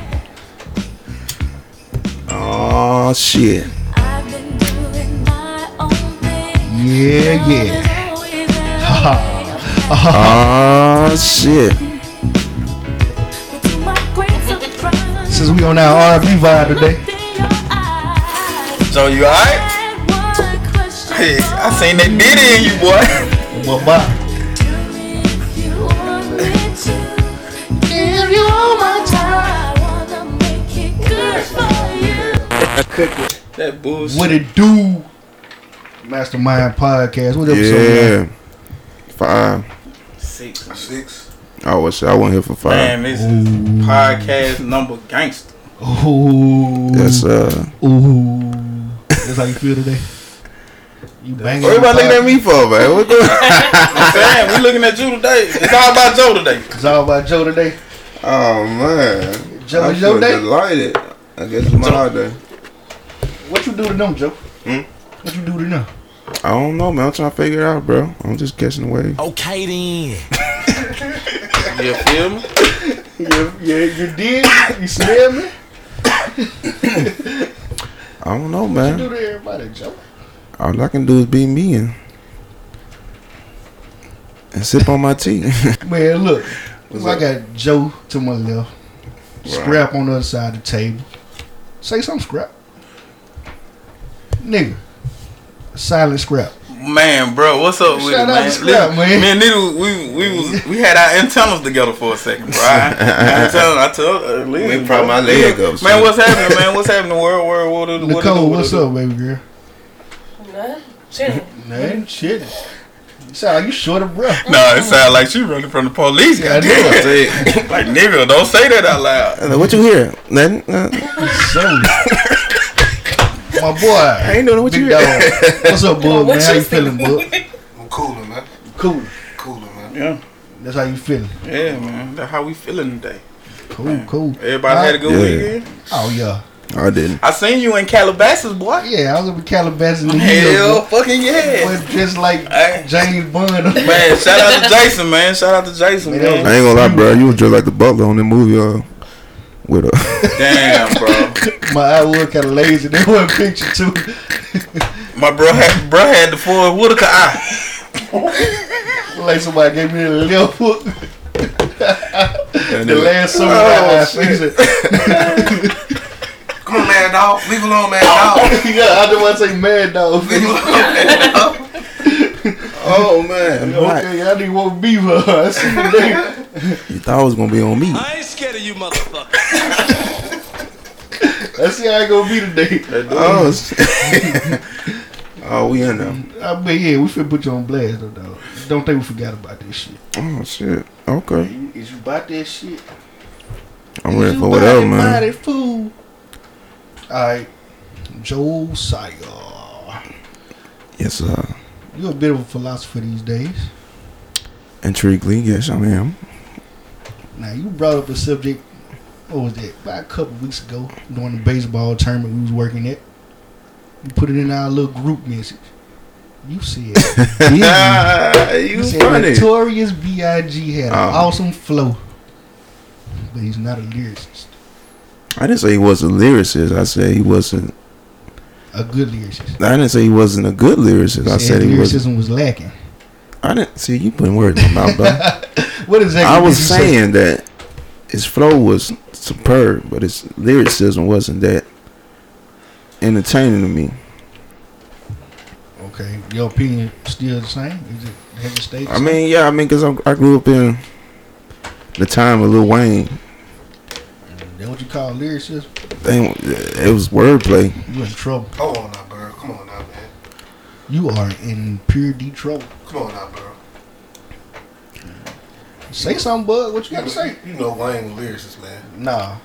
y'all Ah, shit. Yeah, yeah. Oh shit. Since we on that R&B vibe today. So you alright? Hey, I seen that Diddy in you, boy. Well, bye. That bullshit. What it do? Mastermind podcast. What episode? we on? Yeah. Five. Six. Six. I wish I wasn't here for five. Man, this is podcast number gangster. Ooh. That's uh. Ooh. That's how you feel today. You banging. What everybody on looking at me for, man? What the- Damn, we looking at you today. It's all about Joe today. podcast. It's all about Joe today. oh man. Joe, I it's your feel day? Delighted. I guess it's my Joe. day. What you do to them, Joe? Hmm? What you do to them? I don't know, man. I'm trying to figure it out, bro. I'm just catching the wave. Oh. Okay then. You feel me? Yeah, yeah, you did. You smell me. I don't know, You do man. to everybody, Joe. All I can do is be me and and sip on my tea. Man, look. What's I up? got Joe to my left. Scrap on the other side of the table. Say something, Scrap. Nigga. Silent Scrap. Man, bro, what's up with Shout out it, to man? Scrap, man. Listen, Me and Nita, we we was we had our antennas together for a second, bro. I, I tell, I tell, uh, listen, Man, probably my bro. leg up, Man, son. what's happening, man? What's happening? World, world, what it- what it do, what Nicole, it what's do? up, baby girl? Nah, chill. Man, shit. You sound like you short of breath. Nah, it sound like she running from the police. Yeah, I goddamn. know. like nigga, don't say that out loud. I'm like, what you hear? Nothing. Uh, So, my boy. I ain't doing what you- What's up, bud? What man, how you you feeling, bud? I'm cooler, man. Cool. Cooler, man. Yeah, That's how you feeling. yeah, man. That's how we feeling today. Cool, cool. Everybody Huh? had a good Yeah. weekend. Oh yeah, I didn't. I seen you in Calabasas, boy. yeah. I was gonna be Calabasas in the Hell, Hill, fucking yeah. but just like Hey. James Bond. Man, shout out to Jason, man. Shout out to Jason, Man, man. I ain't gonna lie, bro. You was just like the butler on the movie, uh, with a. Damn, bro. My eye was kind of lazy. There was a picture too. My bro had bro had the Ford Whitaker eye. like somebody gave me a left hook. the nigga- last summer, Oh, I said, Come on, mad dog. Leave alone, mad dog. "Yeah, I don't want to say mad dog." Leave okay, alone, mad dog. Oh man, I didn't want to be with her. I see the name. you thought it was gonna be on me. I ain't scared of you motherfucker. I see how I gonna be today. Oh, shit. oh, we in there. I mean, yeah, we finna put you on blast though, dog. Don't think we forgot about this shit. Oh shit. Okay, Is you about that shit? I'm ready for whatever, man. food. Alright. Josiah. Yes, sir. You're a bit of a philosopher these days. Intriguingly, yes, I am. Now you brought up a subject what was that? About a couple weeks ago during the baseball tournament we was working at. You put it in our little group message. You said Biggie- Ah, you you said funny. Notorious B.I.G. had an Oh. awesome flow. But he's not a lyricist. I didn't say he was a lyricist. I said he wasn't. A good lyricist. I didn't say he wasn't a good lyricist. I said he was. lyricism was lacking. I didn't see you putting words in my mouth, bro. What exactly? I was did you say? saying that his flow was superb, but his lyricism wasn't that entertaining to me. Okay, your opinion still the same? Is it has it stayed? the I same? mean, yeah, I mean, cause I'm, I grew up in the time of Lil Wayne. that what you call lyricism? They, it was wordplay. You in trouble. Come on now, bro. Come on now, man. You are in pure D trouble. Come on now, bro. Say something, bud. What you got to say? You know Wayne was lyricist, man. Nah,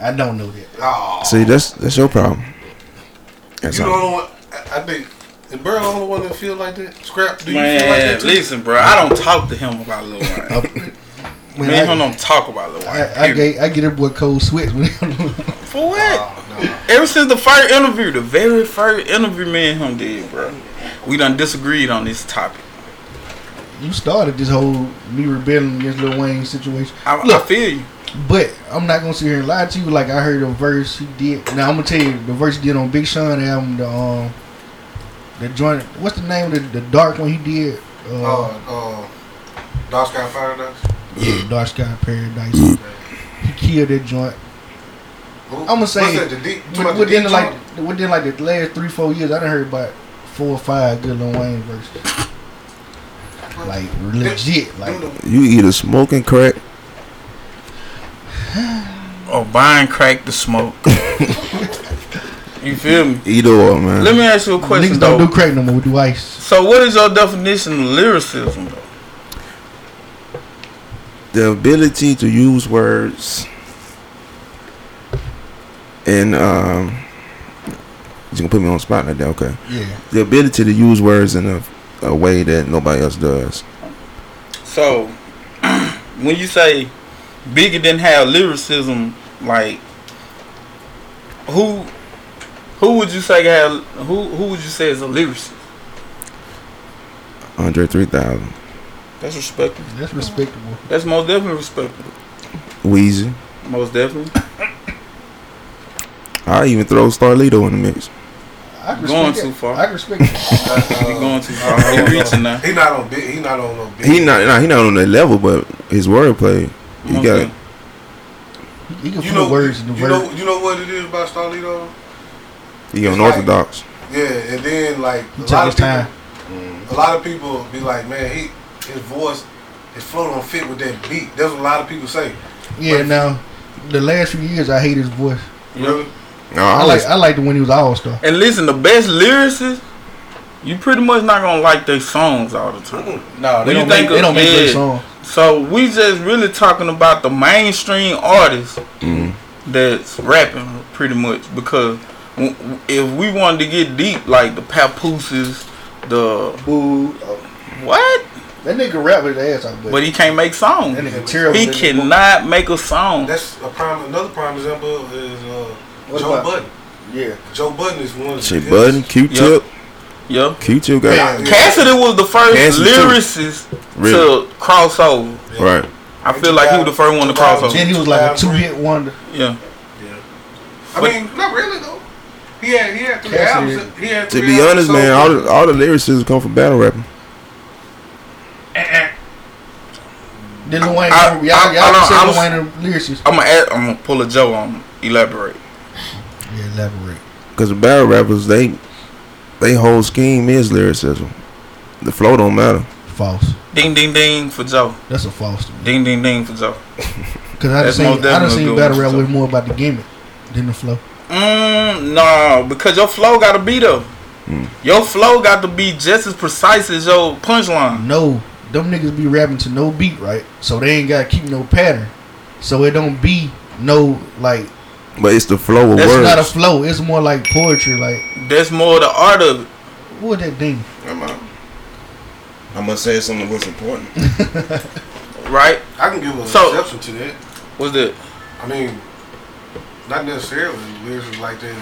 I don't know that. Oh, See, that's that's your problem. That's you the all. only one. I, I think. Is Burl the only one that feel like that? Scrap, do you feel like that Man, too? listen, bro. I don't talk to him about Lil Wayne. Man, Me and I- him don't talk about Lil Wayne. I, I, period. get, I get that boy cold sweats. when- For what? Oh, no. Ever since the first interview, the very first interview me and him did, bro, we done disagreed on this topic. you started this whole me rebelling against Lil Wayne situation. I, I Look. feel you. But I'm not gonna sit here and lie to you. Like I heard a verse he did. Now I'm gonna tell you the verse he did on Big Sean album. The um, the joint. What's the name of the, the dark one he did? Uh, Oh, uh, Dark Sky Paradise. yeah, Dark Sky Paradise. he killed that joint. Who- I'ma say- what's that, the deep, too much But within deep like joint? within like the last three four years, I done heard about four or five good Lil Wayne verses. Like legit, like You either smoking crack. Or Oh, buying crack to smoke. you feel me? Either or, man. Let me ask you a niggas question don't though. do crack no more. We do ice. So what is your definition of lyricism though? the ability to use words and um you can put me on the spot like that okay Yeah, the ability to use words in a, a way that nobody else does So when you say Biggie didn't have lyricism, like who who would you say had who who would you say is a lyricist? andre 3000 That's respectable. that's respectable. That's most definitely respectable. Weezy Most definitely. I even throw Starlito in the mix I can Going respect too that. far. I can respect that. Uh, You're going too far. You're reaching now. He not on big. He not on no big. he not nah, he not on that level but his wordplay you Most got You can You put know words in the You verse. know. You know what it is about Starlito. he unorthodox Yeah, and then like He a took lot his of people, time. a lot of people be like, man, he his voice, his flow don't fit with that beat. That's what a lot of people say. Yeah, now the last few years I hate his voice. Really? no, I, I like always, I liked when he was all star. And listen, the best lyricists, you pretty much not gonna like their songs all the time. No, When they you don't. think They of- don't make great yeah. songs. So we just really talking about the mainstream artists Mhm. Mm-hmm. that's rapping pretty much because w- w- if we wanted to get deep, like the Papooses, the Boo. what? That nigga rap his ass out, but, But he can't make songs. that nigga terrible. He That nigga- cannot make a song. That's a prime. Another prime example is uh, What Joe about- Budden. Yeah. Joe Budden is one. of the shit best. Budden Q-Tip Yeah. Q-Tip Yeah, got yeah. Cassidy was the first Cassidy too. lyricist Really? to cross over. right I feel like he was the first one to cross over. Then he was like a two hit wonder. Yeah. I mean, not really though. He had he had three Cassidy. albums. He had to three be albums honest sold. man all the, all the lyricism come from battle rapping Then Lil Wayne, I- y'all, I- I don't- I y'all was- said Lil Wayne the lyricist. I'm gonna add, I'm gonna pull a Joe on elaborate. Yeah, elaborate. Because the battle rappers, they they whole scheme is lyricism. The flow don't matter. False. Ding ding ding for Joe. That's a false to me. Ding ding ding for Joe. Because I done That's seen, most I done definitely seen good battle one, rap so. with more about the gimmick than the flow. Mm, no, because your flow gotta be though. Hmm. Your flow got to be just as precise as your punchline. No, them niggas be rapping to no beat, right? So they ain't got to keep no pattern. So it don't be no, like, But it's the flow of that's words. not a flow. It's more like poetry. Like, That's more the art of it. what that thing? I'm out. I'm gonna say something that's important. Right? I can give an So- exception to that. What's that? I mean, not necessarily lyricists like that is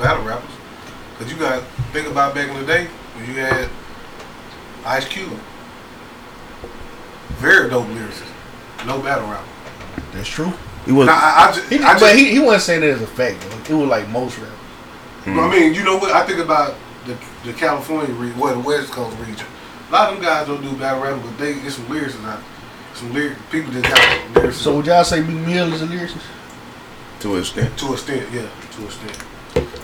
battle rappers. Because you got, think about back in the day when you had Ice Cube. Very dope lyricist. No battle rapper. That's true. He was Now, I, I just, He, I just but he, he wasn't saying that as a fact. Though. It was like most rappers. I mean, you know what? I think about the, the California region, well, the West Coast region. A lot of them guys don't do battle rapping, but they get some lyricists out there. Some lyric, people that got lyricists So would y'all say Meek Mill is a lyricist? to an extent. to a extent, yeah, to a extent.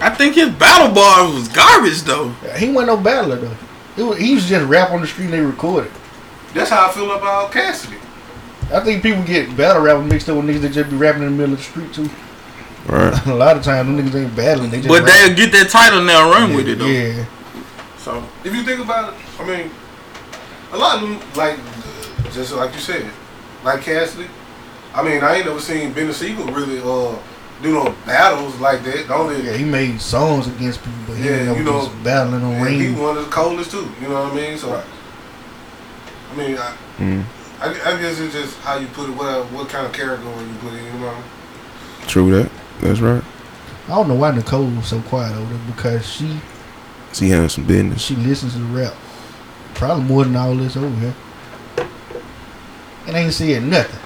I think his battle bars was garbage though. He wasn't no battler though. It was, he used to just rap on the street and they recorded. That's how I feel about Cassidy. I think people get battle rapping mixed up with niggas that just be rapping in the middle of the street too. right. A lot of times them niggas ain't battling. They just But rap. they'll get that title and they'll run with it though. Yeah, So If you think about it, I mean, a lot of them, like, uh, just like you said, like Cassidy. I mean, I ain't never seen Ben Siegel really uh, do no battles like that. The only, yeah. He made songs against people, but he Yeah, ain't never you know, just battling on and he ring. one of the coldest too. You know what I mean? So, I mean, I, Mm, I, I guess it's just how you put it. What what kind of character you put in? You know? true that. That's right. I don't know why Nicole was so quiet over there because she She had some business. she listens to the rap probably more than all this over here. And ain't said nothing.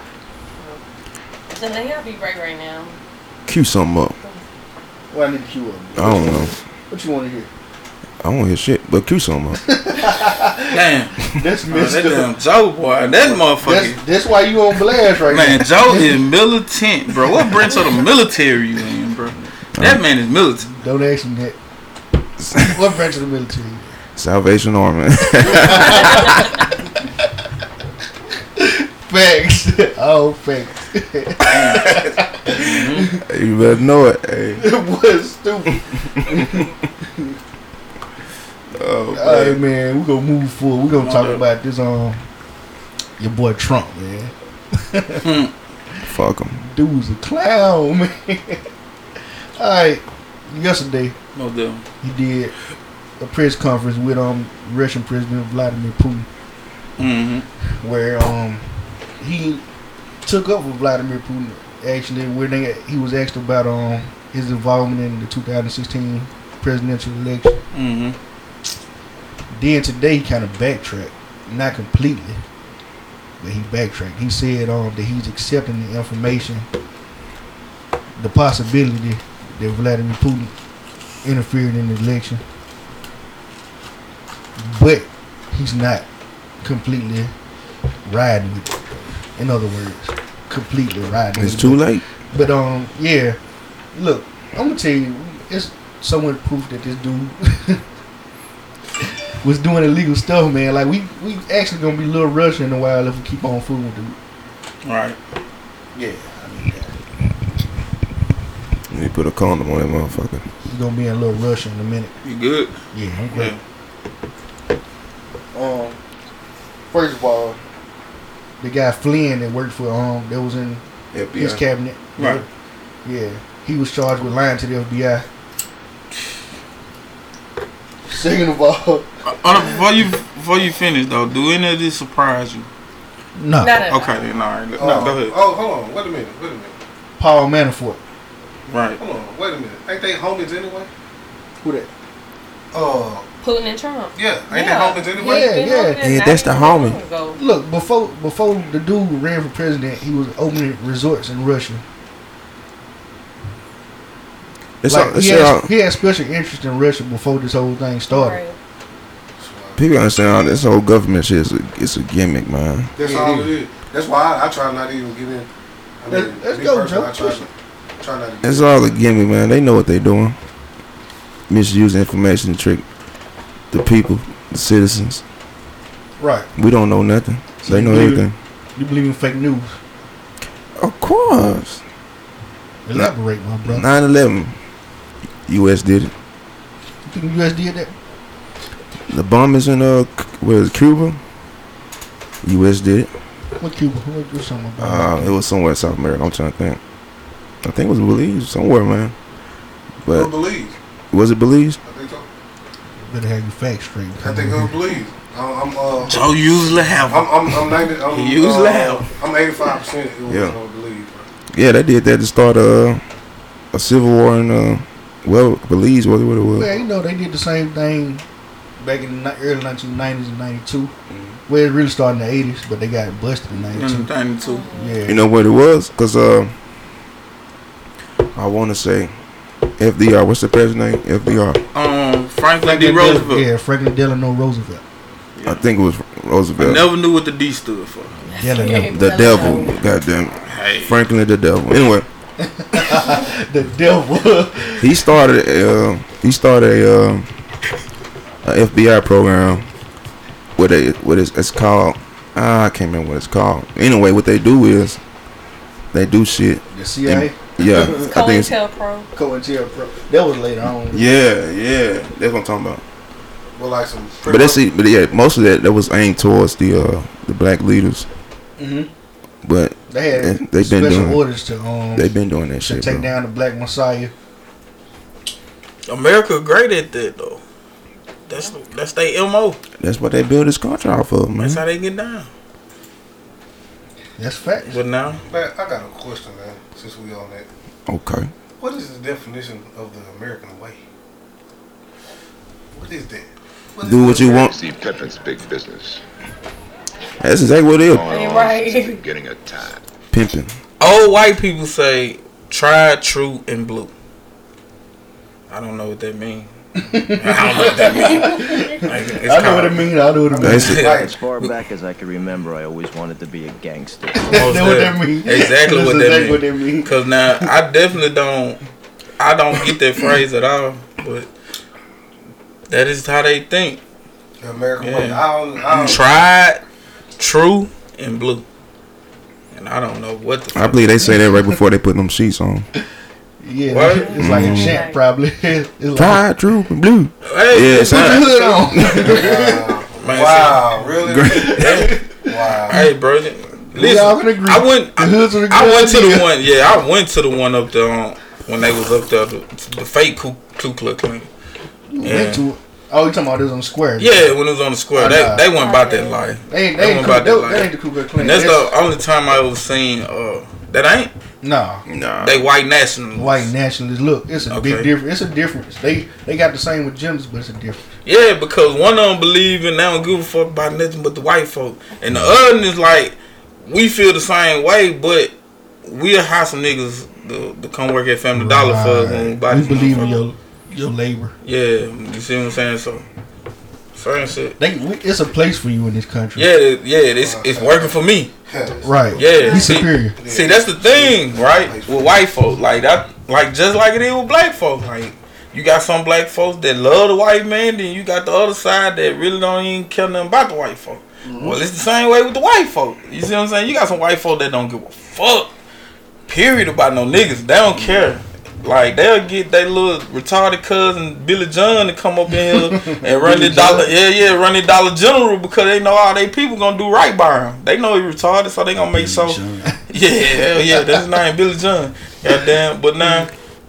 Today I'll be right right now. Cue something up. Well, I need to queue up. Uh, I don't know. What you want to hear? I don't hear shit, but cue something up. Damn, That's oh, messed that up. damn Joe boy, that motherfucker. That's, that's why you on blast right Man, now. Joe is militant, bro. What branch of the military you in, bro? Uh-huh. That man is militant. Don't ask me that. what branch of the military? Salvation Army. Facts. oh, facts. you better know it. Hey. It was stupid. Oh, All man. right, man, we're gonna move forward. We're gonna Come on, talk dude. about this on your boy Trump, man. Hmm. Fuck 'em. Dude's a clown, man. All right, yesterday No deal. he did a press conference with um Russian President Vladimir Putin, Mm-hmm. where um he took up with Vladimir Putin actually where they he was asked about um his involvement in the 2016 presidential election. Mm-hmm. Then today he kind of backtracked, not completely, but he backtracked. He said um, that he's accepting the information, the possibility that Vladimir Putin interfered in the election, but he's not completely riding with it. In other words, completely riding. It's with too it. late. But um, yeah, look, I'm gonna tell you, it's somewhat proof that this dude was doing illegal stuff, man. Like we we actually gonna be a little Russian in a while if we keep on fooling with dude. All right. Yeah, You put a condom on that motherfucker. we gonna be in a little Russia in a minute. You good? Yeah, I'm Yeah. Um, first of all, the guy Flynn that worked for um that was in his FBI. cabinet, Right. Yeah, he was charged with lying to the FBI. Second of all, Uh, hold on, before you before you finish though, do any of this surprise you? Uh, no. Not at all. Okay, then all right. No, Oh, go ahead. oh, hold on. Wait a minute. Wait a minute. Paul Manafort. Right. Hold on. Wait a minute. Ain't they homies anyway? Who that? Uh, Putin and Trump. yeah. Ain't Yeah. they homies anyway? Yeah, yeah. Yeah, that's the homie. homie. Look, before before the dude ran for president, he was opening resorts in Russia. It's like, all, it's he, had, all, he had special interest in Russia before this whole thing started. Right. people understand all this whole government shit is a, it's a gimmick, man. That's Yeah, all it it is. That's why I, I try not to even get in. I Let's- mean, let's me go, personally, Joe. I try, Push to- try not to get It's all a gimmick, man. They know what they're doing. Misuse information to trick the people, the citizens. Right. We don't know nothing. They know You- everything. You believe in fake news? Of course. Elaborate, my brother. 9 11. U.S. did it. You think the U.S. did that? The bombers in, uh, C- where is it, Cuba? U.S. did it. What Cuba? What what something about? Uh, it was somewhere in South America. I'm trying to think. I think it was Belize, somewhere, man. who But believes. was it Belize? I think so. Better have your facts straight. I think who believes. I'm, I'm, uh, Joe usually have I'm, I'm, I'm 90, Oh. I'm, He was uh, loud. I'm 85% it was Yeah. yeah. gonna believe. Yeah, they did that to start uh, a civil war in, uh, well, Belize was what it was. Well, you know, they did the same thing back in the ni- early 1990s and 92. Mm-hmm. Well, it really started in the 80s, but they got busted in 92. Anything too. Yeah. Mm-hmm. You know what it was? Cause uh, I want to say, FDR. What's the president's name? FDR. Um, Franklin D. Roosevelt. Yeah, Franklin Delano Roosevelt. I think it was I Roosevelt. never knew what the D stood for. Delano. the devil. Goddamn. it. Hey. Franklin the devil. Anyway, the devil. he started. Uh, he started a, uh, a FBI program. What they what is it's called? Ah, I can't remember what it's called. Anyway, what they do is they do shit. the CIA. Yeah, I think it's, COINTELPRO. COINTELPRO. That was later on. yeah, yeah. That's what I'm talking about. Well, like some. But that's it. But yeah, most of that that was aimed towards the uh, the black leaders. Mhm. But They had And they been special doing it. orders to um they've been doing that to shit, take bro. down the Black Messiah. America great at that though. That's that's their mo. That's what they built this country off of, man. That's how they get down. That's facts. But now Man, I got a question, man. Since we on that, Okay, what is the definition of the American way? What is that? is do the what you want. Steve Pippin's big business. That's exactly what it is. Going on Right. since the beginning of time. Pimping. Old white people say try true and blue. I don't know what that means. I don't know what that means. I know what it means. I know what it means. That's it. Like, As far back as I can remember, I always wanted to be a gangster. That's Almost what there. that means. Exactly That's what that exactly mean. what that means. Cause now I definitely don't, I don't get that phrase at all. But that is how they think. The American Yeah. way. I don't. I don't Tried, true, and blue. And I don't know what the. I fuck- believe they say that right before they put them sheets on. Yeah, What? it's like a Mm. chant probably. it's like, Pride, true, and blue. Hey, Yeah, son. put your hood on. man, wow, really? son. wow. hey, bro. Listen, all can agree. I went. The hoods are the I went to the good one. Yeah, I went to the one up there on, when they was up there, the, the fake Ku, Ku Klux Klan. You went to- Oh, you talking about this on Square? Yeah, when it was on the square, Oh, they nah. they went about that life. They ain't, Tell they them ain't, about about that that, life. ain't the Ku Klux Klan. And that's the only time I ever seen uh that ain't nah. Nah. they white nationalists. White nationalists. Look, it's a Okay. big difference. It's a difference. They they got the same agendas, but it's a difference. Yeah, because one of them believe and they don't give a fuck about nothing but the white folk, and the other one is like we feel the same way, but we'll hire some niggas to, to come work at Family Dollar for us when we buy we this believe in motherfucker. your your labor. Yeah, you see what I'm saying? So same shit. They we, it's a place for you in this country. Yeah, it- yeah, it's it's working for me. Right. Yeah, He's see- superior. See, that's the thing, right? With white folk, like that, like just like it is with black folk. Like you got some black folks that love the white man, then you got the other side that really don't even care nothing about the white folk. Well, it's the same way with the white folk. You see what I'm saying? You got some white folk that don't give a fuck, period, about no niggas. They don't care. Like they'll get their little retarded cousin Billy John to come up in here and run the dollar, yeah, yeah, run the Dollar General because they know all they people gonna do right by him. They know he retarded, so they gonna make sure. Yeah, hell yeah, that's his name, Billy John. Goddamn, but now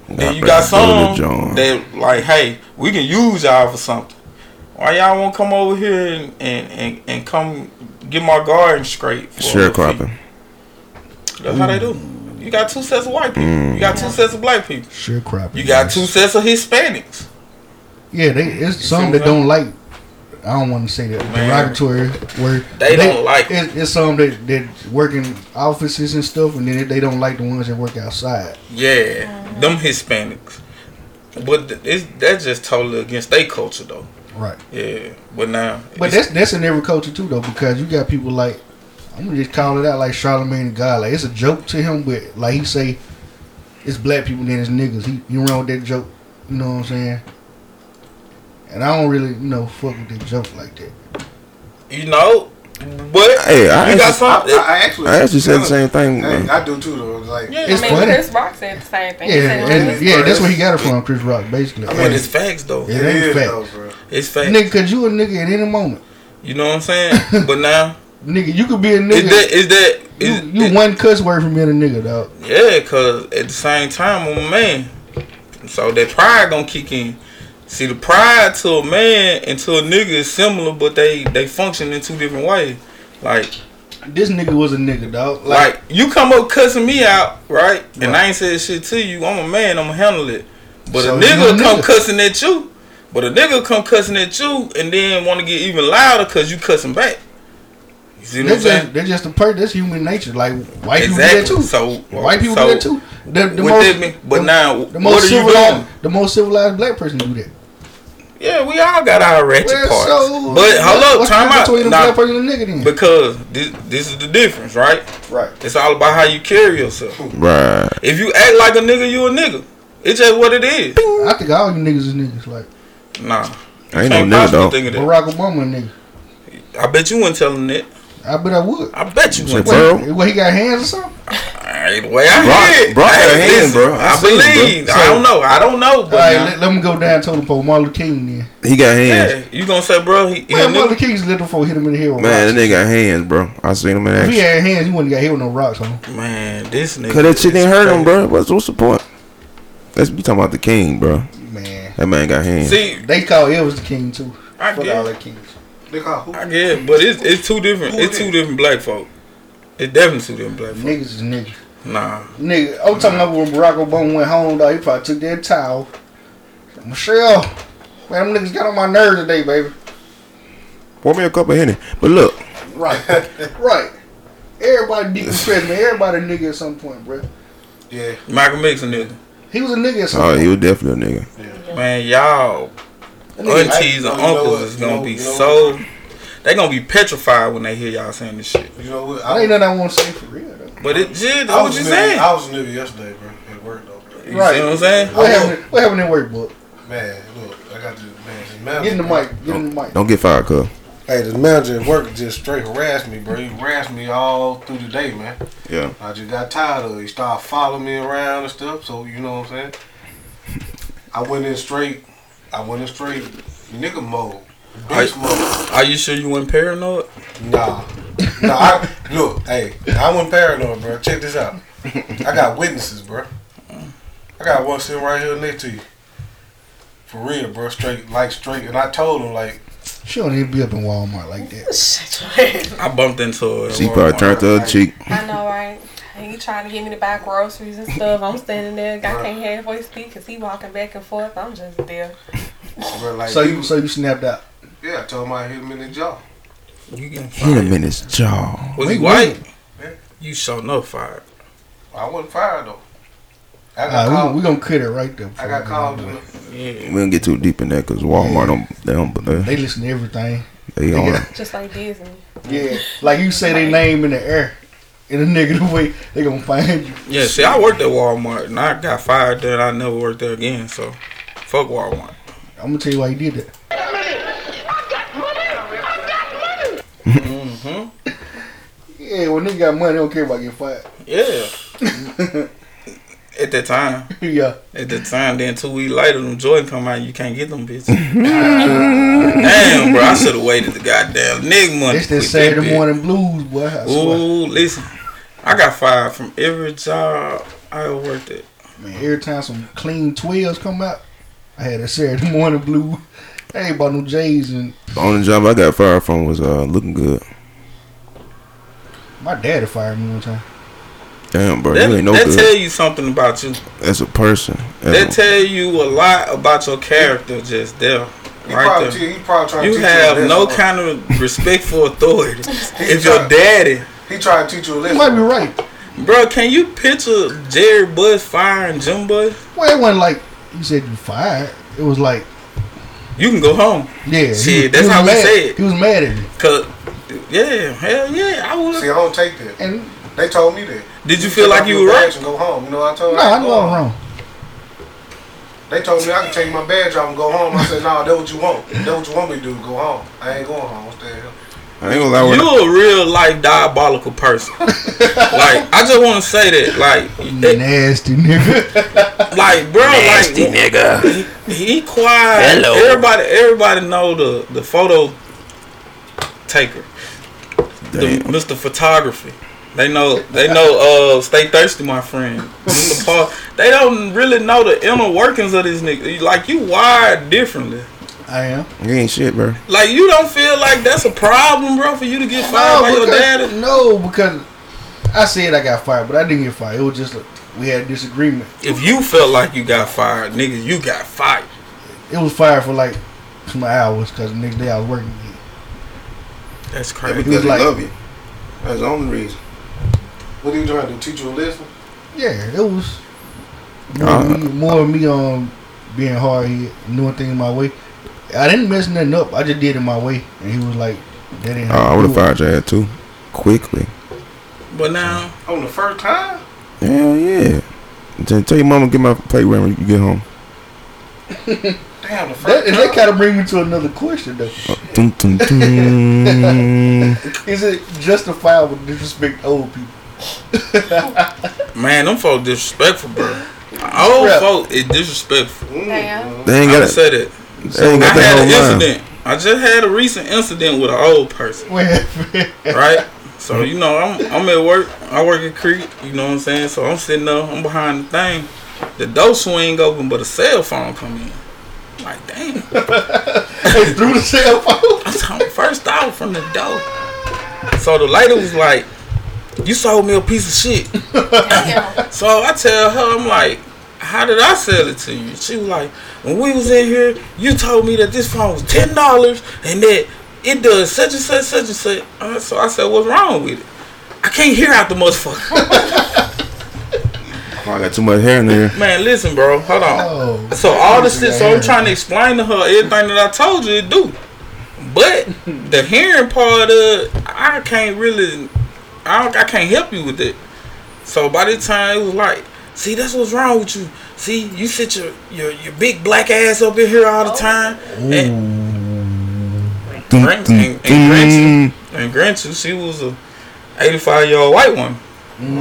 then you got Billy some John. that like, hey, we can use y'all for something. Why y'all won't come over here and and, and, and come get my garden scraped? for a little Sharecropping. fee? That's how they do. You got two sets of white people. You got two sets of black people. Sure crap. You got two sets of Hispanics. Yeah, they it's some what that I'm don't like. I don't want to say that Man. derogatory word. They don't like it. It's, it's some that that work in offices and stuff, and then they don't like the ones that work outside. Yeah, them Hispanics. But th- it's, that's just totally against their culture, though. Right. Yeah, but now. But it's- that's that's in every culture too, though, because you got people like I'm gonna just call it out like Charlemagne the God. Like it's a joke to him, but like he say, it's black people then it's niggas. He you wrong with that joke. You know what I'm saying? And I don't really you know fuck with that joke like that. you know, but Hey, I you got actually- I, something. I actually, I actually said the same thing. Hey, man. I do too though. Like, yeah, It's I mean, funny. Chris Rock said the same thing. He Yeah, said, and yeah, that's where he got it from, Chris Rock, basically. I mean, it's facts though. Yeah. it ain't is fact. though, bro. It's Like, facts. nigga, cause you a nigga at any moment. You know what I'm saying? but now, Nigga, you could be a is nigga. that is that you is you it- one cuss word from being a nigga, dog. Yeah, cause at the same time I'm a man, so that pride gonna kick in. See, the pride to a man and to a nigga is similar, but they they function in two different ways. Like This nigga was a nigga, dog. Like, Like you come up cussing me out, right? And I ain't said shit to you. I'm a man. I'm gonna handle it. But So a you nigga a come nigga. cussing at you. But a nigga come cussing at you and then want to get even louder because you cussing back. You see what I'm that's just saying? that's just a part. That's human nature. Like white people do Exactly. that too. So White people so, do that too. The, the what most, that mean? But the, now, the what most are you civilized, doing? the most civilized black person do that. Yeah, we all got our ratchet Well, parts. so- but hold up, what's the time difference out. between a Nah, black person and a nigga then? because this this is the difference, right? right. It's all about how you carry yourself. Right. If you act like a nigga, you a nigga. It's just what it is. I think all you niggas is niggas. Like Nah. I ain't no Can't nigga possibly though. think of that. Barack Obama, a nigga. I bet you wasn't telling it. I bet I would. I bet you Shit, wasn't. bro. telling it. Earl? What, what he got hands or something? Alright, the way I Brock- hear it. Brock had a hand, listen, bro. I I, seen it, bro. believe. I don't know. I don't know. But All right, now- let, let me go down to the pole. Martin Luther King then. He got hands. yeah, you gonna say, bro? He, he Man, a Martin nigga? Luther King's little before hit him in the head with Man, rocks. that nigga got hands, bro. I seen him in If action. he had hands, he wouldn't got hit with no rocks on. man, this nigga. Cause that shit is didn't hurt him, crazy. bro. What's, what's the point? That's you talking about the king, bro. Man, That man got hands. See, they call Elvis the king too. I Fuck all get, the kings. They call who? I get, but it's it's two different. Who It's it two is? different black folk. It's definitely two different black folk. Niggas is niggas. Nah, Nigga, I'm talking about when Barack Obama went home, dog. He probably took that towel. Michelle, man, them niggas got on my nerves today, baby. Pour me a cup of henny. But look, Right, right. Everybody deconstructed man. Everybody a nigga at some point, bro. Yeah, Michael Mix a nigga. He was a nigga at some Oh, point. he was definitely a nigga. Man, y'all That nigga aunties like- and you know uncles what, is you gonna know- be you know so they gonna be petrified when they hear y'all saying this shit. what- You know what? I I, ain't nothing I want to say for real though. But it shit, I that's what was you nigga, saying. I was a nigga yesterday, bro. At work though, bro. You Right. see what I'm saying? What happened? What happened in work, book? Man, look, I got this man. this Get in manager- the mic. Get in the mic. Don't get fired, cuz. Hey, this manager at work just straight harassed me, bro. He harassed me all through the day, man. Yeah. I just got tired of it. He started following me around and stuff, so you know what I'm saying? I went in straight, I went in straight nigga mode. Bitch mode. Are you sure you weren't paranoid? Nah. Nah, I, look, hey, I went paranoid, bro. Check this out. I got witnesses, bro. I got one sitting right here next to you. For real, bro. Straight, like straight. And I told him, like, She don't even be up in Walmart like that. I bumped into her. at She probably Walmart. turned the other cheek. I know, right? He trying to get me to buy groceries and stuff. I'm standing there. I can't halfway speak because he walking back and forth. I'm just there. bro, like, So you so you snapped out. yeah, I told him I hit him in the jaw. You getting Hit him fired. in his jaw. Was he Wait, white? wait. You sure no fired. I wasn't fired, though. I got Nah, we called. gon- we gonna cut it right there. I got called. in the- Yeah. We don't get too deep in that because Walmart don't, they don't, they, They listen to everything. they on it. Just like Disney. Yeah, like you say their name in the air, in a negative way, they gonna find you. Yeah, see I worked at Walmart and I got fired there and I never worked there again, so fuck Walmart. I'm gonna tell you why you did that. Mm-hmm. Yeah, when nigga got money, they don't care about getting fired. Yeah. at that time. yeah, At the time, then two weeks later, them Jordan come out, you can't get them bitches. Damn, bro, I should have waited the goddamn nigga money. it's to that quit Saturday bitch. morning blues, boy. I swear. Ooh, listen, I got fired from every job I ever worked at. Man, every time some clean twelves come out, I had a Saturday morning blue. I ain't bought no J's, and The only job I got fired from was uh, looking good. my daddy fired me one time. Damn, bro, That, you ain't no that good tell you something about you. as a person. As That a- tell you a lot about your character just there. He Right probably, there. te- he probably trying to You teach you a have no lesson. kind of respect for authority. If your daddy He tried to teach you a You lesson. might be right. Bro, can you picture Jerry Buzz firing Jim Buzz? Well, it wasn't like you said you fired. It was like, You can go home. yeah, he was- Shit, that's he was how we mad. said. He was mad at me, Cause, yeah, hell yeah, I would. See, I don't take that. and They told me that. Did you feel like you were Take off your right? badge And go home. You know what I told no, them? I know I'm wrong. They told me I can take my badge off and go home. I said, nah, that's what you want. That's what you want me to do. Go home. I ain't going home. I'm staying here. I ain't gonna lie. When I, You a real life diabolical person. like, I just want to say that, like, it- Nasty nigga. like, bro, like, nigga. He, he quiet. Hello. Everybody, everybody know the the photo taker, the, damn, Mr. Photography. They know, they know. Uh, stay thirsty, my friend. Mr. Paul. They don't really know the inner workings of this nigga. Like, you wired differently. I am. you ain't shit, bro. Like you don't feel like that's a problem, bro, for you to get fired by your because, daddy. No, because I said I got fired, but I didn't get fired. It was just like we had a disagreement. If you felt like you got fired, nigga, you got fired. It was fired for like some hours because the next day I was working again. That's Yeah, crazy. because was they like- love you. That's the only reason. What are you trying to do? Teach you a lesson? Yeah, it was more, Uh. of me, more of me on being hard here, doing things my way. I didn't mess nothing up. I just did it my way, and he was like, "That ain't." Oh, how I you would have do it. fired your ass too, quickly. But now, On the first time? Hell yeah. Tell tell your mama get my plate ready when you get home. Damn, the That, first and time? that kind of brings me to another question, though. Dun, dun, dun. Is it justifiable to disrespect old people? man, them folk disrespectful, bro. Old Bruh. folk is disrespectful. Damn. they ain't I got would it. say that. They ain't I got had an that whole line. incident. I just had a recent incident with an old person, Well, right? So you know, I'm I'm at work. I work at Creek. You know what I'm saying? So I'm sitting there. I'm behind the thing. The door swing open, but a cell phone come in. I'm like, damn. through the cell phone. I'm talking first off from the door. So the lady was like, You sold me a piece of shit. Damn. So I tell her, I'm like, How did I sell it to you? She was like, When we was in here, you told me that this phone was ten dollars and that it does such and such, such and such. Uh, So I said, What's wrong with it? I Can't hear out the motherfucker. Oh, I got too much hair in there. Man, listen, bro. Hold on. Oh, So all the Listen, shit, I so I'm heard. trying to explain to her everything that I told you to do, but the hearing part of I can't really, I don't, I can't help you with it. So by the time it was like, see, that's what's wrong with you. See, you sit your your, your big black ass up in here all the time, and and, Grinch- and, and, Grinch, and Grinch, she was a 85 year old white woman,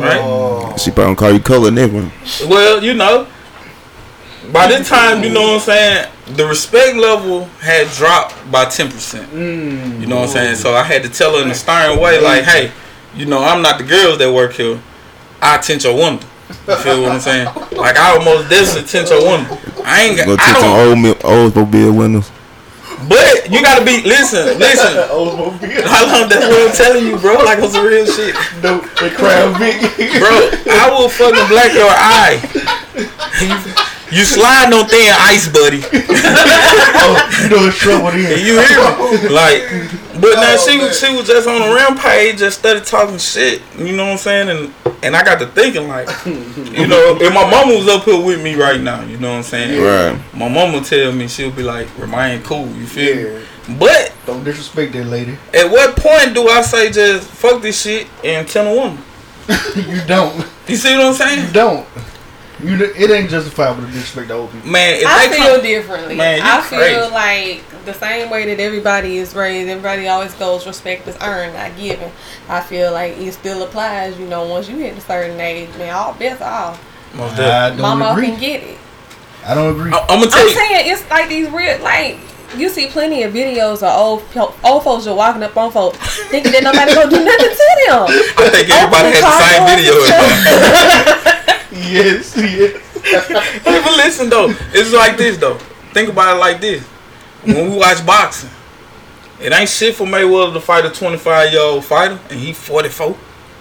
right? She probably gonna call you color nigga. Well, you know, by this time, you know what I'm saying, the respect level had dropped by 10%. You know what I'm saying? So I had to tell her in a stern way, like, hey, you know, I'm not the girls that work here. I tint your window. You feel what I'm saying? Like, I almost definitely tint your window. I ain't Go got, take some I old mil- Oldsmobile windows. don't, but you gotta be, listen, listen. How long that's what I'm telling you, bro? Like, it's real shit. No, the crowd big. Bro, I will fucking black your eye. You, you sliding on thin ice, buddy. oh, you know it's trouble then. You hear me? Like, but now Oh, she man. was she was just on a rampage, just started talking shit. You know what I'm saying? And and I got to thinking like, you know, if my mama was up here with me right now, you know what I'm saying? Right. My mama tell me she'll be like, remain cool. You feel me? Yeah. But Don't disrespect that lady. at what point do I say just fuck this shit and tell a woman? You don't. You see what I'm You saying? don't. You, it ain't justifiable to disrespect the old people. Man, if I they feel come, differently. Man, you I crazy. feel like the same way that everybody is raised, everybody always goes respect is earned, not given. I feel like it still applies, you know, once you hit a certain age, man, all bets are off. Most definitely. I don't Mama agree. can get it. I don't agree. I, I'm gonna tell I'm you. saying it's like these weird, like you see plenty of videos of old po- old folks just walking up on folks thinking that nobody gonna do nothing to them. I think everybody had the same video. yes, yes. Hey, but listen though, it's like this though. Think about it like this: when we watch boxing, it ain't shit for Mayweather to fight a 25 year old fighter, and he 44.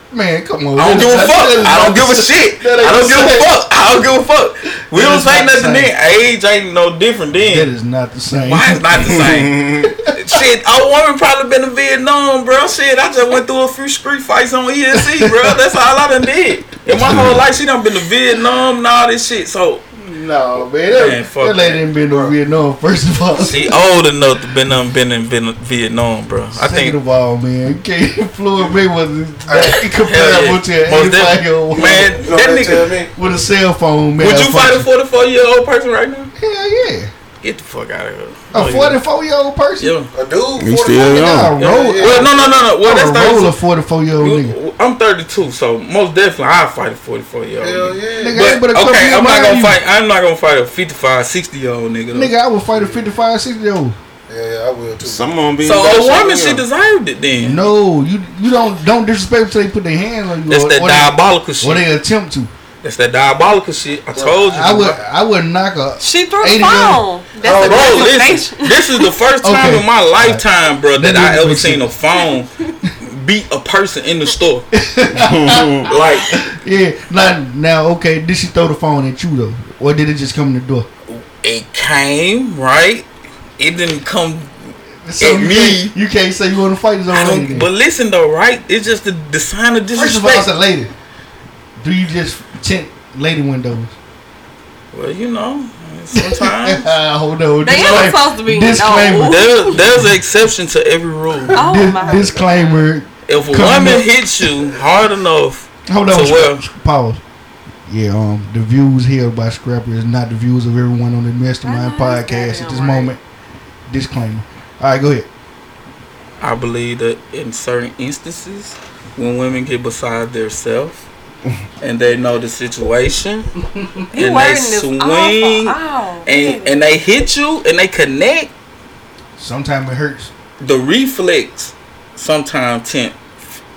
Man, come on. I don't give a That- fuck. that is I don't not- give a shit. that ain't I don't give a the same. fuck. I don't give a fuck. We That don't is say not the nothing same. then. Age ain't no different That then. is not the same. Why it's not the same? Shit, old woman probably been in Vietnam, bro. Shit, I just went through a few street fights on ESC, bro. That's all I done did. In my whole life, she done been to Vietnam and all this shit. So No, man. That, Man, fuck that that. lady ain't been to Vietnam, first of all. She old enough to been um, been in Vin- Vietnam, bro. I Second think of all, man, you can't Floyd Mayweather is hell yeah. comparable to an Most 85 year definitely. old man, You know that what they tell nigga. me? with a cell phone. Man, Would you fight a 44 year old person right now? Hell yeah, Get the fuck out of here. Oh, a 44 year old person. Yeah. A dude. He 44 still years young. Nah, Yeah, roll, yeah. Well, no, no, no, no. Well, I'm a roll a that's 44 year old 32. nigga. I'm 32, so most definitely I'll fight a 44 year old. Hell nigga. yeah. Nigga, I ain't but But a couple okay, years I'm not behind gonna you. fight. I'm not gonna fight a 55, 60 year old nigga. though. Nigga, I would fight a 55, 60 year old. Yeah, yeah, I will too. Some of them be So that a shit, woman, she yeah. deserved it then. No, you you don't don't disrespect until they put their hands on you. That's or, that or diabolical they, or shit. they attempt to. That's that diabolical shit. I told you. I would bro. I would knock a. She threw Eighty the phone. That's Bro, Oh, a good listen, this is the first time Okay. in my lifetime, bro, that Let me I ever fix seen it. a phone beat a person in the store. like, Yeah, not now. Okay, did she throw the phone at you though, or did it just come in the door? it came, right? It didn't come. So At you me. can't, you can't say you want to fight this I old lady. don't, then. but listen, though, right? It's just the, the sign of First of all, it's disrespect. a lady. Do you just tint lady windows? Well, you know, sometimes. Hold on. They disclaimer- ain't supposed to be disclaimer. no. There, there's an exception to every rule. Oh Dis- my disclaimer. If a Come woman on. hits you hard enough, Hold So on. well- Scra- pause. Yeah, um, the views held by Scrapper is not the views of everyone on the Mastermind Ah, podcast at this goddamn right. moment. Disclaimer. All right, go ahead. I believe that in certain instances, when women get beside themselves and they know the situation You and wording they this swing awful. Oh, and, and they hit you and they connect, Sometimes it hurts. the reflex sometimes tent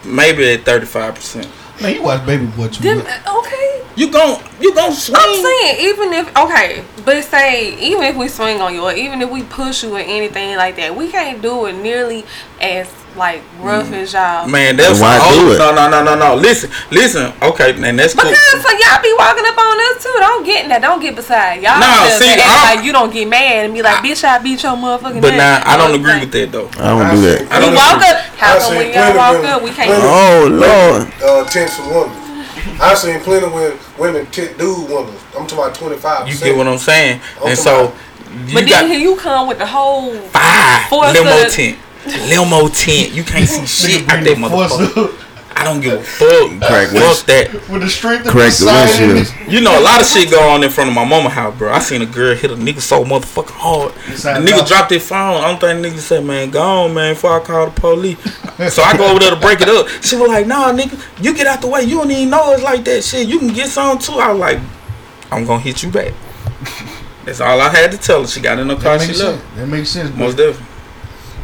maybe at thirty five percent. Man, you watch Baby Boy too Them- much. okay. You gon' you gon' swing. I'm saying even if okay, but say even if we swing on you or even if we push you or anything like that, we can't do it nearly as like rough as y'all. Mm. Man, that's Then why do oh, it? no no no no no. Listen, listen. Okay, and that's cool. Because so y'all be walking up on us too. Don't get in that. Don't get beside y'all. No, just see, act I- like you don't get mad and be like, bitch, I beat your motherfucking. But ass. nah, I don't You know agree with what that though. I don't do that. I'm saying? You walk up. How I come seen when y'all plenty walk women- up, we plenty- can't? Oh Lord, Uh, tents for women. I seen plenty of women, women tent dude women. I'm talking about 25. You get what I'm saying? And so you But then here got you come with the whole. five Force limo the- tent. Limo tent. You can't see shit out that motherfucker. I don't give a fuck. Crack Fuck wings. that. With the strength of crack Correct the society. windshield. You know, a lot of shit go on in front of my mama house, bro. I seen a girl hit a nigga so motherfucking hard. The nigga dropped his phone. I don't think nigga said, man, go on, man, before I call the police. so I go over there to break it up. She was like, nah, nigga, you get out the way. You don't even know it's like that shit. You can get some too. I was like, I'm going to hit you back. That's all I had to tell her. She got in the car. That She makes sense. left. That makes sense. Most But definitely.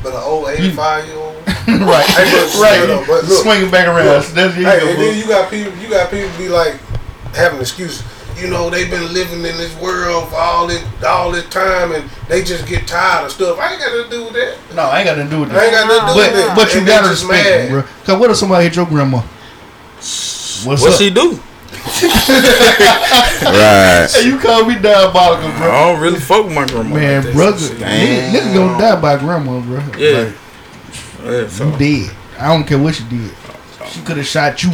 But an Hmm. old 85 year old. right, Hey, but right. shut up, but look. Swing it back around. Look, So that's here you Hey, go, and bro. then you got people. You got people be like having excuses. You know, they've been living in this world for all this all this time, and they just get tired of stuff. I ain't got nothing to do with that. No, I ain't got nothing to do with I ain't that. got nothing to do But with that. but you And they gotta just respect mad. it, bro. Cause what if somebody hit your grandma? What's What up? she do? right? Hey, you call me diabolical, bro. I don't really fuck with my grandma. Man, like that. brother, Damn. nigga, nigga gonna die by grandma, bro. Yeah. Yeah, so. Like, you dead. I don't care what she did. She could have shot you.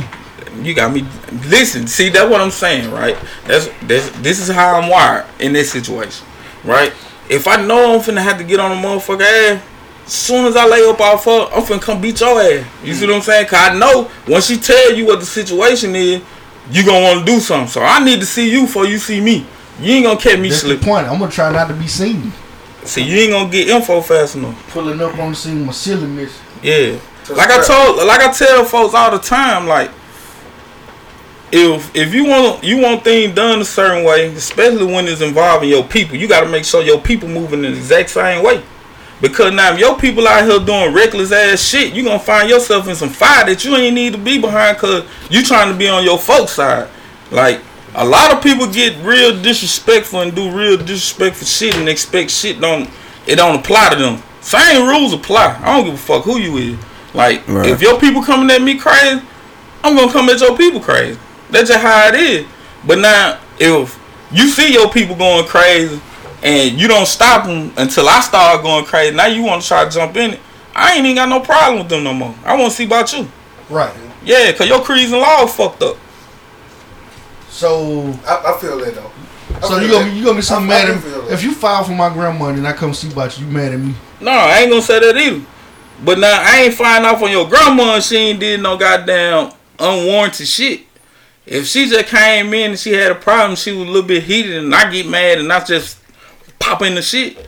You got me. Listen, see, that's what I'm saying, right? That's this. This is how I'm wired in this situation, right? If I know I'm finna have to get on a motherfucker ass, soon as I lay up off her, I'm finna come beat your ass. You see what I'm saying? Cause I know once she tell you what the situation is, you gonna want to do something. So I need to see you before you see me. You ain't gonna catch me That's the slipping. point. I'm gonna try not to be seen. See, you ain't gonna get info fast enough. Pulling up on the scene, my silliness. Yeah. So Like I it's told, like I tell folks all the time, like if if you want you want things done a certain way, especially when it's involving your people, you got to make sure your people moving the exact same way. Because now if your people out here doing reckless ass shit, you gonna find yourself in some fire that you ain't need to be behind, cause you trying to be on your folks side. Like a lot of people get real disrespectful and do real disrespectful shit and expect shit don't it don't apply to them. Same rules apply. I don't give a fuck who you is. Like Right. if your people coming at me crazy, I'm gonna come at your people crazy. That's just how it is. But now if you see your people going crazy and you don't stop them until I start going crazy, now you want to try to jump in it. I ain't even got no problem with them no more. I want to see about you. Right. Yeah, cause your creeds and law fucked up. So, I, I feel that though. I so feel you gonna that. be, you gonna be so I- I mad do at feel me that. if you file for my grandma and I come see about you. You mad at me? No, I ain't gonna say that either. But now I ain't flying off on your grandma. and She ain't did no goddamn unwarranted shit. If she just came in and she had a problem, she was a little bit heated, and I get mad and I just pop in the shit.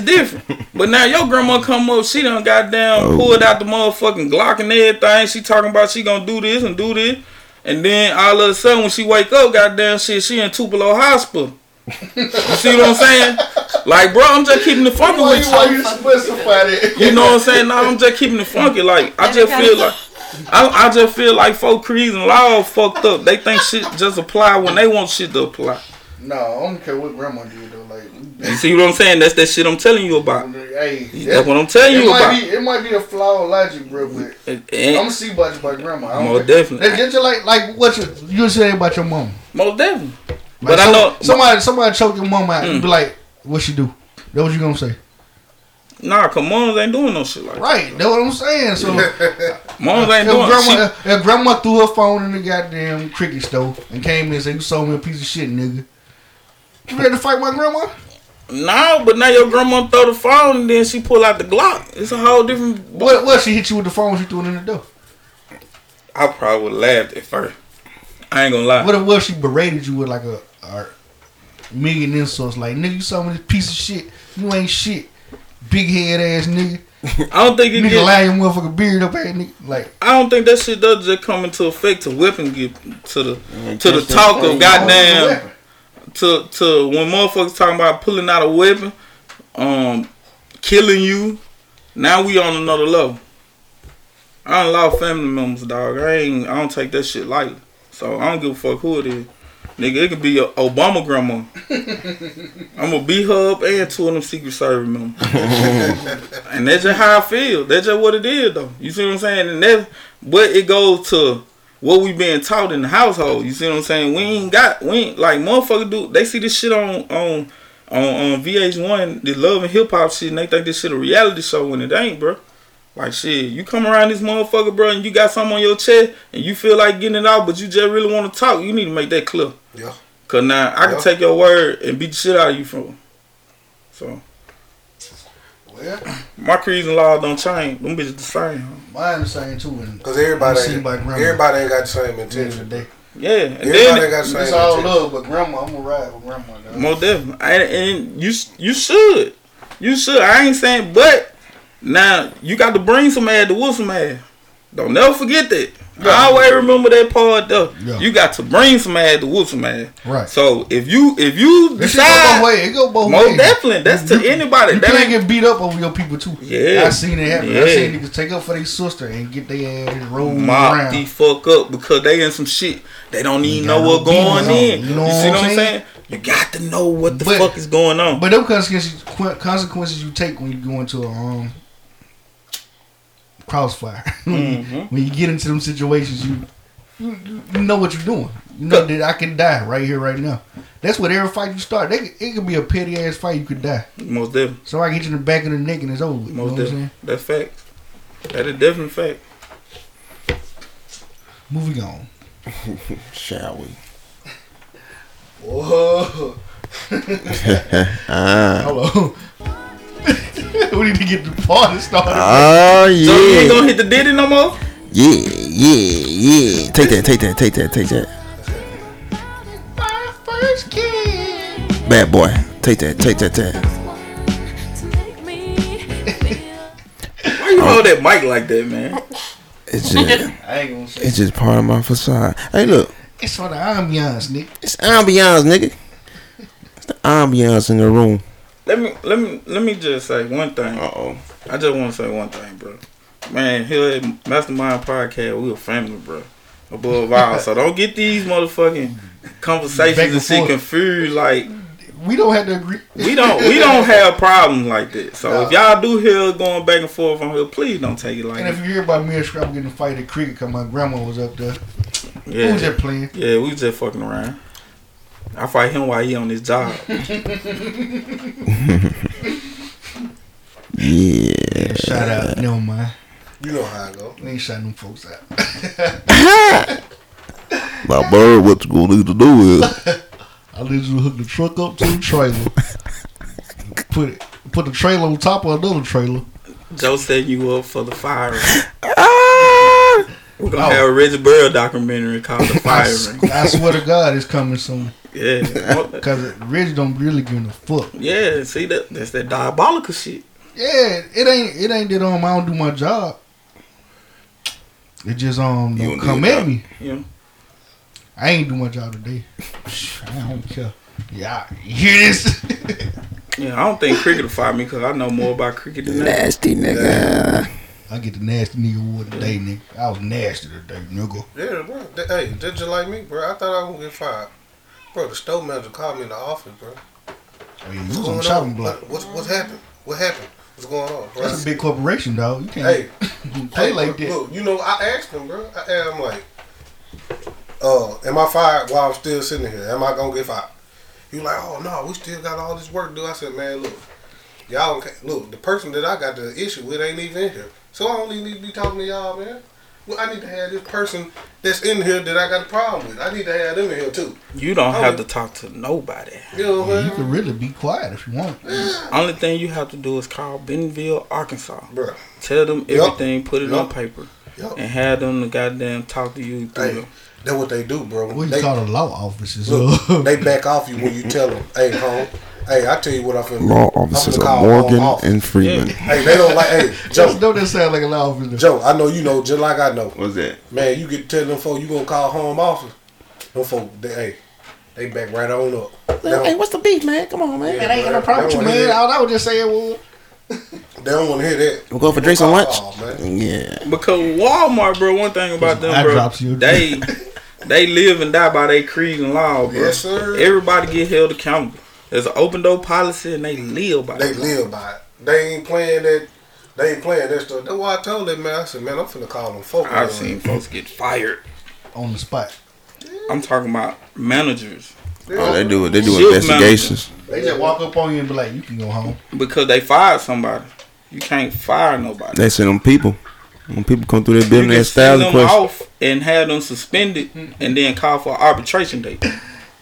different. but now your grandma come up, she done goddamn Oh. pulled out the motherfucking Glock and everything. She talking about she gonna do this and do this, and then all of a sudden when she wake up, goddamn shit, she in Tupelo Hospital. you see what I'm saying? Like, bro, I'm just keeping the fucking Why with you, you. why you specify that? You know what I'm saying? No, I'm just keeping it funky. Like I just feel like I, I just feel like folk creeds and law fucked up. They think shit just apply when they want shit to apply. No, I don't care what grandma did though. Like, You see what I'm saying? That's that shit I'm telling you about. hey, That's what I'm telling you about. be it might be a flaw of logic, bro, but. And- I'm and- gonna see about my grandma. I don't Most care. definitely. That- That's just like like what you you were saying about your mom. most definitely. Like, But I some- Mm. know somebody somebody choke your mom out and be like, "What she do?" That what you gonna say? nah, cause moms ain't doing no shit like that. Right. That's what I'm saying. So if Moms ain't doing grandma shit. if grandma threw her phone in the goddamn cricket store and came in and said, "You sold me a piece of shit, nigga." You ready to fight my grandma? No, but now your grandma throw the phone and then she pull out the Glock. It's a whole different. What? What? She hit you with the phone. She threw it in the door. I probably would laughed at first. I ain't gonna lie. What if, what if she berated you with like a, a million insults? Like, nigga, you sold me this piece of shit. You ain't shit. Big head ass nigga. I don't think it Nigga, get. lie your motherfucking beard up at nigga. Like, I don't think that shit does just come into effect to whipping get to the to the talk of goddamn to to when motherfuckers talking about pulling out a weapon, um, killing you. Now we on another level. I don't allow family members, dog. I ain't. I don't take that shit lightly. So I don't give a fuck who it is. Nigga, it could be your Obama grandma. I'm gonna beat her up and two of them Secret Service members. and that's just how I feel. That's just what it is, though. You see what I'm saying? And that's but it goes to what we been taught in the household. You see what I'm saying? We ain't got we ain't like motherfucker do. They see this shit on on on, on VH1, the Love and Hip Hop shit, and they think this shit a reality show when it ain't, bro. Like shit, you come around this motherfucker, bro, and you got something on your chest, and you feel like getting it out, but you just really want to talk. You need to make that clear. Yeah. Cause now I can Yeah. take your word and beat the shit out of you from. So Well, my creeds and laws don't change. Them bitches the same. Huh? Mine the same too. And because everybody, You see my grandma. everybody ain't got the same at the end of the intention. day, Yeah, and Everybody then ain't got the same it's all intention. love. But grandma, I'm gonna ride with grandma. Dog. Most definitely, I, and you you should, you should. I ain't saying, but now you got to bring some ass to whoop some ass. Don't never forget that. I always remember that part though. Yeah. You got to bring some ass to whoop some ass. Right. So if you if you This shit go both decide, ways. It go both most ways. definitely, that's to anybody. You That can't ain't get beat up over your people too. Yeah. I seen it happen. Yeah. I seen niggas take up for their sister and get their ass rolled mop around. the fuck up because they in some shit they don't even know got what no going business on. in. You You know see what I'm saying? You got to know what the But- fuck is going on. But them consequences, qu- consequences you take when you go into a um, crossfire. Mhm. when you get into them situations, you you, you- you know what you're doing. You know that I can die right here, right now. That's what every fight you start. They, could- it could be a petty ass fight. You could die. Most definitely, So I get you in the back of the neck and it's over. with, You know most what I'm definitely, saying? that's facts. That is definitely fact. Moving on. Shall we? Whoa. Ah. Hello. we need to get the party started. Oh Uh. So you ain't yeah. gonna hit the ditty no more? Yeah, yeah, yeah. Take that, take that, take that, take that. My first kid. Bad boy. Take that, take that, take that. Why you Oh. hold that mic like that, man? It's just I ain't gonna say. it's just part of my facade. Hey look, It's for the ambiance, Nick. it's ambiance, nigga. It's the ambiance in the room. Let me let me let me just say one thing. oh. I just want to say one thing, bro. Man, here at Mastermind Podcast, we a family, bro. Above all, so don't get these motherfucking conversations Back and and shit forth. confused. Like We don't have to agree. we don't we don't have problems like that. So if y'all do hear going back and forth on here, please don't take it like And if that. you hear about me and Scrap getting in a fight at cricket, cause my grandma was up there. Who was Yeah, that playing? yeah, we just fucking around. I fight him while he on his job. Yeah. Shout out. Never mind. You know how I go. We ain't shouting them folks out. My bird, what you gonna need to do is I need you to hook the truck up to the trailer. put it, put the trailer on top of another trailer. Joe setting you up for the firing. ah, We're gonna have a Reggie Burrow documentary called The I, s- Firing. I swear to God, it's coming soon. yeah. Cause Reggie don't really give a fuck. Yeah, see that that's that diabolical shit. Yeah, it ain't it ain't that um I don't do my job. It just um You don't don't do come your at job. me. You know? I ain't do my job today. I don't care. Yeah, I hear this? Yeah, I don't think cricket will fight me because I know more about cricket than that. nasty nigga. I get the nasty nigga award today, nigga. I was nasty today, nigga. Yeah, bro. That- hey, that's just like me, bro. I thought I was gonna get fired. Bro, the store manager called me in the office, bro. I mean, Oh, you was on What's the going chopping on? block. What, what's, what's happened? What happened? What's going on, bro? That's a big corporation, dog. You can't Hey, play hey, like look, that. Look, you know, I asked him, bro. I, I'm like, uh, am I fired while I'm still sitting here? Am I gonna get fired? He was like, oh no, we still got all this work to do. I said, man, look, y'all, don't ca- look, the person that I got the issue with ain't even in here, so I don't even need to be talking to y'all, man. Well, I need to have this person that's in here that I got a problem with. I need to have them in here too. You don't Oh, have to yeah. talk to nobody. You know what Yeah, I'm you can saying, really be quiet if you want. Only thing you have to do is call Bentonville, Arkansas. bro? Tell them Yup. everything, put it on Yup. paper, Yup. and have them to goddamn talk to you through. Hey, that's what they do, bro. What you They- call the law offices? uh, Look, they back off you when you tell them, "Hey, home, hey, I tell you what I'm finna do. Law I'm officers finna of call Morgan home office." and Freeman. Hey, they don't like. Hey, Just Joe, know that sound like a law office. Joe, I know you know just like I know. What's that? Man, you get tell them folk you gonna call home office. Them folk, they, hey, they back right on up. They don't, what's the beef, man? Come on, man. yeah, they don't What you wanna hear mean? that. All I was just saying was They don't want to hear that. We'll go for drinks and Call lunch. off, man. Yeah. Because Walmart, bro, one thing about them, Eye bro, drops you. they They live and die by their creed and law, bro. Yes, sir. Everybody get held accountable. There's an open door policy, and they live by. Mm. They it. live by it. They ain't playing that. They ain't playing that stuff. That's why I told that man. I said, man, I'm finna call them folk. I've seen folks get fired. on the spot. I'm talking about managers Oh, they do they do Shift investigations. They just walk up on you and be like, "You can go home." because they fired somebody. You can't fire nobody. They send them people. When people come through their You building, can there's send thousand them questions. off and have them suspended, and then call for arbitration date.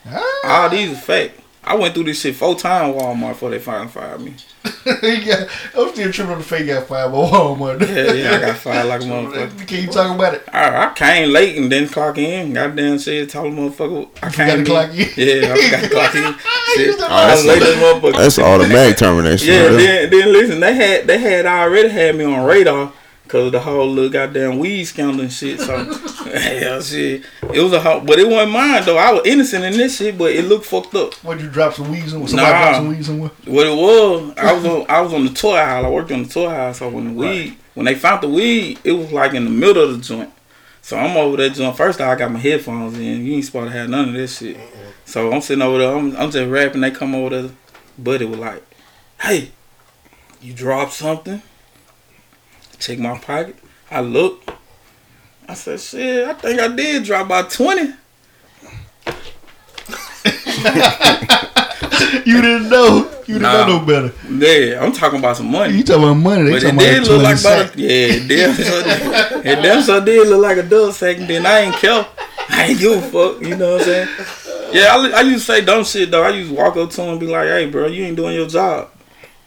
Ah, All these is fact. I went through this shit four times Walmart before they finally fired me. he got- I'm still tripping on the fake got five on Walmart. Yeah, yeah, I got oh fired like a motherfucker. Can you talk about it? I, I came late and didn't clock in. Goddamn shit, told the motherfucker I came. gotta in. clock in. Yeah, I got to clock in. Shit, said, I was "Oh, late that's as motherfucker. That's automatic termination. yeah, really. then, then listen, they had they had already had me on radar because of the whole little goddamn weed scandal and shit. So hell shit, it was a whole, but it wasn't mine though. I was innocent in this shit, but it looked fucked up. What you drop some weed somewhere? Somebody Nah. drop some weed somewhere? What it was, I was on I was on the toy aisle. I worked on the toy aisle, so when the weed when they found the weed, it was like in the middle of the joint. So I'm over that joint. First I got my headphones in. You ain't supposed to have none of this shit. So I'm sitting over there. I'm, I'm just rapping. They come over there. Buddy was like, "Hey, you dropped something?" Check my pocket. I look. I said, "Shit, I think I did drop about 20. You didn't know. You didn't Nah. know no better. Yeah, I'm talking about some money. You talking about money? They But it talking did about look 20 like about cent. a, yeah, it damn sure did. It damn sure did look like a dumb sack. and Then I ain't care. I ain't give a fuck. You know what I'm saying? Yeah, I, li- I used to say dumb shit though. I used to walk up to him and be like, "Hey, bro, you ain't doing your job."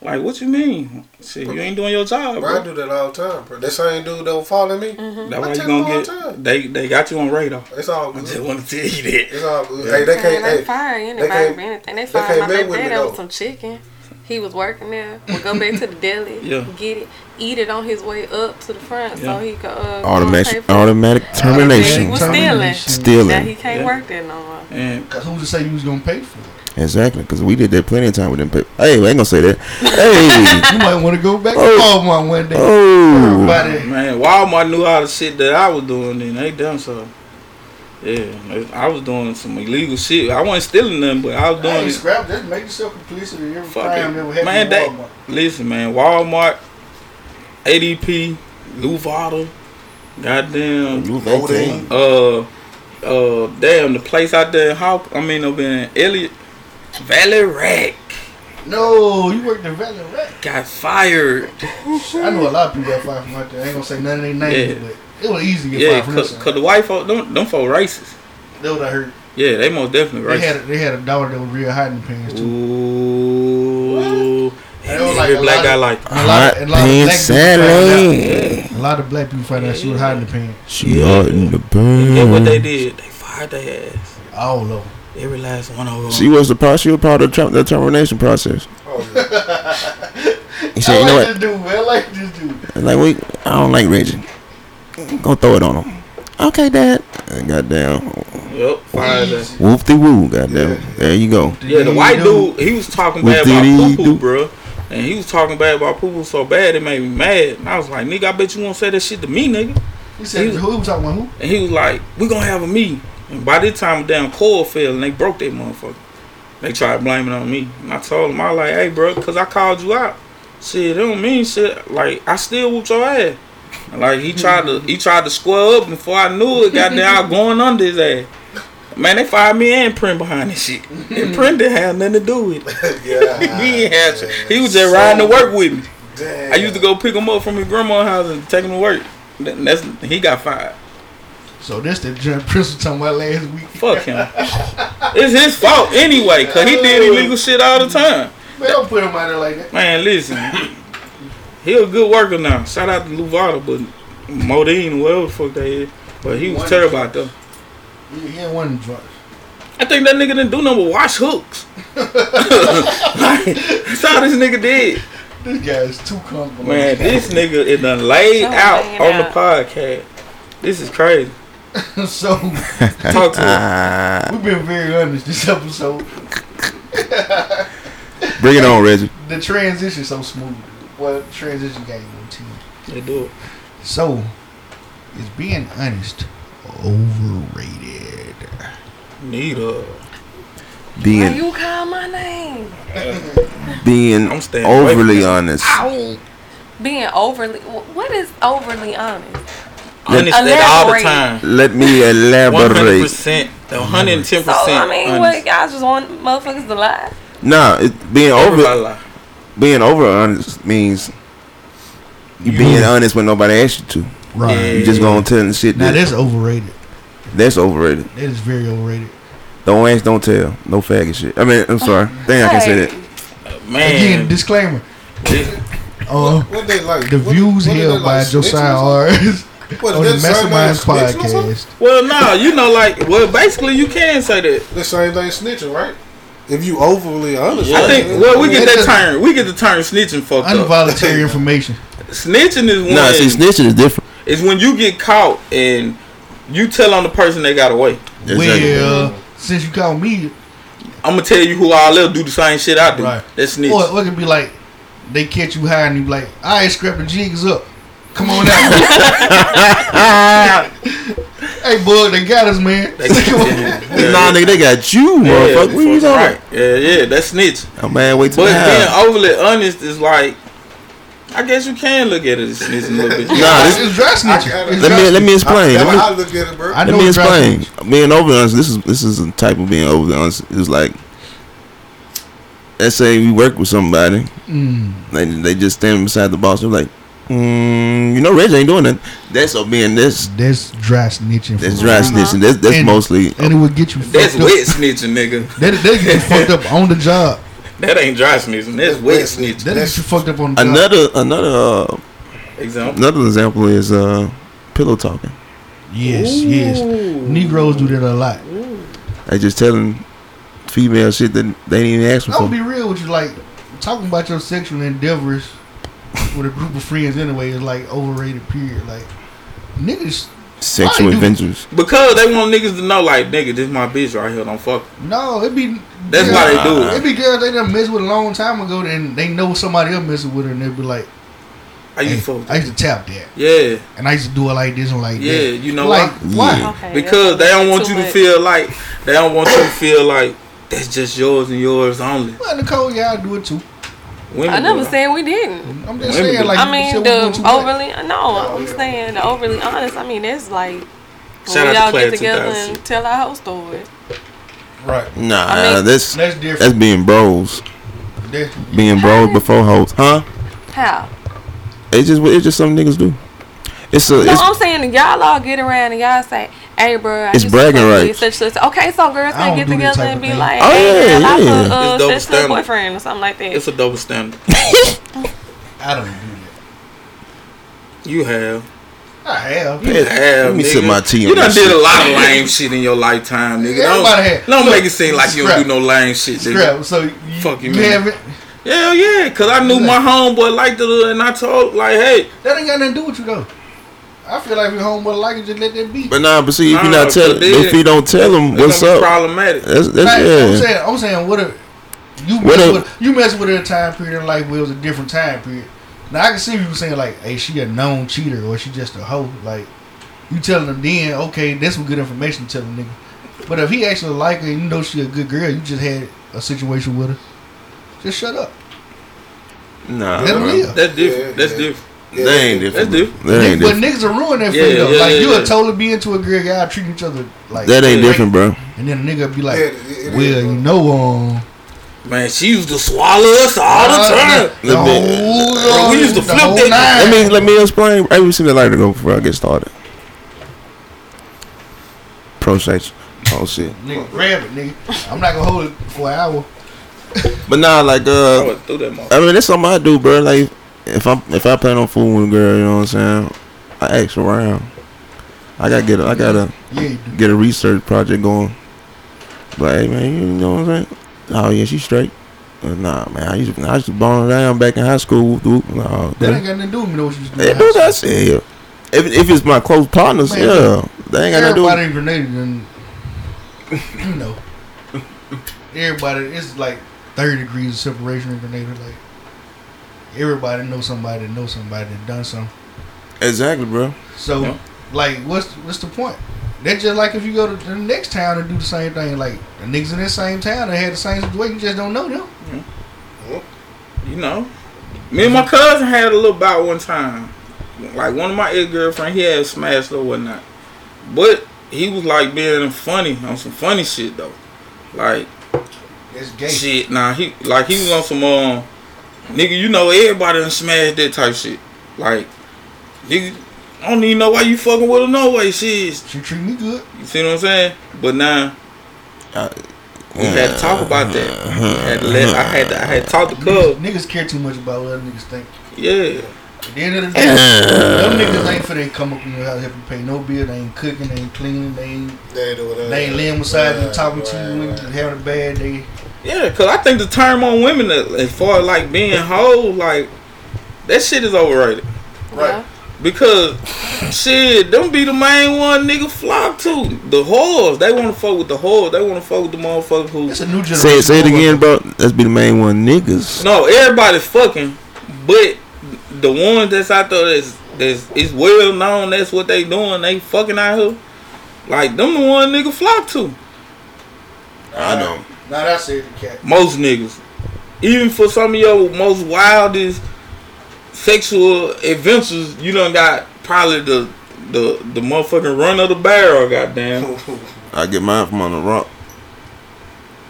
Like, what you mean? Shit, you ain't doing your job, Bro, I bro. do that all the time, bro. That same dude don't follow me. Mm-hmm. That's I why you tell them all gonna the get. time. They they got you on radar. It's all I good. just want to tell you that. It's all good. Hey, they Man, they can't. Hey, fired they anybody can't- for anything. They they fired can't my mess baby with me, daddy over though. some chicken. He was working there. Would go back to the deli, Yeah. get it, eat it on his way up to the front, Yeah. so he could uh, go and pay Automatic for it. automatic He termination. was stealing. Termination. Now Stealing. he can't Yeah. work there no more. And Cause who's to say you was gonna pay for it? Exactly, because we did that plenty of time with them people. Hey, I ain't gonna say that. Hey, You might want to go back to Oh. Walmart one day. oh, Everybody, man, Walmart knew all the shit that I was doing. Then they done so. Yeah, I was doing some illegal shit. I wasn't stealing nothing, but I was doing. I ain't it. scrap. Just make yourself complicit in every Fuck crime it. that ever happened Man, in they- Walmart. Listen, man, Walmart, ADP, Louvada, goddamn, you vaccine. uh, uh, damn, the place out there in Hawk, I mean, up in Elliott, Valley Rack No, you worked in Valley Rack. got fired. I know a lot of people got fired from out there. I ain't gonna say none of their names, Yeah. but it was easy to get Yeah, fired from this cause, side. 'cause the white folk, them, them folk racist. That what I heard. Yeah, they most definitely They had racist. a, they had a daughter that was real hot in the pants too. Ooh, They were and like every a black lot guy of- like, And a lot, and a lot of black Pants people found out. salad. A lot of black people found out she was hot in the pants. She hot in the and what they band. did, they fired their ass. All over. Every last one of them. She was the pro. She was part of the, term- the termination process. oh, yeah. He said, I "You know like what? this dude. man. I like this dude. Like we, I don't like Reggie. Go throw it on him." Okay, Dad. And goddamn, Yep, fired their whoop de woo. Goddamn, there you go. Yeah, the Dude, white dude. dude, he was talking What bad did he about do? poo poo, bro. And he was talking bad about poo poo so bad it made me mad. And I was like, nigga, I bet you won't say that shit to me, nigga. He said, He- who he was talking about? Who? And he was like, we gonna have a meeting. And by this time, damn cord fell and they broke that motherfucker. They tried blaming it on me. And I told him, I was like, hey, bro, because I called you out. Shit, it don't mean shit. Like, I still whooped your ass. And, like, he tried to he tried to square up before I knew it. Goddamn, I was going under his ass. Man, they fired me and Print behind this shit. And Print didn't have nothing to do with it. yeah. he ain't had to. He was just riding to work with me. Damn. I used to go pick him up from his grandma's house and take him to work. Th- That's he got fired. So this the John Prince was talking about last week. Fuck him. it's his fault anyway, cause he did illegal shit all the time. Man, don't put him out there like that. Man, listen, he a good worker now. Shout out to Luvada, but Modine, whatever the fuck they is, but he was terrible out there. He, he ain't one drunk. I think that nigga didn't do nothing but wash hooks. like, that's all this nigga did. This guy is too comfortable. Man, this nigga is done laid Don't out lay it on the out. podcast. This is crazy. so Talk to him. Ah, we've been very honest this episode. bring it on, Reggie. The transition so smooth. Well, transition game routine. They do it. So, is being honest overrated? Need a. Why Being you call my name? being I'm staying away from overly that. honest. Being overly. wh- What is overly honest? Honest at all the Elaborate. time. Let me One hundred elaborate. percent. One hundred and ten So I percent. mean, what y'all just want motherfuckers to lie? Nah, it, being over Overly. being over honest means you being honest when nobody asks you to. Right. You just gonna tell the shit Now that that's overrated. that's overrated. That is very overrated. Don't ask, don't tell. No faggot shit. I mean, I'm sorry. Damn, I can say Hey, that. Again, Man, disclaimer. Uh, What they like? the what, views what they held by like, Josiah snitching R. or something? What, on the that same thing as Masterminds snitching or something? podcast. well, no, you know, like, well, basically, you can say that. The same thing as snitching, right? If you overly honest, I right? think. Well, we get Yeah. that turn. We get the turn snitching fucked up. Involuntary information. Snitching is when Nah, see, snitching is different. is when you get caught and you tell on the person they got away. Well, since you call me, I'm gonna tell you who all else do the same shit I do. Right. That's snitch. or, or it could be like they catch you high and you be like, "All right, scrap the jigs up, come on out." hey, boy, they got us, man. They- yeah, yeah, Nah, nigga, they got you, yeah, motherfucker. What you fucking talking right. Yeah, yeah, that's snitch. about? Oh, man, wait till But the being house. overly honest is like, I guess you can look at it as snitching a little bit. Nah, this, it's dry snitching. I- I- It's let dry me let me I, explain. that's Let me, how I look at it, bro. I Let me it's dry explain. snitching. Being overly honest, this is this is a type of being overly honest. It's like, let's say we work with somebody, Mm. they they just stand beside the boss. They're like, mm, you know, Reggie ain't doing that. That's a being that's That's dry snitching. that's for dry real. snitching. That's that's Uh-huh. And- mostly uh, and it would get you That's fucked wet snitching, nigga. up. That that get you fucked up on the job. That ain't dry snitching. That's wet snitching. That get you fucked up on the job. another another uh, Example. another example is uh pillow talking. Yes, yes. Negroes do that a lot. They just telling female shit that they didn't even ask I'm gonna for. be real with you, like talking about your sexual endeavors with a group of friends anyway is like overrated. Period. Like niggas, Sexual Why do- adventures. Because they want niggas to know, like, nigga, this my bitch right here. Don't fuck. her. no, it be That's why they do it. It be girls they done messed with a long time ago, and they know somebody else messing with her, and they be like, I hey, used to fuck. I used to tap that, Yeah, and I used to do it like this and like yeah. that. You know like why? why? Yeah. Okay, Because that's they don't too want you to much. feel like they don't want you to feel like that's just yours and yours only. Well, Nicole, yeah, I do it too. Women I never will. said we didn't. I'm just Women saying, do. like, I you mean, said we the doing too much. overly. No, Oh, I'm saying the overly honest. I mean, that's like Shout when out y'all to get Claire together 2000. and tell our whole story. right? Nah, I mean- that's That's different. that's being bros, That's, being bros before hoes, huh? How? It's just it's just some niggas do. It's a No, it's, I'm saying that y'all all get around and y'all say, "Hey, bro, I It's used to bragging fuck with rights. Such, such. Okay, so girls I don't can get do that together type and of be thing. like, Oh, "Hey, yeah, girl, yeah. I It's put double uh, such such standard. boyfriend or something like that." It's a double standard. I don't do that. You have. I have. You have. Let me nigga. sip my tea on You done that did a shit. lot of lame shit in your lifetime, nigga. Everybody Don't, had- don't Look, make it seem like you don't scrap. do no lame shit, nigga. Scrap. So you, Fuck you, you man. haven't. Hell yeah, cause I knew my homeboy liked it, and I told like, hey, That ain't got nothing to do with you though. I feel like if your homeboy like it, just let that be. But nah, but see, if you Nah, not tell, but then- if you don't tell them what's that's gonna be up, problematic. that's, Like, I'm that's yeah. saying, I'm saying, what if you What mess if- with, you mess with her time period in life where it was a different time period. Now I can see you saying like, hey, she a known cheater or she just a hoe. Like you telling them then, okay, that's some good information to tell a nigga. But if he actually like her, and you know she a good girl. You just had a situation with her. Just shut up. Nah, Let 'em bro. live. That's different. Yeah, that's yeah. different. that ain't That's different. bro. different. That ain't but different. niggas are ruining it for Yeah, you though. yeah, like yeah, you yeah. will totally be into a girl, y'all treating each other like That ain't Yeah. different, bro. And then a nigga be like, Yeah, it- it well, is, bro. you know, um, uh, Man, she used to swallow us all the time. the Let me- whole- Bro, we used to the flip whole that- Let nine. me let me explain. Let me see the lighter go before I get started. Pro sex. Oh shit. Nigga, grab it, nigga. I'm not gonna hold it for an hour. But nah, like I uh, went through that motherfucker. I mean, that's something I do, bro. Like if I if I plan on fooling with a girl, you know what I'm saying? I ask around. I gotta get. A, I gotta. Yeah, you do. get a research project going. But hey man, you know what I'm saying? Oh yeah, she's straight. Uh, nah man, I used to I used to bone her down back in high school. Whoop, whoop. Nah, That ain't okay. got nothing to do with me. Know what you Hey, used do to do. that shit. Yeah. If if it's my close partners, Man, yeah, they ain't got nothing to Everybody do. in Grenada, then you know, everybody. It's like 30 degrees of separation in Grenada. Like everybody knows somebody, that knows somebody, that done something. Exactly, bro. So, Yeah. like, what's what's the point? That's just like if you go to the next town and do the same thing. Like the niggas in that same town that had the same situation, you just don't know them. You know, me and my cousin had a little bout one time. Like one of my ex girlfriend, he had smashed or whatnot, but he was like being funny on some funny shit though. Like That's gay. shit, nah, he like he was on some um, nigga, you know everybody done smashed that type shit. Like nigga, I don't even know why you fucking with him no way, shit. She treat me good. You see what I'm saying? But now Uh, we had to talk about that. Had to let- I had to, I had to talk to Cub. Niggas, niggas care too much about what other niggas think. Yeah, At the end of the day, them niggas ain't finna come up in your house help you pay no bill. They ain't cooking, they ain't cleaning, they ain't They do that. They ain't laying beside you, Right, talking to right, you, when right. you having a bad day. yeah, cause I think the term on women as as far as like being whole, like that shit is overrated. Right. Because shit, them be the main one nigga flock to. The whores. They wanna fuck with the whores. They wanna fuck with the motherfucker who It's a new generation. Say it, say it again, bro. Let's be the main one, niggas. No, everybody fucking, but the ones that's out there that's that's is well known that's what they doing, they fucking out here. Like them the one nigga flock to. I know. Now that's it, cat. Most niggas. Even for some of your most wildest sexual adventures, you done got probably the the the motherfucking run of the barrel, goddamn. I get mine from on the rock.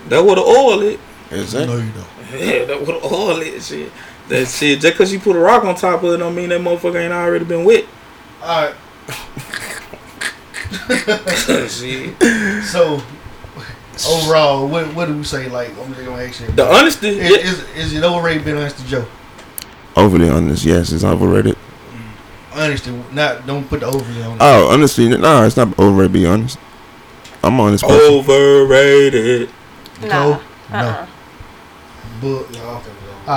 That would have oil it. Is No, that? you don't. Yeah, that would have oil it shit. That shit, just cause you put a rock on top of it don't mean that motherfucker ain't already been wet. All shit. right. So overall, what what do we say? Like I'm just gonna ask you. The honesty, yeah, is, is, is it overrated being honest to Joe? Overly honest, yes, it's overrated. Honest, to- not don't put the overly on. Uh, it. Oh, honestly, nah, it's not overrated. Be honest. I'm honest. Oh. person. overrated. No, Nah. no. Uh-uh. but all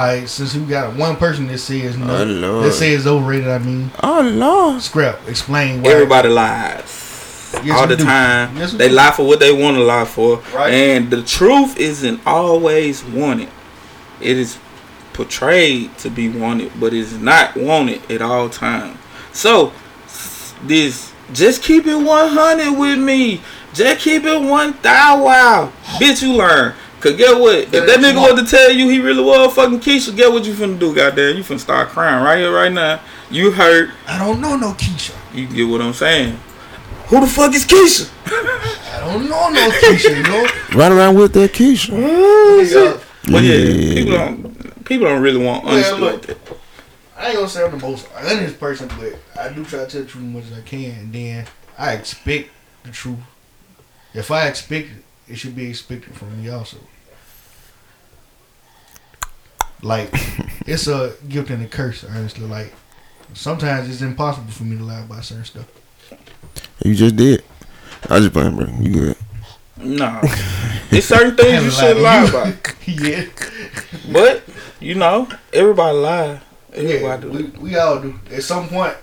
right, since we got one person that says Oh, no, Lord. that says overrated. I mean, Oh, Lord. scrap. Explain why. Everybody lies Yes, all we the do. time. Yes, we they do. lie for what they want to lie for, Right. and the truth isn't always wanted. It is portrayed to be wanted, but it's not wanted at all times. So s- this, just keep it one hundred with me. Just keep it one thou wow, bitch. You learn. Cause get what? If that nigga was to tell you he really was fucking Keisha, get what you finna do, goddamn. You finna start crying right here, right now. You hurt. I don't know no Keisha. You get what I'm saying? Who the fuck is Keisha? I don't know no Keisha. You know. Right around with that Keisha. Yeah. But yeah, Yeah. people don't people don't really want Yeah, honesty look. like that. I ain't gonna say I'm the most honest person, but I do try to tell the truth as much as I can, and then I expect the truth. If I expect it, it should be expected from me also. Like, it's a gift and a curse, honestly. Like, sometimes it's impossible for me to lie about certain stuff. You just did. I just playing, bro. You good. Nah, it's certain things you should lie about. yeah. But you know, everybody lie. yeah Everybody we, do. we all do. At some point,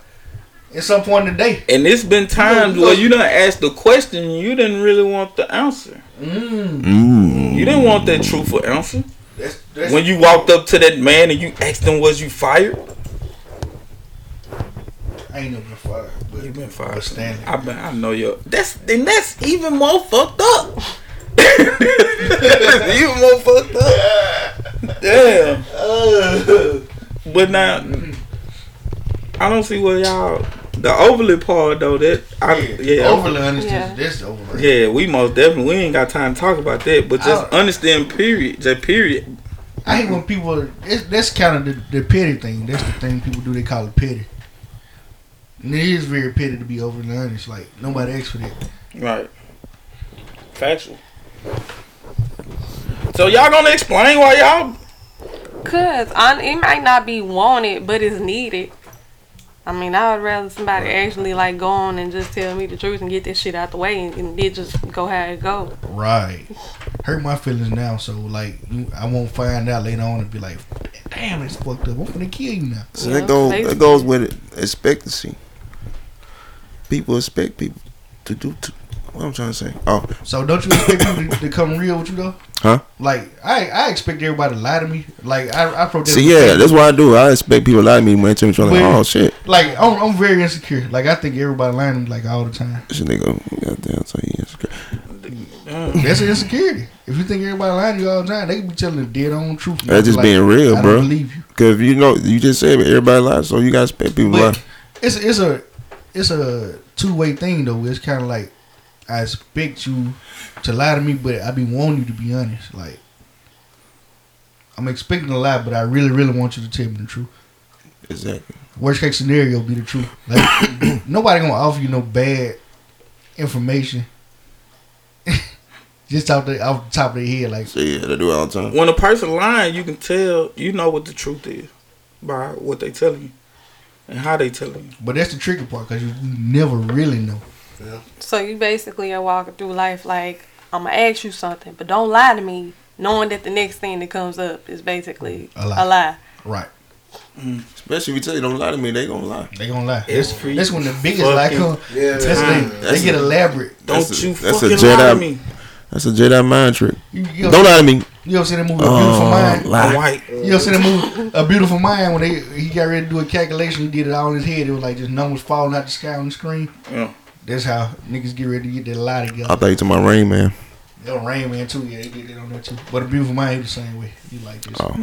at some point in the day. And it's been times where you done asked the question and you didn't really want the answer. Mm, Mm. You didn't want that truthful answer. that's, that's, When you walked up to that man and you asked him, "Was you fired?" I ain't never been fired, but You've been fired. But Stanley. I've been. I know you. That's and that's even more fucked up. That's even more fucked up. Damn. uh, But now, I don't see where y'all. The overly part though. That I yeah. yeah, overly honest. Yeah. is This overrated. yeah, we most definitely we ain't got time to talk about that, but just I- understand period, just period. I hate when people. It's, that's kind of the, the petty thing. That's the thing people do. They call it petty. And it is very petty to be overly honest. Like nobody asked for that. Right. Factual. So y'all gonna explain why y'all? Cause on, it might not be wanted, but it's needed. I mean, I would rather somebody actually like go on and just tell me the truth and get that shit out the way and, and it just go how it go. Right. Hurt my feelings now. So like, you- I won't find out later on and be like, damn, it's fucked up. I'm gonna kill you now. So Yeah, that goes they- that goes with it, expectancy. People expect people to do to What I'm trying to say? Oh, So don't you expect people to, to come real with you though? Huh? Like I, I expect everybody to lie to me. Like I, I protest. see, yeah, that's what I do. I expect people to lie to me when they tell me something. Like, Well- oh shit, Like I'm, I'm very insecure. Like I think everybody lying to me like all the time. this nigga, goddamn, so he insecure. That's an insecurity. If you think everybody lying to you all the time, they could be telling the dead on truth. That's just being real, I bro. Don't believe you. Cause you know, you just said everybody lies, so you gotta expect people to lie. But it's it's a it's a two way thing though. It's kind of like I expect you to lie to me, but I be wanting you to be honest. Like I'm expecting a lie, but I really really want you to tell me the truth. Exactly. Worst case scenario be the truth. Like nobody gonna offer you no bad information. just off the off the top of their head, like So yeah, they do it all the time. When a person lying, you can tell you know what the truth is by what they telling you and how they telling you. But that's the tricky part because you never really know. So you basically are walking through life like I'm gonna ask you something, but don't lie to me, knowing that the next thing that comes up is basically A a lie. lie. Right. Especially if you tell you don't lie to me, they gonna lie. They gonna lie. It's That's, free that's when the biggest lie fucking comes. Yeah, That's man. when they, they get elaborate. Don't That's a- you that's fucking a lie to Jedi- me. That's a Jedi mind trick. You, you, ever, Don't lie to me. you ever see that movie A Beautiful Oh, Mind? A lie. white. You ever see that movie A Beautiful Mind when they he got ready to do a calculation, he did it all in his head. It was like just numbers falling out the sky on the screen. Yeah. That's how niggas get ready to get that lie I together. thought you to my rain man. That Rain Man too, yeah, they did that on there too. But A Beautiful Mind he the same way. He like this. Oh.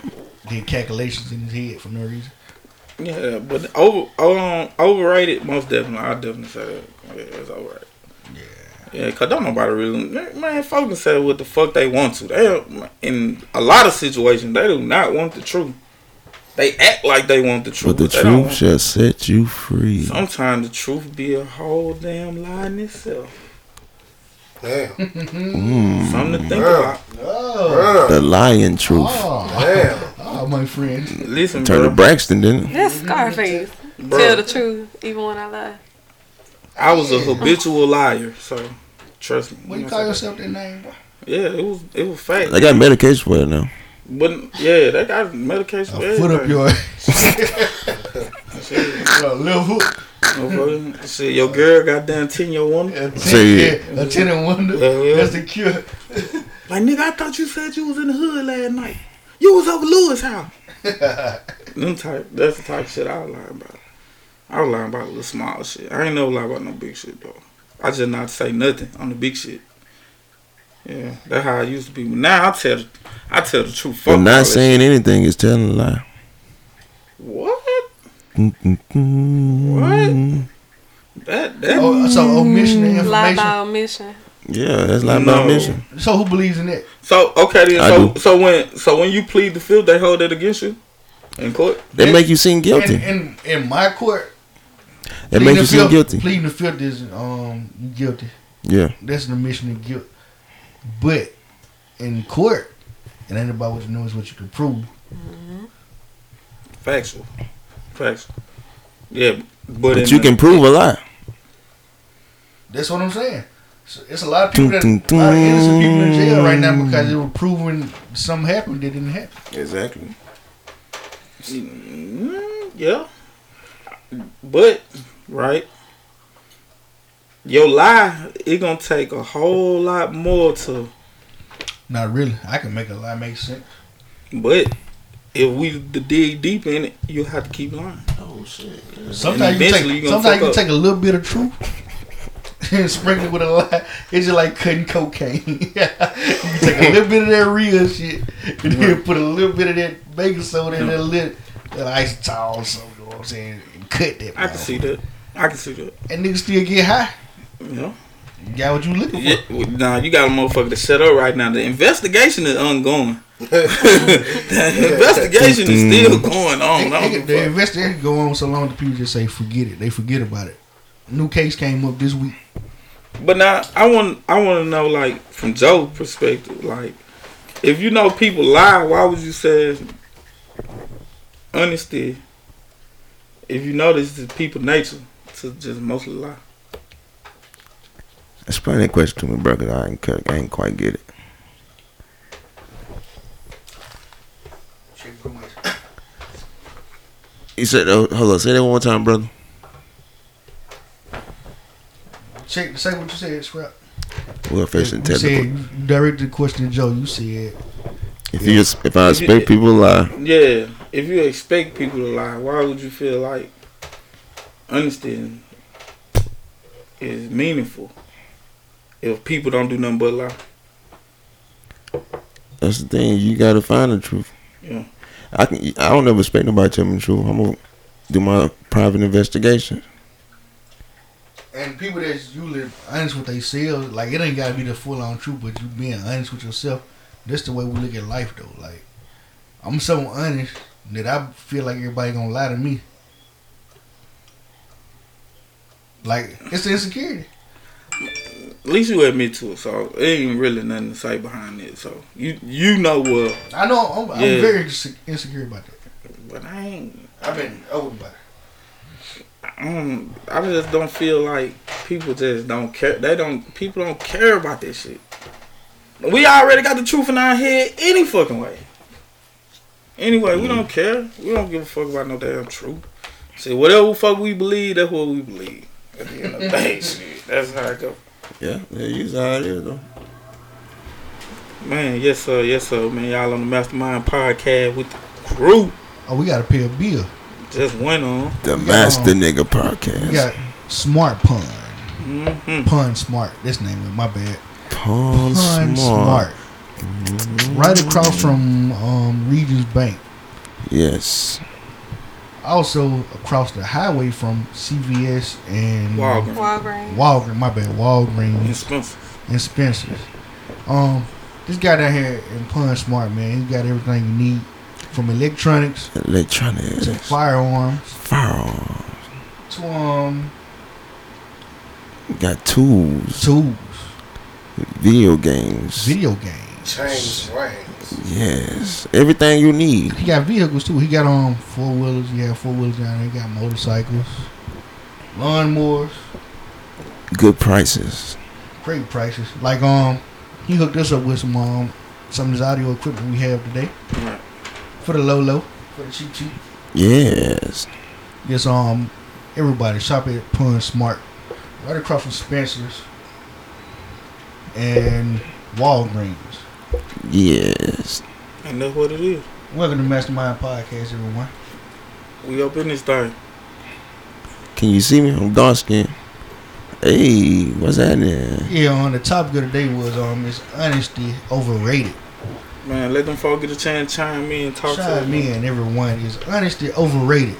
Did calculations in his head for no reason. Yeah, but over um, overrated, most definitely. I definitely say that. Yeah, it's overrated. Yeah, cause don't nobody really man. man, Folks can say what the fuck they want to. They don't- in a lot of situations they do not want the truth. They act like they want the truth. But the they don't truth want- shall set you free. Sometimes the truth be a whole damn lie in itself. Damn. Mm-hmm. Something to think Yeah. about. Oh, Bruh. The lying truth. oh, Damn. oh my friend. Listen, Turn to bro, Braxton, didn't it? That's Scarface. bro, Tell the truth, even when I lie. I was a habitual liar, so trust me. What when you I call say that. yourself that name? boy? Yeah, it was it was fact. They got medication for it now. But yeah, they got medication. for A foot up everything. your Shit, a little hook. no fucking- Oh, shit, your girl got down ten year one. A ten, See. yeah, a ten and wonder. Yeah, yeah. That's the cure. Like nigga, I thought you said you was in the hood last night. You was over Lewis house. Them type. That's the type of shit I was lying about. I was lying about little small shit. I ain't never lie about no big shit though. I just not say nothing on the big shit. Yeah, that's how I used to be. But now I tell, the- I tell the truth. Fuck But all that not saying anything is telling a lie. shit. what? What? Mm-hmm. That that. uh, Oh, so omission of Mm, Lie by information. omission. Yeah, that's like No. no. mission. So who believes in that? So okay, then I so do. so when so when you plead the fifth, they hold it against you in court. They make you seem guilty. In, in, in my court, They pleading make you the seem fifth- guilty. Pleading the fifth is um you guilty. Yeah. That's an omission of guilt. But in court, it ain't about what you know; it's what you can prove. Factual, factual. Yeah, but, in But you the- can prove a lie. That's what I'm saying. So it's a lot of people that a lot of innocent people in jail right now because they were proving something happened that didn't happen. Exactly. Mm, yeah, but right, your lie it gonna take a whole lot more to. Not really. I can make a lie make sense. But if we d- dig deep in it, you have to keep lying. Sometimes And you eventually take you gonna sometimes fuck you up. take a little bit of truth and sprinkle it with a lie. It's just like cutting cocaine. you take a little bit of that real shit and then put a little bit of that baking soda in that lit that isotol soda. You know what I'm saying? And cut that. I can see motherfucker. that. I can see that. And niggas still get high. You know. You got what you looking for. Yeah, well, nah, you got a motherfucker to shut up right now. The investigation is ongoing. the investigation is still Mm. going They- on. I they- don't give the a fuck. investigation go on so long that people just say forget it. They forget about it. New case came up this week. But now I want I want to know like from Joe's perspective, like if you know people lie, why would you say honesty? If you know this is people nature to just mostly lie. Explain that question to me, bro, because I ain't, cut- I ain't quite get it. He said, oh, hold on, say that one more time, brother. Check, say what you said, Scrap. Welfare and You said technical. you directed the question to Joe. You said If you just, if I expect people to lie, Yeah, if you expect people to lie, why would you feel like honesty is meaningful if people don't do nothing but lie? that's the thing. You gotta find the truth. Yeah. I can. I don't ever expect nobody to tell me the truth. I'm gonna do my private investigation. And people that's usually honest with themselves, like it ain't gotta be the full on truth, but you being honest with yourself, that's the way we look at life though. Like I'm so honest that I feel like everybody gonna lie to me. Like it's insecurity. At least you admit to it, so it ain't really nothing to say behind it. So you you know what, I know I'm, I'm Yeah. very inse- insecure about that. but I ain't. I've been open about it. I don't. I just don't feel like people just don't care. They don't. People don't care about this shit. We already got the truth in our head any fucking way. Anyway, we don't care. We don't give a fuck about no damn truth. See, whatever the fuck we believe, that's what we believe. At the end of the day, shit, that's how it go. Yeah, yeah, you see how it is though. Man, yes sir, yes sir, man. Y'all on the Mastermind Podcast with the crew. Oh, we gotta pay a bill. Just went on. The Master Nigga Podcast. We got smart pun. Mm-hmm. Pun smart. That's the name of it, my bad. Pawn Pun Smart. smart. Right across from um, Regions Bank. Yes. also across the highway from CVS and Walgreens. Walgreens. Walgreens, my bad, Walgreens Expensive. and Spencer's. Um, this guy down here in Pun Smart, man, he got everything you need from electronics to Electronics. firearms Firearm. to um We got tools. tools, Video games. video games. Change lanes. Yes. Everything you need. He got vehicles too. He got um four wheelers. He had four wheelers down there. He got motorcycles, lawnmowers, Good prices. great prices. Like um, he hooked us up with some um some of this audio equipment we have today. Right. for the low low, for the cheap cheap. Yes. Yes, um, everybody shop at Pun Smart, right across from Spencer's and Walgreens. Yes. And that's what it is. Welcome to Mastermind Podcast, everyone. We up in this thing. Can you see me? I'm dark skinned. Hey, what's happening? Yeah, on the topic of the day was um, is honesty overrated? Man, let them folk get a chance, chime in, talk to Chime me. in, everyone. Is honesty overrated?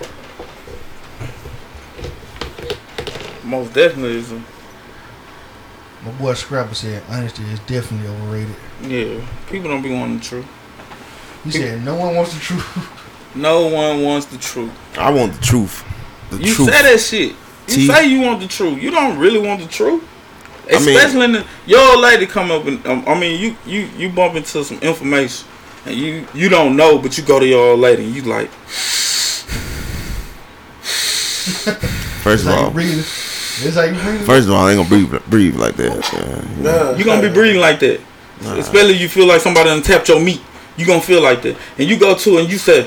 Most definitely is a- My boy Scrapper said honesty is definitely overrated. yeah. People don't be wanting the truth. He said no one wants the truth. No one wants the truth. I want the truth. The You truth. say that shit. You T- say you want the truth. You don't really want the truth. I mean- Especially in the, your old lady come up and um, I mean you you you bump into some information and you you don't know but you go to your old lady and you like First of It's how you all, breathe. It's how you breathe. first of all, I ain't gonna breathe, breathe like that. man. You know? Nah, you gonna be breathing like that. Especially you feel like somebody done tapped your meat. You gonna feel like that. And you go to her and you say,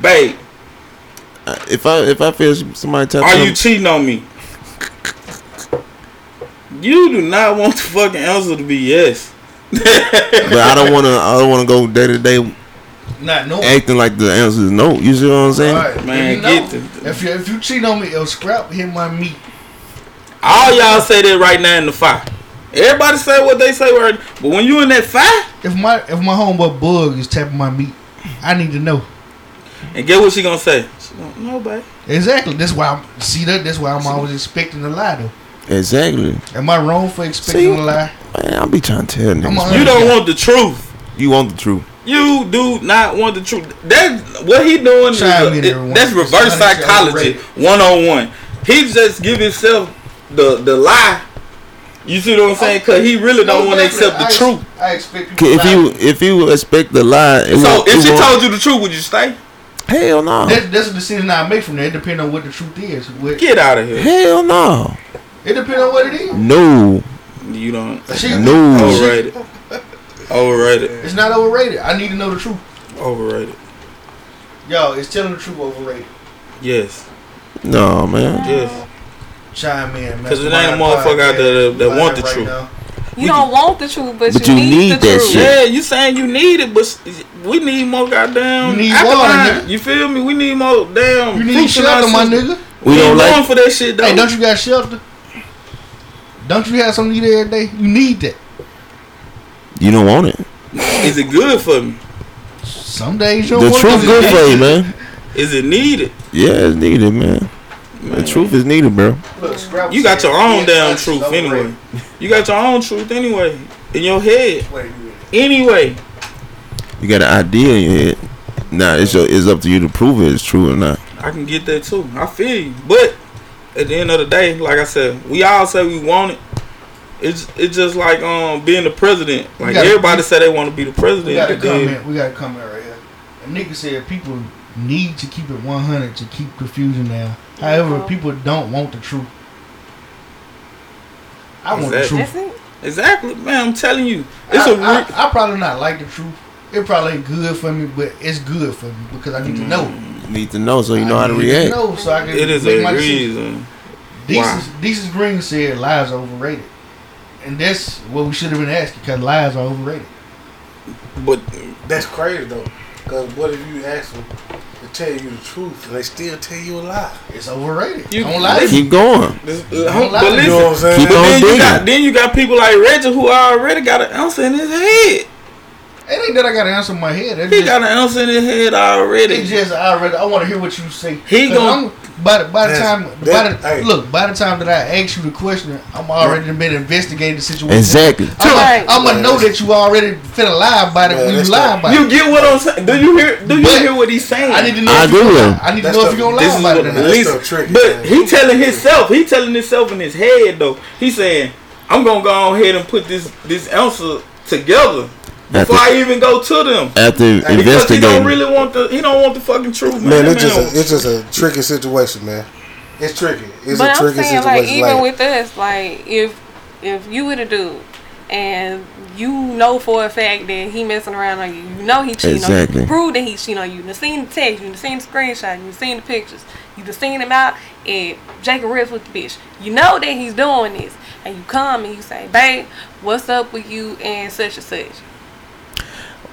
Babe, I- If I if I feel somebody touching, Are you cheating on me? You do not want the fucking answer to be yes. but I don't wanna I don't wanna go day to day Not no. acting like the answer is no. You see what I'm saying? Right. Man, If you get know- the- If you if you cheat on me, it'll scrap hit my meat. All y'all say that right now in the fire. Everybody say what they say right, but when you in that fire, If my if my homeboy bug is tapping my meat, I need to know and get what she gonna say? She don't know, babe. exactly. That's why I'm see that. That's why I'm always expecting a lie though. Exactly. Am I wrong for expecting See, a lie? Man, I be trying to tell I'm niggas. a- You don't want the truth. You want the truth. You do not want the truth. That's what he doing. Is, Chime in, it- everyone. that's reverse Chime in, psychology, one on one. He just give himself the the lie. You see what I'm saying? Cause he really don't want to accept the truth. I expect K- If you if you expect the lie, it So won't- it if she won't- told you the truth, would you stay? hell no, That, that's the decision I make from that. It depends on what the truth is. What- Uh-huh. Get out of here. hell no, It depends on what it is. no, You don't. She, no. Overrated. Overrated. It's not overrated. I need to know the truth. Overrated. Yo, it's telling the truth overrated. Yes. No man, Yes. Chime in, man. Because it ain't a motherfucker out there that- that want the truth. You don't want the truth, but, But you, you need, need the that truth. shit. Yeah, you saying you need it, but s- we need more goddamn. You need alkaline. water, nigga. You feel me? We need more You damn. food in need our shelter, my system. nigga. We ain't don't going like. for that shit though. Hey, don't you got shelter? Don't you have something to eat every day? You need that. You don't want it. Is it good for me? Some days you don't The want truth to- good for you, man. Is it needed? Yeah, it's needed, man. The truth is needed, bro. Look, Scrabble You got said, your own "Yeah, damn that's truth so anyway. great." You got your own truth anyway in your head Wait a minute. anyway. You got an idea in your head. Nah, it's your, it's up to you to prove it. It's true or not. I can get that too. I feel you, but at the end of the day, like I said, we all say we want it. It's it's just like um being the president. Like gotta- everybody say they want to be the We got a president. and then- comment. We got a comment right here. A nigga said people need to keep it 100 to keep confusion down. However, Mhm. people don't want the truth. I want the Exactly. truth. That's it. Exactly, man. I'm telling you, it's a I- I- re- I probably not like the truth. It probably ain't good for me, but it's good for me because I need to know. You need to know so you know I how to need react. know so I can it is make a my decision. reason. Why? Desus Desus Green said lies are overrated. And that's what we should have been asking because lies are overrated. But That's crazy though. Cause what if you ask them to tell you the truth and they still tell you a lie? It's overrated. You- don't lie. Keep going. this, uh, but Don't lie. You know what I'm listen, saying? Keep but on then you digging. got then you got people like Reggie who already got an answer in his head. It ain't that I got an answer in my head. It's He just, got an answer in his head it's already. just I read. I want to hear what you say. He 'Cause gon- I'm- by the by the That's- time by that- the, hey. look by the time that I ask you the question, I'm already been investigating the situation. Exactly. I'm, Right. I'm gonna know that you already finna lie about it Man, when you that's lie the- about You it. get what I'm saying? Do you hear? Do you But- hear what he's saying? I need to know. I if you agree with gonna- him. I need to That's know the- if you gonna This lie is about what it. Or not. That's Lisa- the trick, But man. he telling himself, he telling himself in his head though. He saying, "I'm gonna go ahead and put this this answer together before I even go to them." After Because he don't investigating, really want the he don't want the fucking truth, man. Man, That it's just man- a, it's just a tricky situation, man. It's tricky. It's but a I'm tricky saying, situation. like, even Like, with us, like, if if you were to do, and you know for a fact that he messing around on you, you know he cheating on you, Exactly. you prove that he cheating on you, you done seen the text, you done seen the screenshot, you done seen the pictures, you done seen him out and Jacob Rips with the bitch. You know that he's doing this, and you come and you say, babe, what's up with you and such and such.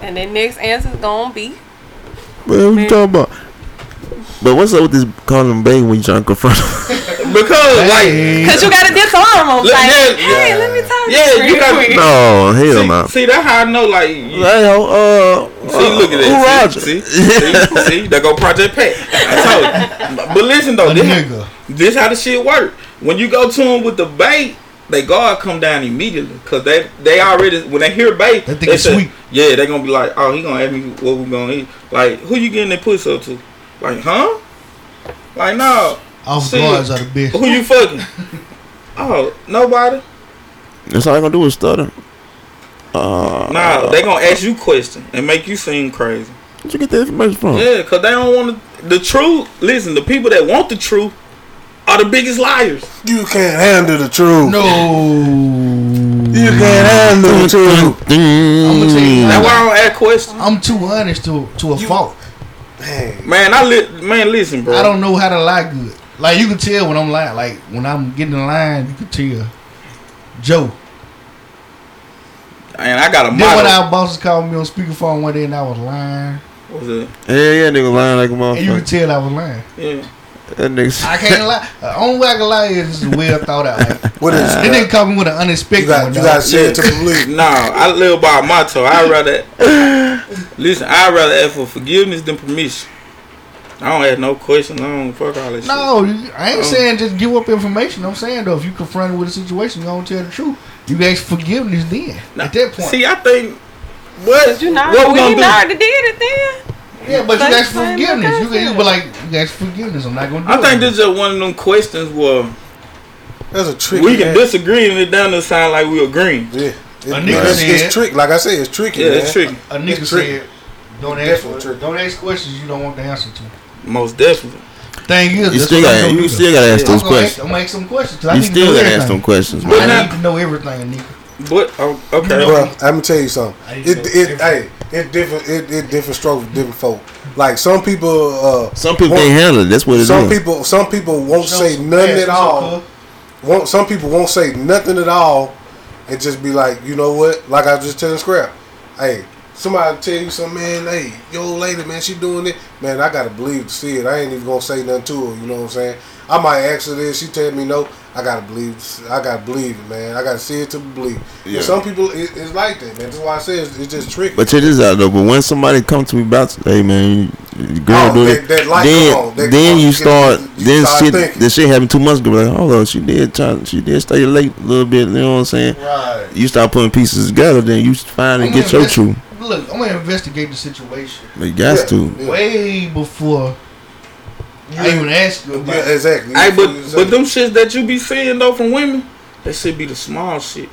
And the next answer's gonna be, man, what you talking about? But what's up with this calling him babe when you trying to confront him? because like cause you gotta disarm Let- him. Like, yeah, hey, let me talk yeah, to you. you real gotta- quick." no, hell no. see, see that how I know like. you- Hey, ho, uh, See, look at who that. Roger? See, see, see, see, there go Project Pat. I told you. But listen though, A this, nigga. this how the shit work. When you go to them with the bait, they guard come down immediately because they they already when they hear bait, That they nigga sweet. yeah, they gonna be like, oh, he gonna ask me what we gonna eat. Like, who you getting that pussy up to? Like, huh? Like, no, Off See, guards are the best. who you fucking? oh, nobody. That's all I gonna do is stutter. Uh, Nah, they gonna ask you questions and make you seem crazy. where'd you get that information from? Yeah, cause they don't want to, the truth. Listen, the people that want the truth are the biggest liars. you can't handle the truth. No, You Mm-hmm. can't handle the truth. I'm gonna tell you. That's why now, I don't ask questions. I'm too honest to to a fault. Man, Man, I li- man, listen, bro. I don't know how to lie good. Like you can tell when I'm lying. Like when I'm getting in line, you can tell. Joe. And I got a Then when model. our bosses called me on speakerphone one day and I was lying, What was it? Yeah, yeah, nigga lying like a and you could motherfucker. tell I was lying. Yeah. That nigga. I can't lie. The only way I can lie is just well thought out. Like, what is they didn't call me with an unexpected you got? one. You dog. got to say it to believe. No, I live by a motto. I rather listen. I rather ask for forgiveness than permission. I don't ask no questions. I don't fuck all that no, you- I ain't Oh. saying just give up information. I'm saying though, if you confronted with a situation, you don't tell the truth. You ask forgiveness then. Nah, At that shit. point, See, I think what But you know, what we we gonna do? already did it then. yeah, but you That's ask fine, forgiveness. You okay. can you be like, you ask forgiveness. I'm not gonna. Do I think it. this is just one of them questions where That's a trick. we can disagree and it doesn't sound like we agreeing. Yeah, It- nigga it's, said- it's trick. Like I said, it's tricky. Yeah, man. it's tricky. A nigga It's tricky. said, "Don't ask Definitely for, tricky. don't ask questions you don't want the answer to." Most definitely. Thing is, You that's still what I'm got. gonna You do. still gotta ask Yeah. those I'm gonna ask, questions. I'm gonna ask some questions. 'cause I You need still to know gotta ask everything. them questions, But man. now- I need to know everything, nigga. But oh, okay. Bro, I'm gonna tell you something. I It, used to- it, hey, it different. It, it different strokes for different folk. Like some people, uh, Some people won't- can't handle it. That's what it is. some people, some people won't Show say some nothing ass, at what's up, all. Won't some people won't say nothing at all and just be like, you know what? Like I was just telling Scrap, hey, somebody tell you something, man, hey, your old lady, man, she doing it, man, I gotta believe to see it. I ain't even gonna say nothing to her, you know what I'm saying? I might ask her this, she tell me no, I gotta believe, I gotta believe it, man. I gotta see it to believe. Yeah. And some people, it, it's like that, man. That's why I say it's, it's just tricky. But check this out though. But when somebody come to me about, hey man, you- girl Oh, do that- it, that light then come on. That- then you you start start then shit thinking. this shit happened two months ago. Like, hold on, she did try, she did stay late a little bit. You know what I'm saying? Right. You start putting pieces together, then you find and get your truth. Look, I'm gonna investigate the situation But you got Yeah. to. Yeah. way before I Yeah. even asked you about. Yeah, exactly. Hey, but but them shits that you be seeing though from women, that should be the small shit.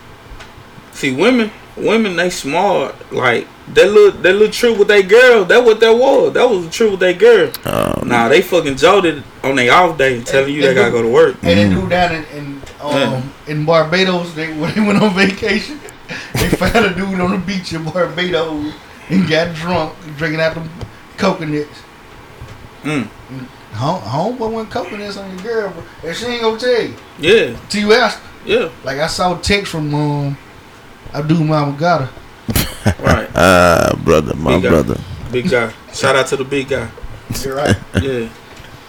See, women, women, they smart. Like that little that little trip with that girl, that what that was. That was the trip with that girl. Um, Nah, they fucking jolted on their off day and telling you they gotta go to work. And they do down in in, um, in Barbados. They when they went on vacation, they found a dude on the beach in Barbados and got drunk drinking out the coconuts. Mm. Home, homeboy went coconuts on your girl, bro. and she ain't gonna tell you Yeah, till you ask. yeah, Like I saw a text from um, I do mama got her. right. ah, brother, my Big guy. brother. Big guy. Shout out to the big guy. You're right. Yeah.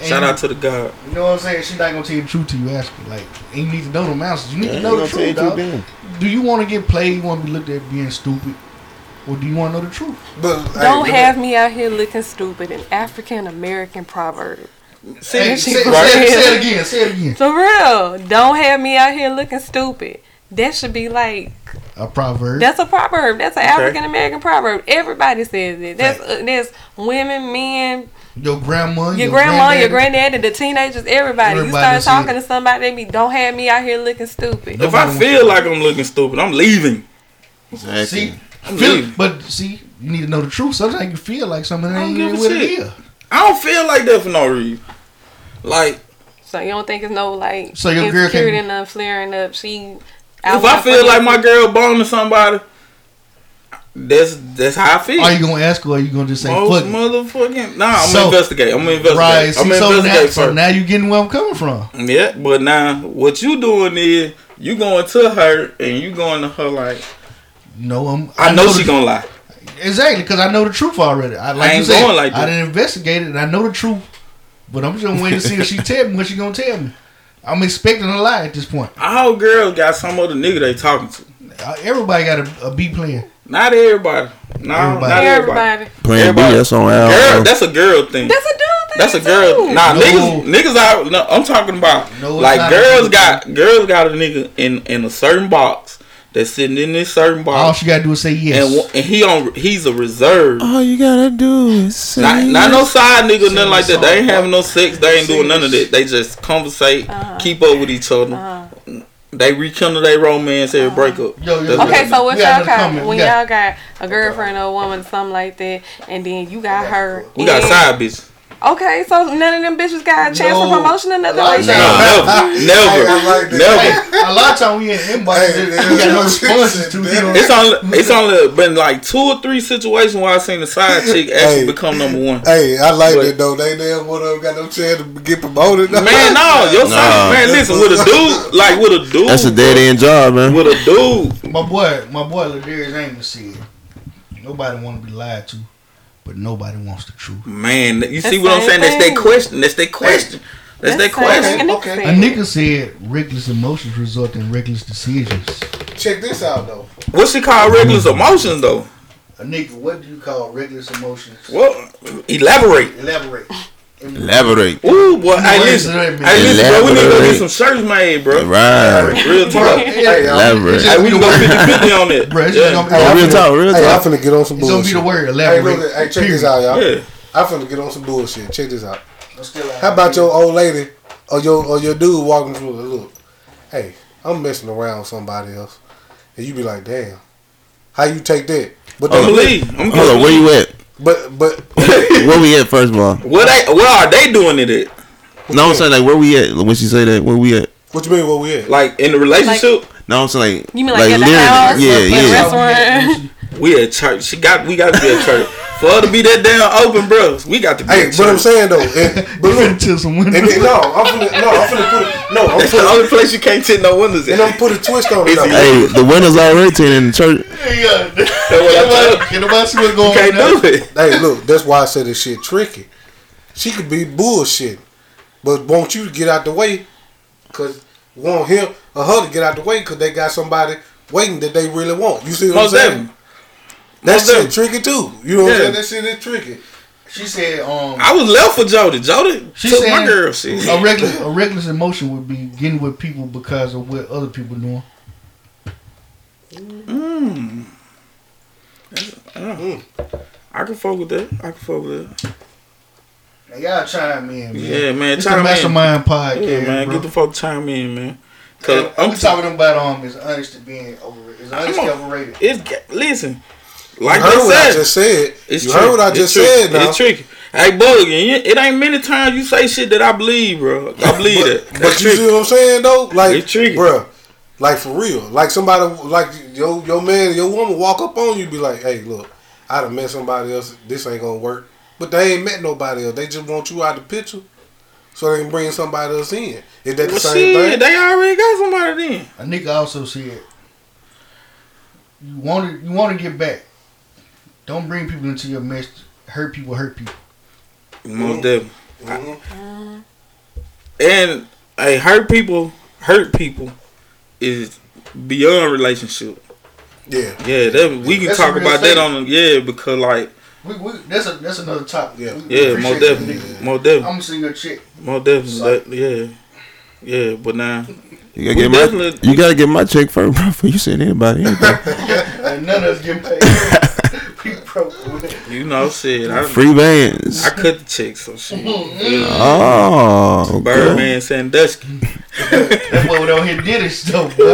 Shout out to the god. You know what I'm saying? She's not gonna tell you the truth till you ask her. Like, and you need to know the answers. You need to know the truth, dog. Do you want to get played? You want to be looked at being stupid, or do you want to know the truth? but, hey, Don't but- have me out here looking stupid. An African American proverb. See, Hey, say, say- right? say it again. Say it again. For real. Don't have me out here looking stupid. That should be like A proverb. that's a proverb. That's an Okay. African American proverb. Everybody says it. That's uh, there's women, men, your grandma. your, grandma, granddaddy. your granddaddy, the teenagers, everybody. Everybody you said start talking to somebody, they be don't have me out here looking stupid. If I feel like I'm looking stupid, I'm leaving. Exactly. See, I'm feel, leaving. but see, you need to know the truth. Sometimes you feel like something I don't ain't give even a what it shit. is. I don't feel like that for no reason. Like So you don't think it's no like So your girl insecurity can- enough flaring up. She if I feel like my girl boned to somebody, that's that's how I feel. Are you gonna ask her? or Are you gonna just say Most fuck? it? motherfucking nah. I'm So- gonna investigate. I'm gonna investigate. Right. I'm See, gonna so, now, investigate so first. now you getting where I'm coming from. yeah, but now what you doing is you going to her and you going to her like No, I'm. I, know, the she gonna lie. Exactly, because I know the truth already. I, like I you ain't said, going like I that. didn't investigate it, and I know the truth. But I'm just waiting to see if she tell me what she gonna tell me. I'm expecting a lie at this point. All girls got some other nigga they talking to. Uh, Everybody got a, a B plan. Not everybody. No, Everybody. not everybody. everybody. Plan B, Everybody- that's on our Girl, that's a girl thing. That's a dude thing. That's a girl. too. Nah, No. niggas, niggas out. No, I'm talking about No, it's like not girls a- got girls got a nigga in in a certain box that's sitting in this certain All box, she gotta do is say yes. and wa- and he on he's a reserve. Oh, All you gotta do is say Not, not no side nigga, nothing like that. They ain't Serious. having no sex. They ain't doing none of Serious. that. They just conversate, Uh, keep up with each other. They rekindle their romance every breakup. Yo, yo, That's yo. what Uh. Okay, it so is. what We got y'all another got comment. We when got- y'all got a girlfriend or a woman, something like that, and then you got her. we got and- side bitches. Okay, so none of them bitches got a chance No. for promotion or nothing Like like that. that. No, never, I like never, that. never. a lot of time we in inbox, Hey, we got no responses to you know. It's only it's only been like two or three situations where I seen the side chick actually Hey. become number one. Hey, I like But- that though. They damn one of them got no chance to get promoted. though. Man, no, your Nah. side man. Listen, with a dude like with a dude, That's a dead end job, man. With a dude, My boy, my boy, Ladarius Amos said, nobody want to be lied to, but nobody wants the truth. man. You see That's what I'm saying? same That's thing. their question. That's their question. That's their That's question. same. Okay, A nigga said reckless emotions result in reckless decisions. Check this out though. What she call regular emotions though? A nigga, what do you call reckless emotions? Well, elaborate. Elaborate. Elaborate. Ooh, boy. Hey, What listen. does that mean? Hey, listen, bro. We need to go Elaborate. get some shirts made, bro. Right. Real talk. Hey, Hey, y'all. Elaborate. Hey, we can go 50 50 on that. Bruh, it's just yeah. gonna be, Hey, Oh, Real finna- talk, real Hey, I'm talk. finna get on some it's gonna be bullshit. the word Hey, elaborate. look, hey, check this out, y'all. yeah. I'm finna get on some bullshit. Check this out. I'm still out How here. about your old lady or your or your dude walking through the look? Hey, I'm messing around with somebody else, and you be like, damn, how you take that? But I'm they- gonna leave. I'm Hold on, gonna where leave. you at? but but Where we at first of all? What they? Where are they doing it at? No, I'm saying like where we at when she say that. Where we at? what you mean? What we at? Like in the relationship? No, I'm saying like You mean like at the house? yeah, Like yeah. restaurant? We at church. She got. We got to be at church for her to be that damn open, bro. We got to be. Hey, at but I'm church. saying though, and, but look, Until some window. and then, no, I'm finna, no, I'm finna put it, no, I'm that's the finna, only place you can't tint no windows in. and I'm put a twist on it. though. Hey, the windows already tinted in the church. Yeah. what Can nobody see what's going Can't on? now? do it. Hey, look, that's why I said this shit tricky. She could be bullshit, but won't you to get out the way? Cause want him or her to get out the way because they got somebody waiting that they really want. You see what Most I'm saying? definitely. That Most shit definitely. tricky too. You know what Yeah. I'm saying? That shit is tricky. She said, um, I was left for Jody. Jody She took saying- my girl. She, a reckless, a reckless emotion would be getting with people because of what other people doing. I can fuck with that. I can fuck with that. Now, y'all chime in, man. Yeah, man. It's the Time in. Mastermind Podcast, Yeah, man. bro. Get the fuck time in, man. And Cause I'm we talking about um is honesty being overrated. Is honesty I'm a- overrated? It's listen. Like you heard what I I said, just said. It's you tricky. heard what I It's just tricky. said. Now. It's tricky. Hey, Boogie, you- it ain't many times you say shit that I believe, bro. I believe that. But you see what I'm saying though? Like, It's tricky. bruh, like for real. Like somebody, like your your man, your woman walk up on you, be like, "Hey, look, I done met somebody else. This ain't gonna work." But they ain't met nobody else. They just want you out the picture, so they can bring somebody else in. Is that the Well, same shit, thing? they already got somebody then. A nigga also said you want to you want to get back. Don't bring people into your mess. Hurt people, hurt people. Most definitely. Mhm. And hey, hurt people, hurt people is beyond relationship. Yeah, Yeah, that we can That's talk a real about that thing. on the yeah because like We, we, that's a that's another topic. Yeah. We- we yeah, appreciate most that, definitely, nigga. most definitely, I'm seeing a chick. most definitely, that, yeah, yeah. But now You gotta We get my, definitely- you gotta get my check first, bro. Before you send anybody anything. And none of us getting paid. we broke. you know, shit, I Free bands. I cut the check so shit. Oh, okay. Birdman Sandusky. That boy down here did his stuff, bro.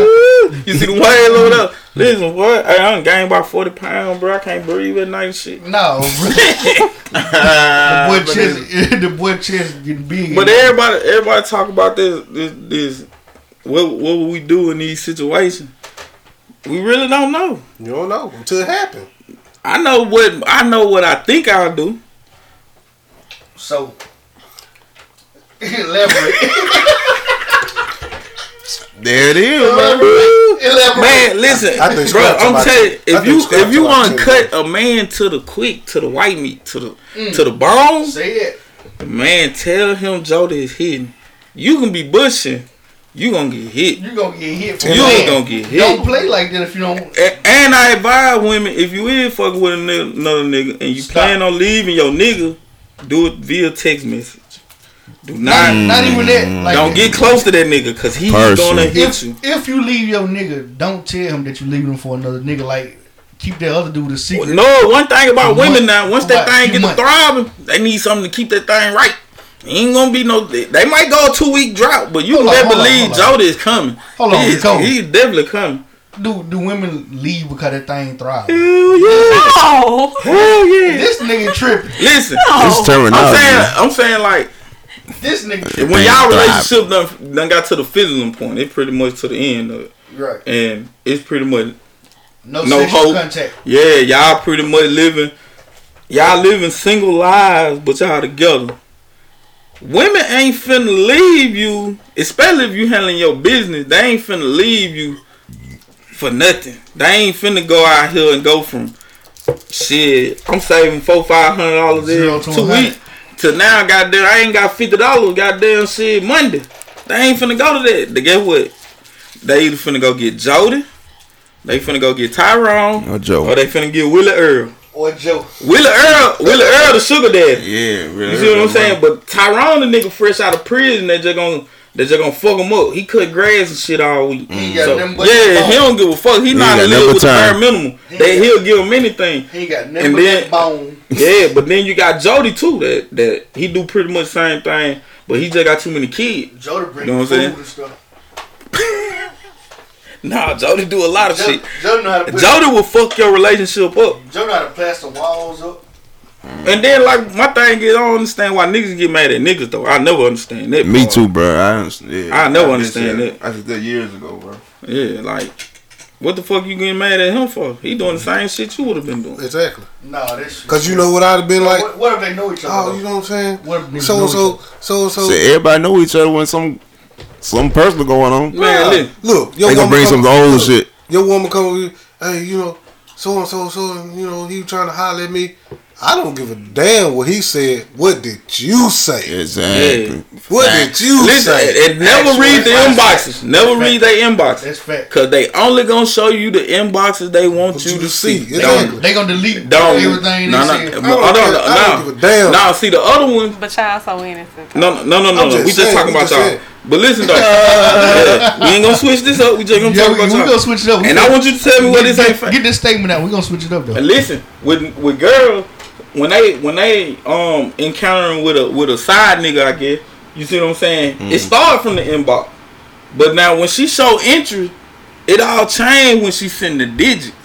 You see the whale over there? Listen, what? Hey, I done gained about 40 pounds, bro. I can't breathe at night and shit. No, bro. the boy chest, the boy chest getting big. But everybody everybody talk about this this this what what would we do in these situations? We really don't know. you don't know until it happens. I know what I know what I think I'll do. so elaborate. There it is, man. elaborate. Man, listen, I think bro. Scrap I'm somebody- telling you, I if think you Scrap if you somebody want to too. cut a man to the quick, to the white meat, to the to the bone, Say it. man, tell him Jody is hitting. You can be bushing, you gonna get hit. You gonna get hit for You playing. ain't gonna get hit. Don't play like that if you don't. A- And I advise women if you is fucking with ano- another nigga and you Stop. plan on leaving your nigga, do it via text message. Do not, Not even that. Like don't get close to that nigga because he's Person. gonna hit if you. if you leave your nigga, don't tell him that you leaving him for another nigga. Like keep that other dude a secret. No, one thing about For months. women now, once For that about a thing few get months. to throbbing, they need something to keep that thing right. Ain't gonna be no. They they might go a two week drought, but you Hold on, better hold on, believe hold on. Jody is coming. Hold on, he is, Nicole. he's definitely coming. Do do women leave because that thing thrive? Hell yeah! Oh, Hell yeah! This nigga tripping. Listen, It's I'm saying, terminology. I'm saying like This nigga. when Things y'all thrive. relationship done, done got to the fizzling point, it pretty much to the end of it, Right. and it's pretty much No, No sexual hope. contact. yeah, y'all pretty much living, y'all living single lives, but y'all together. Women ain't finna leave you, especially if you handling your business. They ain't finna leave you for nothing. They ain't finna go out here and go from shit. I'm saving four five hundred dollars Zero every to two 100. weeks to now. Goddamn, I ain't got fifty dollars. Goddamn, shit Monday. They ain't finna go to that. They guess what? They either finna go get Jody, they finna go get Tyrone, No joke. or Oh, they finna get Willie Earl. Or Joe. Willie Earl, Willie Earl, the sugar daddy. Yeah, really. You see what I'm saying? But Tyrone, the nigga fresh out of prison, they just gonna they just gonna fuck him up. He cut grass and shit all week. He got So, them buttons yeah, on. he don't give a fuck. He, not got a no live with the time. bare minimum. They he'll give him anything. He got And nothing but then- that bone. Yeah, but then you got Jody too. That that he do pretty much same thing, but he just got too many kids. Joe to bring Know what I'm food saying? and stuff. Nah, Jody do a lot of Joe, shit. Joe know how to put. Joe, Jody will fuck your relationship up. know how to plaster walls up. And then like my thing is I don't understand why niggas get mad at niggas though. I never understand that. Me part. too, bro. I understand. I never understand I did that years ago, bro. Yeah, like What the fuck you getting mad at him for? He doing the same shit you would have been doing. Exactly. Nah, that's Cause you know what I'd have been like. what, what if they know each other? Oh, you know what I'm saying? What if niggas So know and each so, so and so. So everybody know each other when some some personal going on. Man, listen. uh, Look, your They gonna woman bring some come- old look, shit. Your woman come over you, hey, you know, so and so, so, and, you know, he trying to holler at me. I don't give a damn what he said. What did you say? Exactly. What did you Listen, say? and never read the inboxes. Never read their inboxes. That's fact. Cause they only gonna show you the inboxes they want you to see. Exactly. They gonna delete Don't everything no, they no, said. no, I don't, care. no, I don't give a damn. Nah, see the other one. But y'all so innocent. No, no, no, no, I'm no. just we just saying, talking we about just y'all. saying. But listen though, Yeah, we ain't gonna switch this up. We just gonna Yeah, talk we, we about gonna y'all. switch it up. We And gonna- I want you to tell me what get, this ain't. get- fa- Get this statement out. We gonna switch it up though. And listen, with with girls, when they when they um encountering with a with a side nigga, I guess you see what I'm saying. Mm-hmm. It started from the inbox, but now when she show interest, it all changed when she send the digits.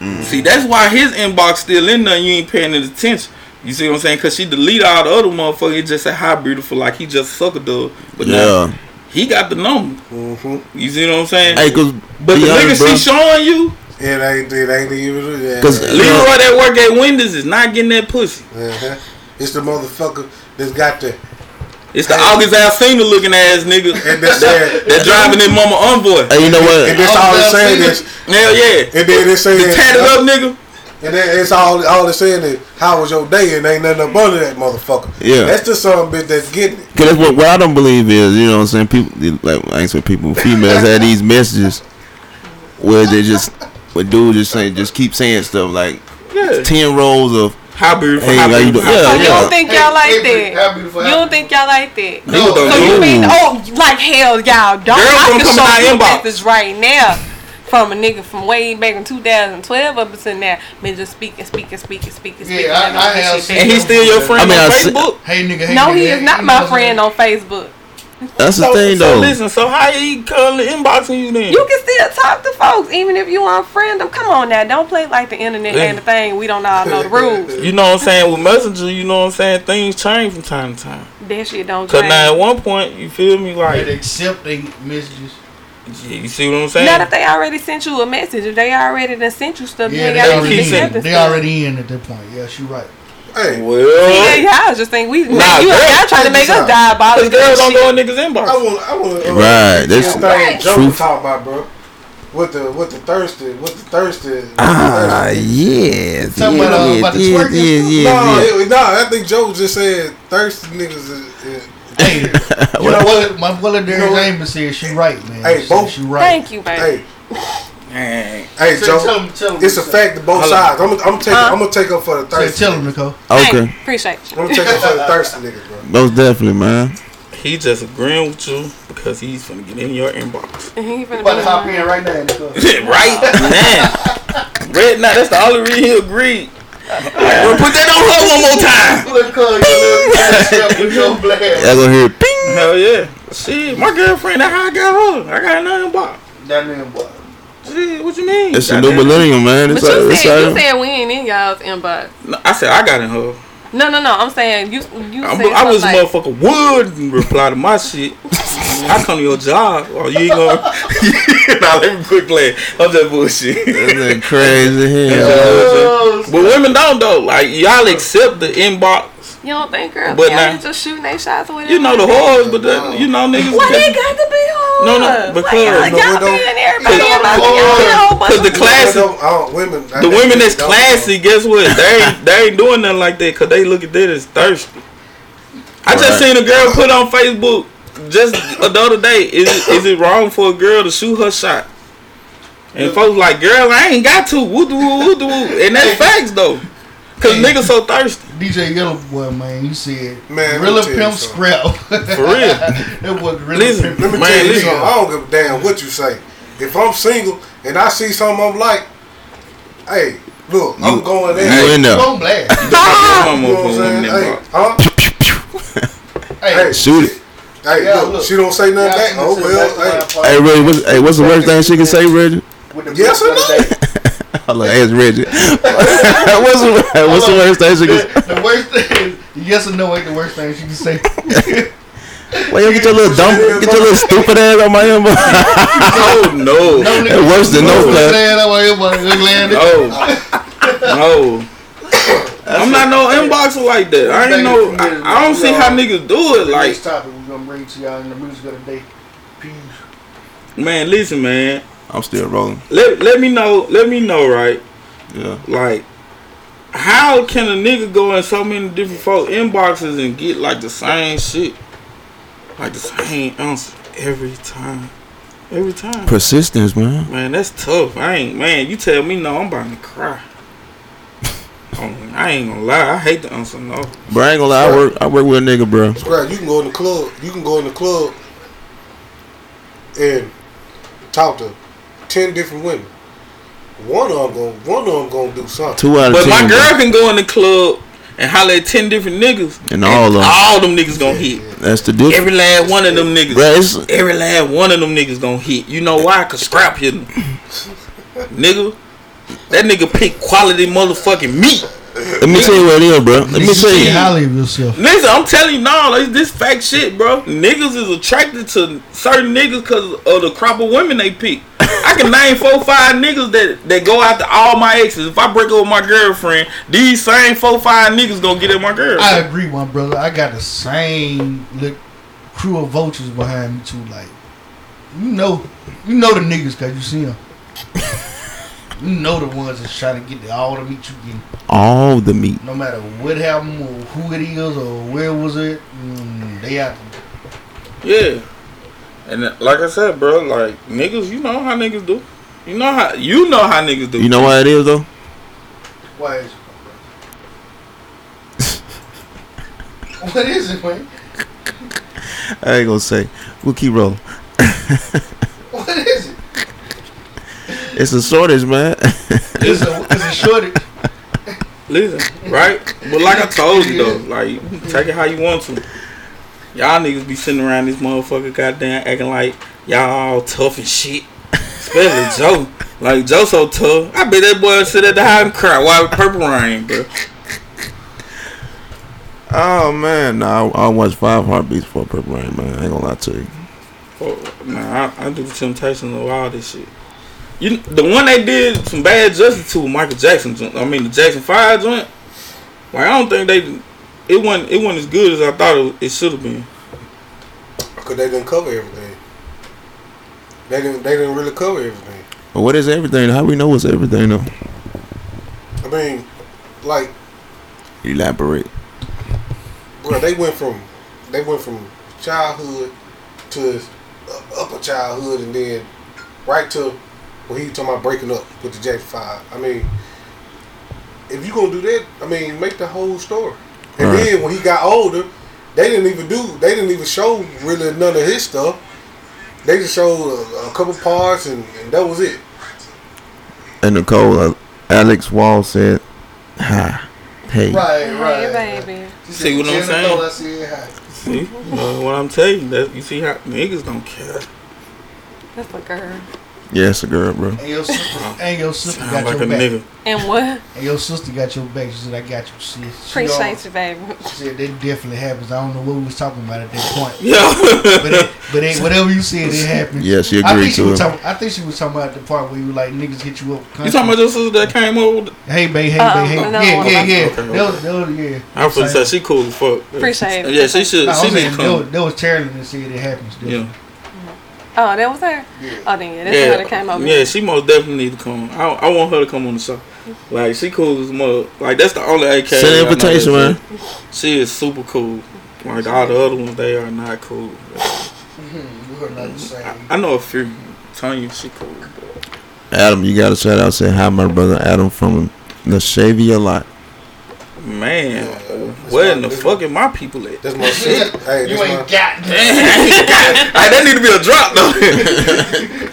Mm-hmm. See, that's why his inbox still in there. You ain't paying it attention. You see what I'm saying? Cause she delete all the other motherfuckers. It just say hi beautiful, like he just suck a dub. But now Yeah. he got the number. Mm-hmm. You see what I'm saying? Hey, cause but the nigga she showing you, It ain't, it ain't even. Yeah. Cause- Leroy that work at Wendy's is not getting that pussy. Uh-huh. It's the motherfucker that's got the It's the August Alcina looking ass nigga and that's saying that driving his mama envoy. hey, you know and what? that's all it's saying is Hell yeah. and then it's saying The tatted up nigga. and then it's all all it's saying is how was your day and ain't nothing up under that motherfucker. Yeah. that's just some bitch that's getting it. Cause that's what, what I don't believe is, you know what I'm saying? People, like, I ain't saying people, females had these messages where they just, where dudes just saying, just keep saying stuff like Yeah. 10 rolls of, How beautiful. hey, how how you beautiful. doing? So Yeah, you don't yeah. think y'all like Hey, that? how beautiful, You how don't think y'all like that? People don't So do you it. mean oh like hell y'all don't? I gonna can come in our show you inbox. message right now from a nigga from way back in 2012 up until now. Been just speaking, speaking, speaking, speaking, Yeah, speaking. I- and all I this have shit seen back. and he's still your friend I mean, on I see- Facebook. Hey nigga, hey No, nigga, he hey, is not you my know friend what on Facebook. That's the So, thing, so though. listen, so how he come inboxing you then? You can still talk to folks even if you unfriend them. Come on now, don't play like the internet Yeah. ain't a thing. We don't all know the rules. You know what I'm saying? With Messenger, you know what I'm saying? Things change from time to time. That shit don't Cause now change. at one point, you feel me? I'm Like, saying? They accept they messages. you see what I'm saying? Not if they already sent you a message. If they already done sent you stuff, you Yeah, ain't they got gotta to keep already saying- accept in. this They stuff. already in at that point. Yes, you're right. Hey, well, See, yeah, y'all just think we Nah, you girl, y'all trying to make us die about cause girls don't go in niggas' I inbox. want I want uh, Right, that's- this thing Right. Joe Truth. talk about, bro. With the with the thirsty, with the thirsty. Ah, yes. yes, Talking about, uh, yes, about the yes, twerking yes, stuff? yes, yes. no, it- no, I think Joe just said thirsty niggas. Is, is, Hey, you know what? My brother Derek Lambert said she right, man. Hey, She- both- she right. Thank you, baby. hey, Man. hey, Say, Joe. tell him- tell him it's a yourself. fact to both Hold on. sides. I'm, I'm taking. Huh? I'm gonna take up for the Say, thirsty. tell him, Nicole. Thank Okay, you. Appreciate you. I'm gonna take up for the thirsty niggas, bro. most definitely, man. He just agreeing with you because he's gonna get in your inbox. And he finna About be to hop mine. in right now, Nicole. right now. Red now, that's the only reason he agreed. Bro, put that on her one more time. Look, Nicole, you look with your Y'all black. gonna hear ping. Hell yeah. Shit, my girlfriend, that's how I got her. I got nothing inbox. That nigga, boy. Shit, what you mean? It's a new Goddamn. millennium, man. But It's you like, it's said you like, said we ain't in y'all's inbox. No, I said I got in her. No, no, no. I'm saying you. You I'm, said I was something like, motherfucker would reply to my shit. I come to your job. Oh, you ain't gonna. nah, let me quit playing. I'm just bullshit. it's like crazy hell. but women don't though. Like y'all accept the inbox You don't think, girl? But But now nah. just shooting they shots or whatever. You know the whores, but that, you know niggas. Why they got to be hard? No, no, because- y'all, No, y'all it don't- being everybody it in don't my work. y'all know, Because the Women classy, don't- I don't- women. the women that's classy, guess what? They ain't, they ain't doing nothing like that because they look at that as thirsty. I just Right. seen a girl put on Facebook just the other day. Is it, is it wrong for a girl to shoot her shot? And folks like, girl, I ain't got to. Woo doo woo doo woo. And that's facts though, because niggas so thirsty DJ Yellow Boy, man, you said Man, let me Rilla tell you Pimp something. Scrap. for real. that was Rilla Listen, Pimp. Let me Man, tell you listen. something. I don't give a damn what you say. If I'm single and I see something I'm like, hey, look, I'm going there. You in there. Don't blast. I'm You know what I'm saying? Hey, huh? Hey, Hey, Shoot it. hey, Yeah, look, look. she don't say nothing back. Oh well, hey, Hey, Reggie, what's, hey, what's the worst thing she can say, Reggie? yes or no? I like, ask Reggie. what's, the, what's the worst thing she can say? The worst thing, yes or no ain't the worst thing she can say. Well, you get your little dumb, get your little stupid ass on my inbox. Oh no, no, It worse than no class. Glad I was able to land it. no. I'm not no inboxer like that. I ain't know. I, I don't see how niggas do it. The Like, next topic we're gonna bring to y'all in the music of the day. Peace. man, listen, man. I'm still rolling. Let let me know. Let me know, right? Yeah. Like, how can a nigga go in so many different folk inboxes and get like the same shit, like the same answer every time, every time? Persistence, man. Man, that's tough. I ain't man. You tell me no, I'm about to cry. Um, I ain't gonna lie. I hate the answer no. Bro, I ain't gonna lie. I work, I work with a nigga, bro. Right, you can go in the club. You can go in the club and talk to ten different women. One of them gonna, one of them gonna do something. Two out of But ten. my bro. girl can go in the club and holler at ten different niggas, And all of 'em. all them niggas gonna hit. That's the difference. Every last one of them niggas. Bro, it's- Every last one of them niggas gonna hit. You know why? Cause scrap hit him. nigga. That nigga pick quality motherfucking meat. Let me tell you what it is, bro. Let me tell you. Highly of yourself. Niggas, I'm telling you, no, like, this fact shit, bro. Niggas is attracted to certain niggas because of the crop of women they pick. I can name four, five niggas that, that go after all my exes. If I break up with my girlfriend, these same four, five niggas gonna get at my girl. I agree, my brother. I got the same look, crew of vultures behind me too. Like, you know, you know the niggas cause you see them. you know the ones that's trying to get the, all the meat you getting. All the meat. No matter what happened or who it is or where was it, mm, they out. Yeah. And uh, like I said, bro, like niggas, you know how niggas do. You know how you know how niggas do. You know what it is, though? Why is What is it, man? I ain't gonna say. We'll keep rolling. What is it? It's a shortage, man. It's a, it's a shortage. Listen, right? But like I told you though, like you can take it how you want to. Y'all niggas be sitting around this motherfucker goddamn acting like y'all all tough and shit. Especially Joe. Like Joe so tough. I bet that boy sit at the house and cry while with purple rain, bro. oh man, nah, I, I watched five heartbeats for Purple Rain, man. I ain't gonna lie to you. Fuck, man, I, I do the temptations of all this shit. You, the one they did some bad justice to was Michael Jackson joint. I mean the Jackson Five joint. Like I don't think they, it wasn't it wasn't as good as I thought it, it should have been. Cause they didn't cover everything. They didn't. They didn't really cover everything. But what is everything? How we know what's everything though? I mean, like, Elaborate. bro, they went from they went from childhood to uh, upper childhood, and then right to when he was talking about breaking up with the Jackson Five. I mean, if you gonna do that, I mean, make the whole story. And Right. then when he got older, they didn't even do. They didn't even show really none of his stuff. They just showed a, a couple parts, and, and that was it. And Nicole, uh, Alex Wall said, "Ha, hey, Right, Hey, right. baby. She See said, what I'm "Jennifer," saying? I said, "Hi." See, you know what I'm telling you, that you see how niggas don't care. That's a girl. yeah, it's a girl, bro." And your sister, and your sister Uh-huh. Sound got like a your back. nigga. And what? And your sister got your back. She said, "I got you, sis." She Appreciate always you, baby. said that definitely happens. I don't know what we was talking about at that point, Yeah, but it, but it, whatever you said, it happened. Yeah, she I agreed think she to was it. talking. I think she was talking about the part where you like niggas hit you up. you talking about your sister that came over? Hey, babe. Hey, Uh-uh, babe. Hey. no, yeah, no, yeah, no. yeah. Okay, That was, that was, yeah. I was Same. say she cool as fuck. Appreciate it. Yeah, she should. No, I she was need to saying that come. was, that was Terrell and said it happens. dude. Yeah, Oh, that was her? Oh, then yeah, that's her that came yeah, over. yeah. She most definitely need to come. I, I want her to come on the show. Like she cool as mother. Like that's the only AK. Send I an know invitation, that's man. it. She is super cool. Like all the other ones, they are not cool. We were not the same. I know a few. I'm telling you, she cool. But Adam, you got to shout out. Say hi, my brother Adam from the Shavia lot. man, Yeah, that's where my in the dude. fuck is my people at? That's my shit. Hey, You that's my. ain't got Hey, that need to be a drop though.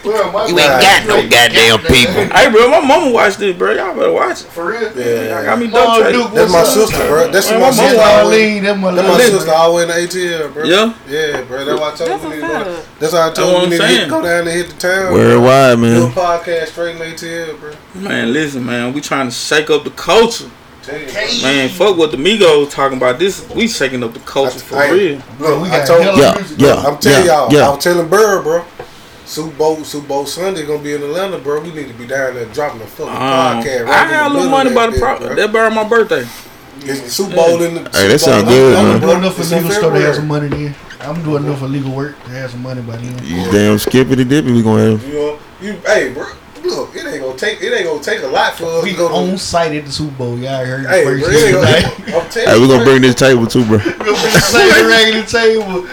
Where am I? You ain't got no goddamn people. hey, bro, my mama watched this, bro. Y'all better watch it. For real? Y'all Yeah. got me Mom, duct Duke, taped. what's That's my up? sister, bro. That's Man, my my mama sister. always- Marlene, that my That's my lady. sister always in the ATL, bro. Yeah. Yeah, bro. That's why I told That's you we need what's to up. go- That's why I That's told what you I'm we need to hit- saying. go down and hit the town. bro. Worldwide, Do a man. podcast straight in ATL, bro. Man, listen, man. We trying to shake up the culture. tell you. Man, fuck what the Migos talking about. This we shaking up the culture for Hey, real. Look, We I got told hella you. Yeah, yeah, I'm telling yeah, y'all, yeah. I was telling Bird, bro. Super Bowl, Super Bowl Sunday gonna be in Atlanta, bro. We need to be down there dropping a fucking Um, podcast. Right I in the had a little middle money of by the that pro- bit, bro. that burned my birthday. It's the Super Bowl in the. Hey, that Super sound Bowl in good, Atlanta, man. I'm doing enough It's for legal in stuff to February. have some money then. I'm doing enough for legal work to have some money by then. You damn skippity dippy. We gonna have. You know, you hey, bro. Look, it ain't gonna take it ain't gonna take a lot for us to We go to. on site at the Super Bowl. Y'all heard hey, bro, the it first ain't thing gonna. tonight. I'm telling Hey, you, we gonna bro. bring this table too, bro. We're gonna say the regular table.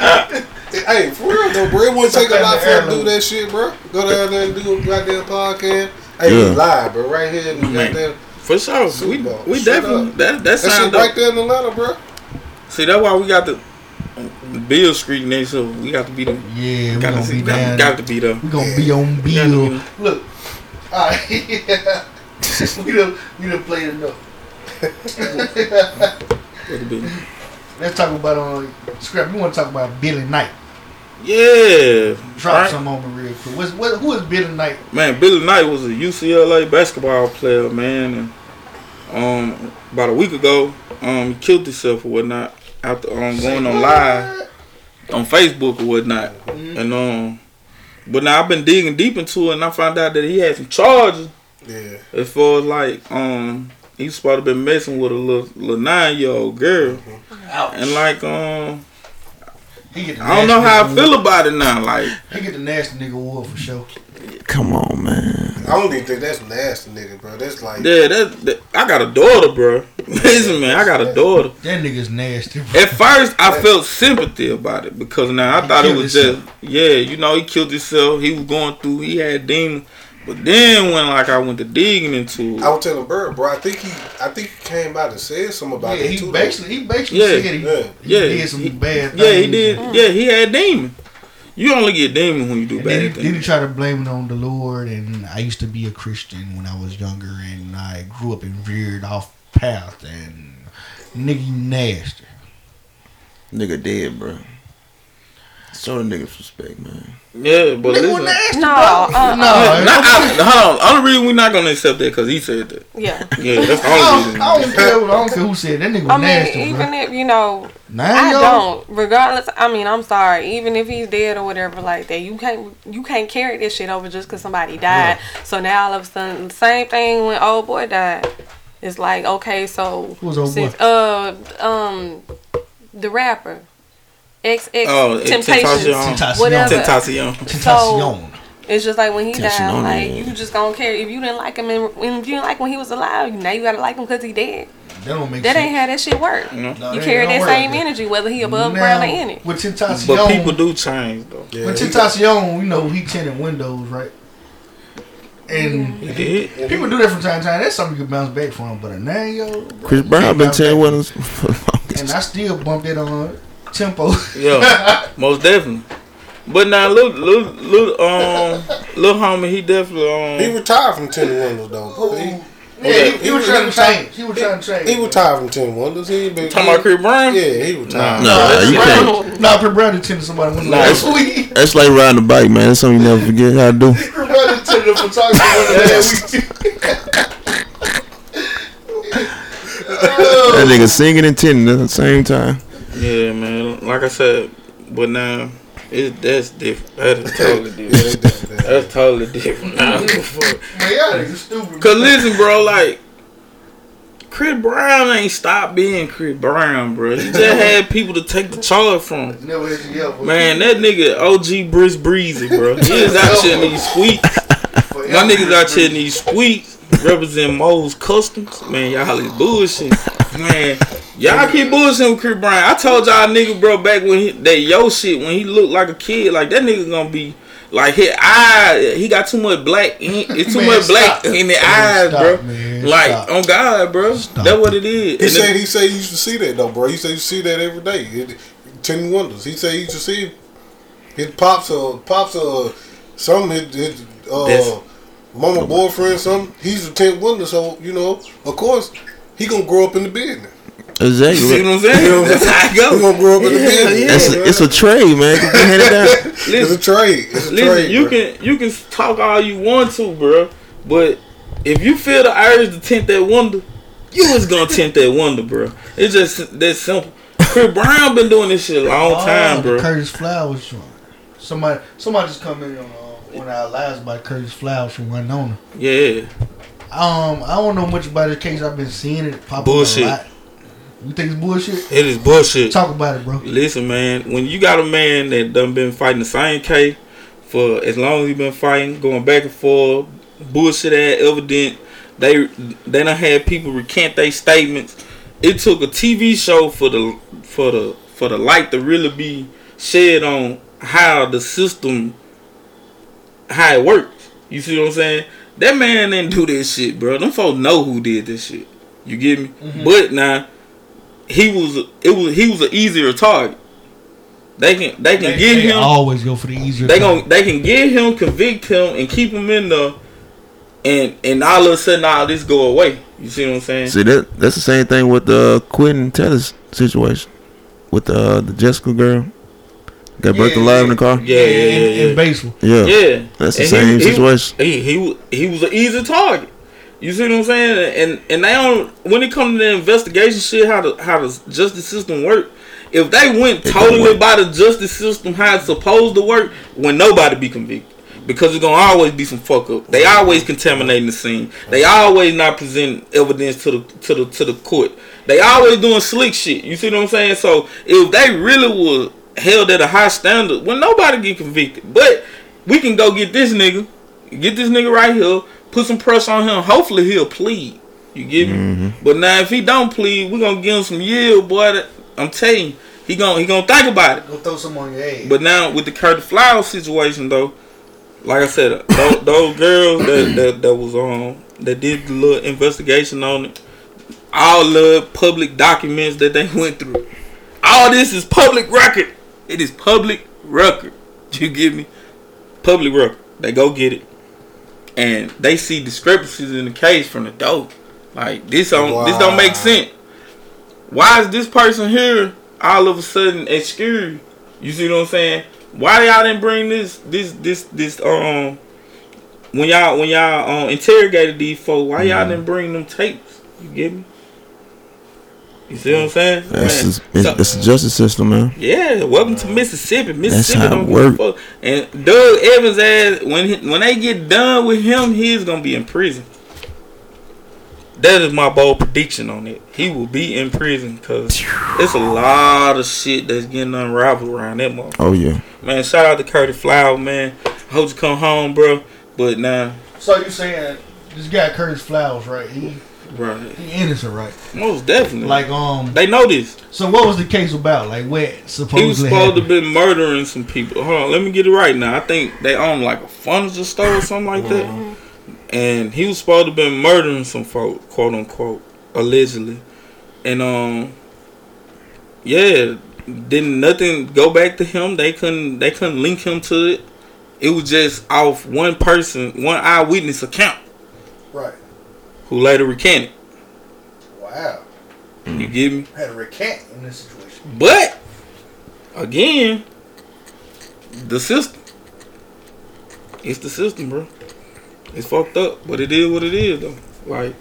Hey, for real though, bro. It wouldn't take a lot for us to do Heirloom. that shit, bro. Go down there and do a goddamn podcast. Yeah. Hey, we live, bro. Right here in the Man. goddamn. For sure. We Super Bowl. we Shut definitely up. that that That shit sound dope. right there in Atlanta, bro. See that's why we got the Bill Street next so we got to be there. Yeah, we Got to gonna see be got, down. got to be there. We gonna be on bill. Look, alright. we done we done played enough. Got to be there. Let's talk about uh, scrap. You want to talk about Billy Knight? Yeah. Drop Right. some on me real quick. What's, what, who is Billy Knight? Man, Billy Knight was a UCLA basketball player, man, and um, about a week ago, um, he killed himself or whatnot after um going on live on Facebook or whatnot, Mm-hmm. and um, but now I've been digging deep into it, and I found out that he had some charges Yeah. as far as like um, he's supposed to been messing with a little little nine year old girl, and like um, He get the I don't know Mm-hmm. nasty how nigga I feel about it now, like. award. He get the nasty nigga award for sure. Come on, man. I don't even think that's nasty, nigga, bro. That's like. Yeah, that, that I got a daughter, bro. Listen, man, I got a daughter. That nigga's nasty. Bro. At first, I felt sympathy about it because now I He thought it killed was himself. just yeah, you know, he killed himself. He was going through. He had demons. But then when like I went to digging into I it, was telling Bird, bro. I think he, I think he came out and said something Yeah, about it he too. basically he basically Yeah. said he, Yeah. he Yeah, did some he- bad. Things yeah, he did. Yeah, he had demons. You only get demons when you do And then, he, bad then he things. tried to blame it on the Lord. And I used to be a Christian when I was younger, and I grew up and veered off path. And nigga, you nasty. Nigga dead, bro. Show the niggas respect, man. Yeah, but Nigga, you listen. nasty. No, uh, No, uh, Nah, I, hold on. Only reason we're not gonna accept that because he said that. yeah. Yeah, that's the I only don't, reason. I don't care. I don't care who said that nigga was I mean, nasty. bro. even if you know, Nine I year old? don't. Regardless, I mean, I'm sorry. Even if he's dead or whatever like that, you can't you can't carry this shit over just because somebody died. So now all of a sudden, same thing when old boy died. It's like okay, so Who's old boy? since, uh um the rapper XX Oh, it- Temptations. Temptations. Tentacion. Whatever. Tentacion. Tentacion. It's just like when he Temptacion, died, like yeah. you just gonna carry. If you didn't like him and, and if you didn't like when he was alive, now you gotta like him because he dead. That don't make That sense. ain't how that shit work. No, You that carry ain't that gonna work same like that. energy whether he above Now, ground or in it. With Tentacion, But people do change though. Yeah, With he- Tentacion, you know, he tinted windows, right? And He did. people do that from time to time. That's something you can bounce back from. But a nine year old, Chris Brown been telling what us for the and longest. I still bumped it on tempo. Yeah, most definitely. But now, little, little, little, um, little homie, he definitely, He um, retired from Ten Wonders though. bro. He, yeah, he, he he was was- trying he to change. He was trying to change. he retired from Ten Wonders. He been talking about Chris Brown. Yeah, he retired. Nah, you can't. Nah, Pete Brown attended somebody one Nah, night. it's- We That's like riding a bike, man. That's something you never forget how to do. Pete Brown attended a photographer one night. That nigga singing and tending at the same time. Yeah, man. Like I said, but now it that's different. That's totally different. Yeah, that- that- That's totally different. Now, fuck. Man, y'all niggas stupid. Cause listen, bro, like Chris Brown ain't stopped being Chris Brown, bro. He just had people to take the charge from. Never had you yell for- Man, that nigga OG Briz Breezy, bro. He is out here in these squeaks. for My y'all. niggas out here in these squeaks represent Mo's customs. Man, y'all is bullshit. Man, y'all keep bullshitting with Chris Brown. I told y'all nigga, bro, back when he, that yo shit, when he looked like a kid, like that nigga gonna be. Like his eye, he got too much black. in- It's too Man, much black stop. in the Man, eyes, stop, bro. man, like stop. on God, bro. Stop That it. what it is. He And said it- he said he used to see that though, bro. He said you see that every day. It, Ten Wonders. He said he used to see his pops or pops or some his, his That's- uh, mama boyfriend something. He's a Ten Wonders, so you know of course he gonna grow up in the business. you see Exactly. what I'm saying? That's how I He gonna go. grow up in the business. That's a, it's a trade, man. Get your hand it down. it's a Listen, trade. It's a Listen, trade. you bro. can you can talk all you want to, bro, but if you feel the urge to tint that wonder, You was gonna tempt that wonder, bro. It's just that simple. Chris Brown been doing this shit a long Oh, time, the bro. Curtis Flowers joint. Somebody, somebody just come in on uh, one of our lives about Curtis Flowers from Winona. Yeah, Um, I don't know much about this case. I've been seeing it pop Bullshit. up a lot. You think it's bullshit? it is bullshit. Talk about it, bro. Listen, man, when you got a man that done been fighting the same K for as long as he been fighting, going back and forth, bullshit ass evident, they they done had people recant their statements. It took a TV show for the for the for the light to really be shed on how the system how it works. You see what I'm saying? That man didn't do this shit, bro. Them folks know who did this shit. You get me? But now he was it was he was an easier target. They can they can get They him. always go for the easier. They target. gon' they can get him, convict him, and keep him in there. And and all of a sudden, all this go away. You see what I'm saying? See that that's the same thing with the uh, Quentin Tennis situation with the uh, the Jessica girl got burnt Yeah, alive yeah. in the car. Yeah, Yeah, yeah, in, yeah, yeah. in baseball. yeah. Yeah, That's the And same he, situation. He, he wa- he was an easy target. You see what I'm saying? And and they don't when it comes to the investigation shit, how the how the justice system work. If they went don't totally work. by the justice system how it's supposed to work, when nobody be convicted. Because there's gonna always be some fuck up. They always contaminating the scene. They always not presenting evidence to the to the to the court. They always doing slick shit. You see what I'm saying? So if they really were held at a high standard, when nobody get convicted, but we can go get this nigga, get this nigga right here, put some pressure on him. Hopefully he'll plead. You get me? But now if he don't plead, we gonna give him some yield, boy. That- I'm telling you, he gonna he gonna think about it. Go throw some on your head. But now with the Curtis Flowers situation though, like I said, those, those girls that, that that was on that did the little investigation on it, all the public documents that they went through, all this is public record. It is public record. You get me? Public record. They go get it, and they see discrepancies in the case from the dope. Like this don't this don't make sense. Why is this person here all of a sudden excused? You see what I'm saying? Why y'all didn't bring this this this this um when y'all when y'all um interrogated these folks? Why y'all didn't bring them tapes? You get me? You see what I'm saying? That's Man, just, it's, so- it's the justice system, man. yeah, welcome to Mississippi. Mississippi how it don't give a fuck. And Doug Evans ass when he, when they get done with him, he's gonna be in prison. That is my bold prediction on it. He will be in prison because it's a lot of shit that's getting unraveled around that motherfucker. Oh yeah. Man, shout out to Curtis Flower, man. I hope you come home, bro. But nah, so you saying this guy Curtis Flowers, right? He, bro, he innocent, right? most definitely. Like Like um. they know this. So what was the case about? Like what supposedly? He was supposed to happened? be murdering some people. Hold on, let me get it right now. I think they own like a furniture store or something like that. And he was supposed to be murdering some folk, quote unquote, allegedly. And um, yeah, didn't nothing go back to him. They couldn't they couldn't link him to it. It was just off one person, one eyewitness account right. who later recanted. Wow. You get me? Had to recant in this situation. But again, the system. It's the system, bro. It's fucked up, but it is what it is, though. Like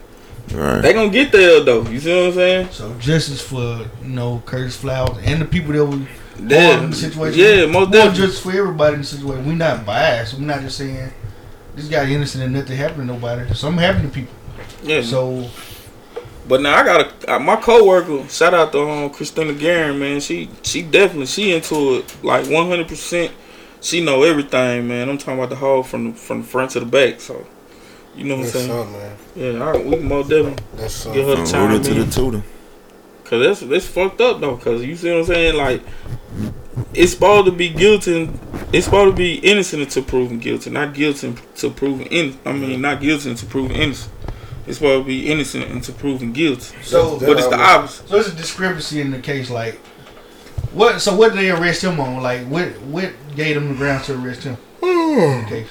Right. they gonna get there, though. You see what I'm saying? So justice for you know Curtis Flowers and the people that were Yeah, in the situation. yeah, most Well, definitely. just for everybody in the situation. We're not biased. We're not just saying this guy innocent and nothing happened to nobody. Something happened to people. yeah. So But now I got a, uh, my coworker. Shout out to um, Christina Guerin, man. She she definitely she into it like 100. percent She know everything, man. I'm talking about the whole from the, from the front to the back. So you know what I'm That's saying? something, man. Yeah, I, we can most definitely That's get something. her to From chime rooter to in. the tutor. Cause that's that's fucked up though. Cause you see what I'm saying? Like it's supposed to be guilty. and- It's supposed to be innocent until proven guilty, not guilty to proven in. I mean, not guilty until proven innocent. It's supposed to be innocent until proven guilty. so But it's the opposite. so there's a discrepancy in the case. Like what? So what did they arrest him on? Like what? What gave them the grounds to arrest him? in the case.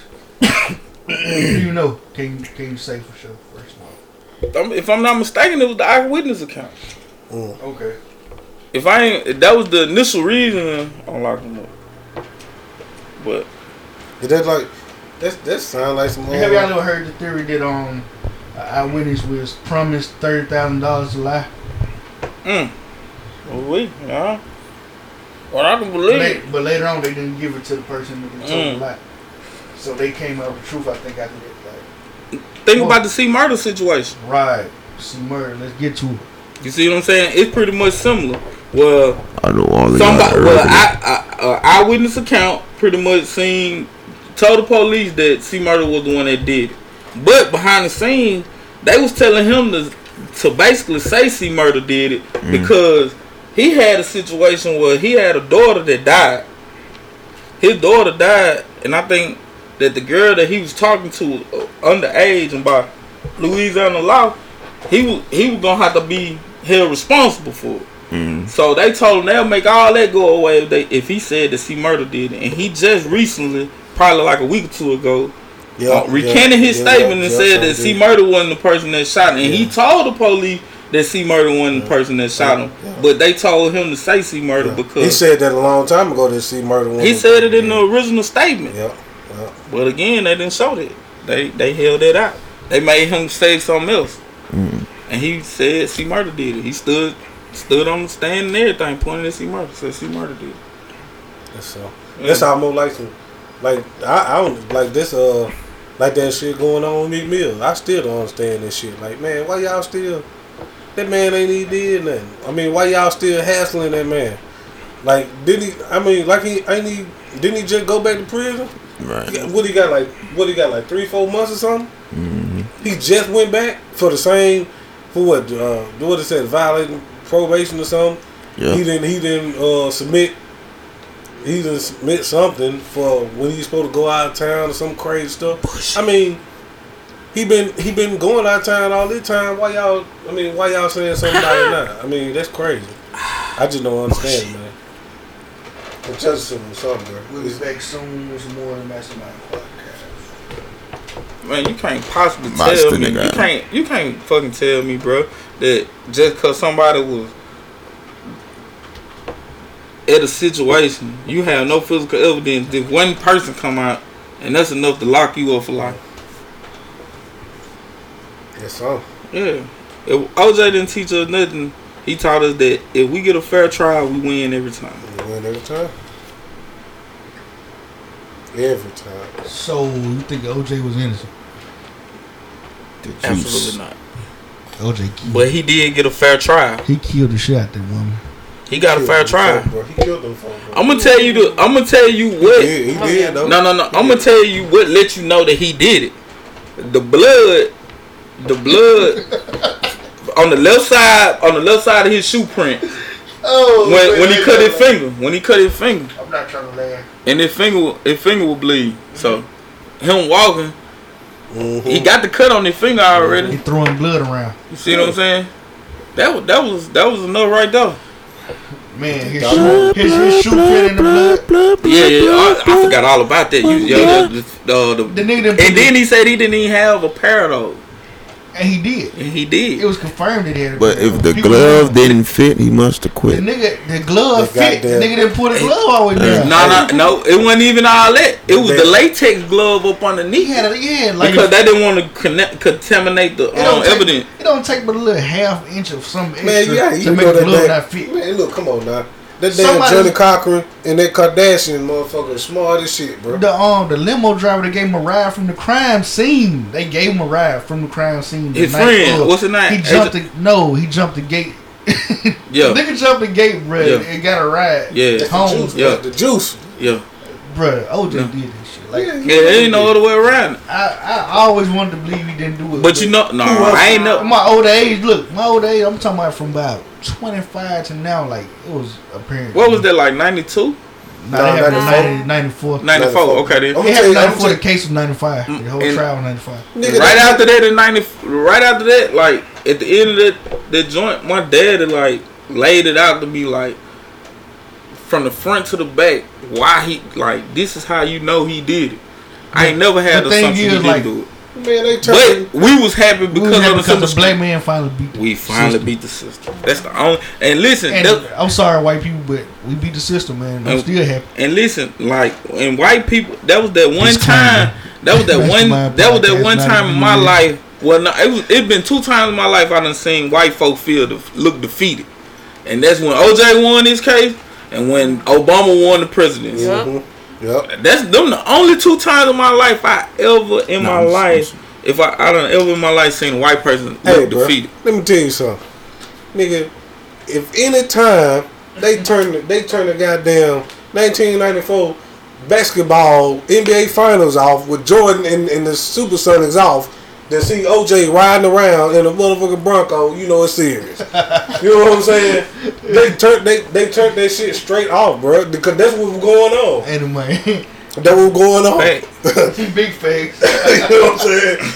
Do you know? Can you can you say for sure? First of all. I'm, if I'm not mistaken, it was the eyewitness account. Mm. Okay. If I ain't, if that was the initial reason on locking up. But But that's like, that's, that sound like some. uh, Have y'all ever heard the theory that um an eyewitness was promised thirty thousand dollars to lie. Mm. We, yeah. Well, I can But, believe la- it. but later on, they didn't give it to the person that told Mm. the lie. So they came out with the truth. I think after that, Think about the C murder situation. like right, see murder. Let's get to it. You see what I'm saying? It's pretty much similar. Well, I know all of somebody, y'all. well, heard it. I, I, uh, eyewitness account pretty much seen told the police that C murder was the one that did it. But behind the scenes, they was telling him to to basically say C murder did it because he had a situation where he had a daughter that died. His daughter died, and I think that the girl that he was talking to was uh, underage, and by Louisiana law, he was he was gonna have to be held responsible for it. So they told him they'll make all that go away if they if he said that C Murder did it, and he just recently, probably like a week or two ago, uh, recanted his statement and said that C Murder wasn't the person that shot him, and he told the police that C Murder wasn't the person that shot him, Yeah. but they told him to say C Murder because He said that a long time ago to see murder. Woman. he said it in the original statement. Yep. yep. But again, they didn't show that. They they held it out. They made him say something else, Mm. and he said C Murder did it. He stood stood on the stand and everything, pointed at C Murder. Said C Murder did it. So that's how I'm like some, like I, I don't like this uh like that shit going on with Meek Mill. I still don't understand this shit. Like man, why y'all still that man ain't even did nothing. I mean, why y'all still hassling that man? Like didn't he? I mean, like he ain't he? Didn't he just go back to prison? right. Yeah, What he got like? What he got like three, four months or something? He just went back for the same for what? Uh, what it said, violating probation or something. Yeah. He didn't. He didn't uh, submit. He didn't submit something for when he's supposed to go out of town or some crazy stuff. I mean, he been he been going out of town all this time. Why y'all? I mean, why y'all saying something about it now? I mean, that's crazy. I just don't understand, man. I'm just something, something, bro. We'll be back soon with some more Mastermind Podcast. Man, you can't possibly Monster tell me. nigga. You can't. You can't fucking tell me, bro, that just cause somebody was at a situation, you have no physical evidence. Did one person come out, and that's enough to lock you up for life? Yes, sir. Yeah. If OJ didn't teach us nothing. He taught us that if we get a fair trial, we win every time. You win every time. Every time. So you think OJ was innocent? Absolutely not. OJ, killed, But he did get a fair trial. he killed the shit out that woman. He got a fair Killed them trial. folk, bro. He killed them folk, bro. I'm gonna tell you the. I'm gonna tell you what. Yeah, he Oh, yeah. did though. No, no, no. I'm gonna tell you what let you know that he did it. The blood, the blood on the left side, on the left side of his shoe print. Oh, When when he cut his finger, when he cut his finger, I'm not trying to laugh. and his finger, his finger will bleed. So him walking, Mhm. he got the cut on his finger He already. throwing blood around. You see what I'm saying? That was that was that was enough right there. Man, his shoe, his, his shoe print in the blood. Yeah, yeah. I, I forgot all about that. You, yeah, the, the, the, The nigga done put and then he said he didn't even have a pair though, and he did. and he did. It was confirmed that he had. a But blood. if the He was- glove didn't fit, he must have the quit. nigga, the glove The fit. The goddamn- nigga didn't put the glove all the way down. No, no, no. It wasn't even all that. It was the That- latex glove up underneath He had it again, like because they didn't want to connect, contaminate the it don't um, take, evidence. It don't take but a little half inch of some extra Man, yeah, you to make know the that glove damn, not fit. Man, look, come on now. That damn Somebody- Johnny Cochran and that Kardashian motherfucker smart as shit, bro. The um the limo driver that gave him a ride from the crime scene. They gave him a ride from the crime scene. the His night friend, of. what's his name? He jumped the no, he jumped the gate. Yeah. nigga jumped the gate, bro, Yeah. and got a ride. Yeah. That's the home, juice. Yeah. Yeah. The juice. Yeah, bro. OJ did this shit. Like Yeah. yeah. There ain't no other way around it. I, I always wanted to believe he didn't do it. But you know, no, Who else? I ain't know. my old age. Look, my old age. I'm talking about from about 25 to now. Like it was apparent. What was that like? 92? No, they had No, the 90, 94. 94, Okay, then. I'm They gonna had tell the you, I'm 94. gonna The tell case was 95. The whole And- trial was 95. you, nigga, Right that- after that, in 90, right after that, like at the end of that, that joint, my dad had, like laid it out to me like from the front to the back why he like this is how you know he did it. I ain't never had The the thing assumption he is, didn't like, do it. man, they turned. But we was We happy because was happy of the because the system. black man finally beat. The we finally system. beat the system. That's the only. And listen, And that- I'm sorry, white people, but we beat the system, man. I'm And- still happy. and listen, like, and white people. That was that one It's time. That was that That's one. my That was that podcast, one not time even in my yours. life Well, no, it was. It been two times in my life I done seen white folk feel def- look defeated, and that's when OJ won his case, and when Obama won the presidency. Yep. Yep. That's them the only two times in my life I ever in my life, if I I done ever in my life seen a white person look Hey, bro. defeated. Let me tell you something, nigga. If any time they turn, the, they turn the goddamn 1994 basketball NBA Finals off with Jordan and, and the Supersonics off. Then see OJ riding around in a motherfucking Bronco, you know it's serious. you know what I'm saying? They turn they they turned that shit straight off, bro, because that's what was going on. Anyway, That was going on. Hey, big face. you know what I'm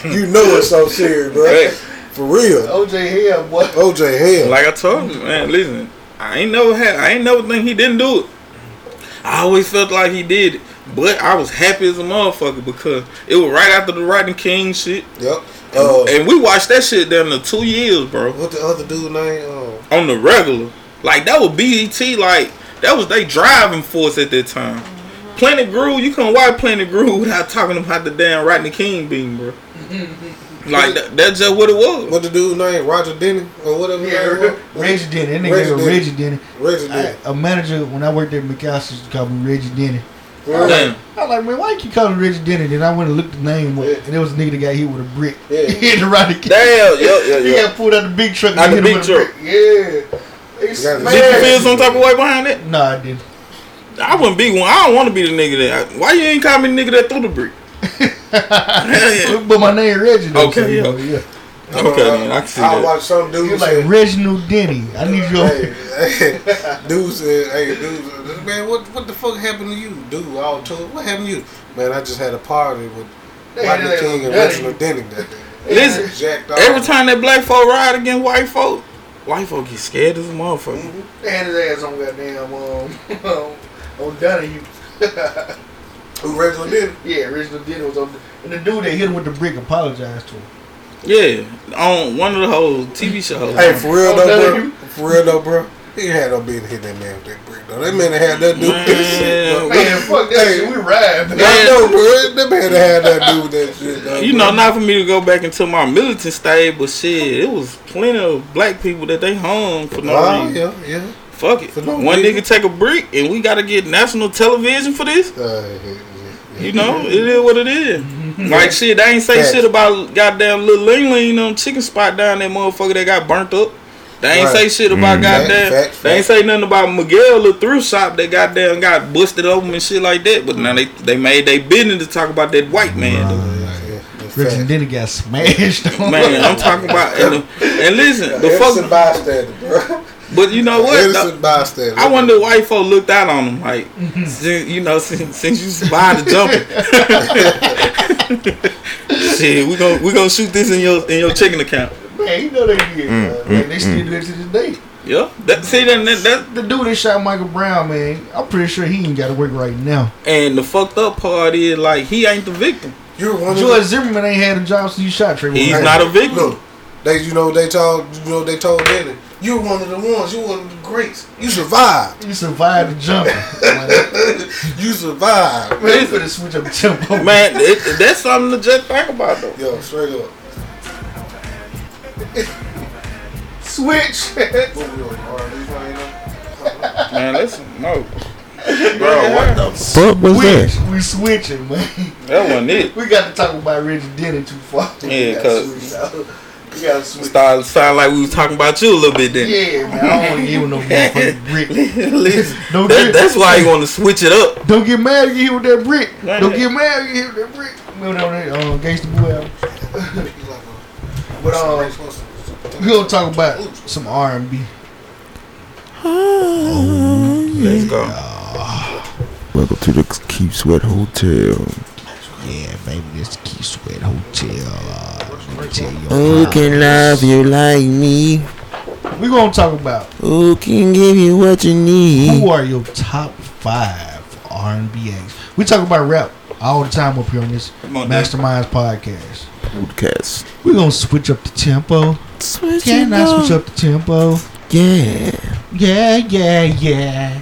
saying? You know it's so serious, bro. hey, For real. OJ here, boy. OJ hell. like I told him, man, listen, I ain't never had, I ain't never think he didn't do it. I always felt like he did it, but I was happy as a motherfucker because it was right after the Rodney King shit, Yep. Uh, and we watched that shit down to two years, bro. what the other dude name? Uh, on the regular. Like that was BET. Like that was they driving force at that time. Planet Groove, you couldn't watch Planet Groove without talking about the damn Rodney King being, bro. like that, that's just what it was. what the dude name? Roger Denny or whatever. his name Yeah, was? Reggie Denny. That Reggie nigga Reggie, Denny. Reggie Denny. Reggie I, Denny. a manager when I worked at McAllister used to call me Reggie Denny. Right. Damn. I was like, man, why you keep calling Reggie Denny? Then I went and looked the name up, Yeah. and it was a nigga that got hit with a brick. Yeah. He hit the right kid. Damn, yo, yo, He yo. got pulled out the big truck. and Out the hit him big with a truck. brick. Yeah. They got it. smashed Did you it. feel some type of way behind that? No, I didn't. I wouldn't be one. I don't want to be the nigga that. Why you ain't call me the nigga that threw the brick? Hell yeah. But my name Reggie. though, Okay, so, you yeah. know, yeah. Okay, then, I can see I that. watched some dude You're say, like Reginald Denny. I need your. hey, hey, dude said, hey, dude, man, what what the fuck happened to you, dude? All told, what happened to you, man? I just had a party with They- Rodney they- King and they- Reginald Denny that day. Listen, Jacked off. every time that black folk ride against white folk, white folk get scared as a motherfucker. Mm-hmm. They had his ass on goddamn um on Donahue. who Reginald Denny? Yeah, Reginald Denny was on. And the dude that hit him with the brick apologized to him. Yeah, on one of the whole TV shows. Hey, for real I'm though, telling bro. you. For real though, bro. He had no business hit that man with that brick though. That man had that dude. Man. Man, fuck that shit. We ride, man. I know, bro. That man had that dude with that shit. Though, You bro. know, not for me to go back into my militant stage, but shit, it was plenty of black people that they hung for no Oh reason. yeah, yeah. Fuck it. For no One reason. nigga take a brick, and we gotta get national television for this. Uh, yeah, yeah. You know, it is what it is. Like shit, they ain't say Facts. shit about goddamn little Ling Ling um chicken spot down that motherfucker that got burnt up. They ain't Right. say shit about Mm. goddamn. Facts, facts, they ain't say nothing about Miguel little thrift shop that goddamn got busted open and shit like that. But now they they made they business to talk about that white man. though. Yeah, yeah, yeah. Reginald Denny got smashed on. Man, I'm talking about and, and listen, the Innocent fuck. bystander, bro. But you know what? Innocent bystander. I wonder why folk looked out on him like, since, you know, since, since you spied the jumping. Shit, we gonna we gonna shoot this in your in your chicken account. Man, you know they Mm, did. man. Like, they still do that to this day. Yeah, that, see that, that that The dude that shot Michael Brown, man, I'm pretty sure he ain't got to work right now. and the fucked up part is like he ain't the victim. You're one of George the- Zimmerman ain't had a job since you shot Trayvon. He's Martin. not a victim. Look, they, you know, they told, you know, they told Denny, you're one of the ones, you're one of the greats. You survived. He survived the jump. Like, you survived. man, I'm finna switch up the tempo. Man, it, that's something to just think about though. Yo, straight up. Switch. What we on, R&B right now? Man, listen, no, Bro, what the f- Fuck was Switch. that? We switching, man. that wasn't it. We got to talk about Reggie Denny too far. Yeah, We gotta 'cause- switch out. We got to switch. Started sound like we was talking about you a little bit then. Yeah, man. I don't want to give him no motherfucking brick. Listen, No that, good. that's why you want to switch it up. Don't get mad if you hit with that brick. Right. Don't get mad if you hit with that brick. We don't know that uh, gangsta boy album. But uh, we gonna talk about some R and B. Let's go. Welcome to the Keep Sweat Hotel. Yeah, baby, this the Key Sweat Hotel. Uh, let me tell you. Who can love you like me? We gonna talk about Who can give you what you need? who are your top five R and B acts. We talk about rap all the time up here on this Come on, Dave. Masterminds podcast. Podcast. We gonna switch up the tempo. Switch Can I switch up the tempo? Yeah. Yeah, yeah, yeah.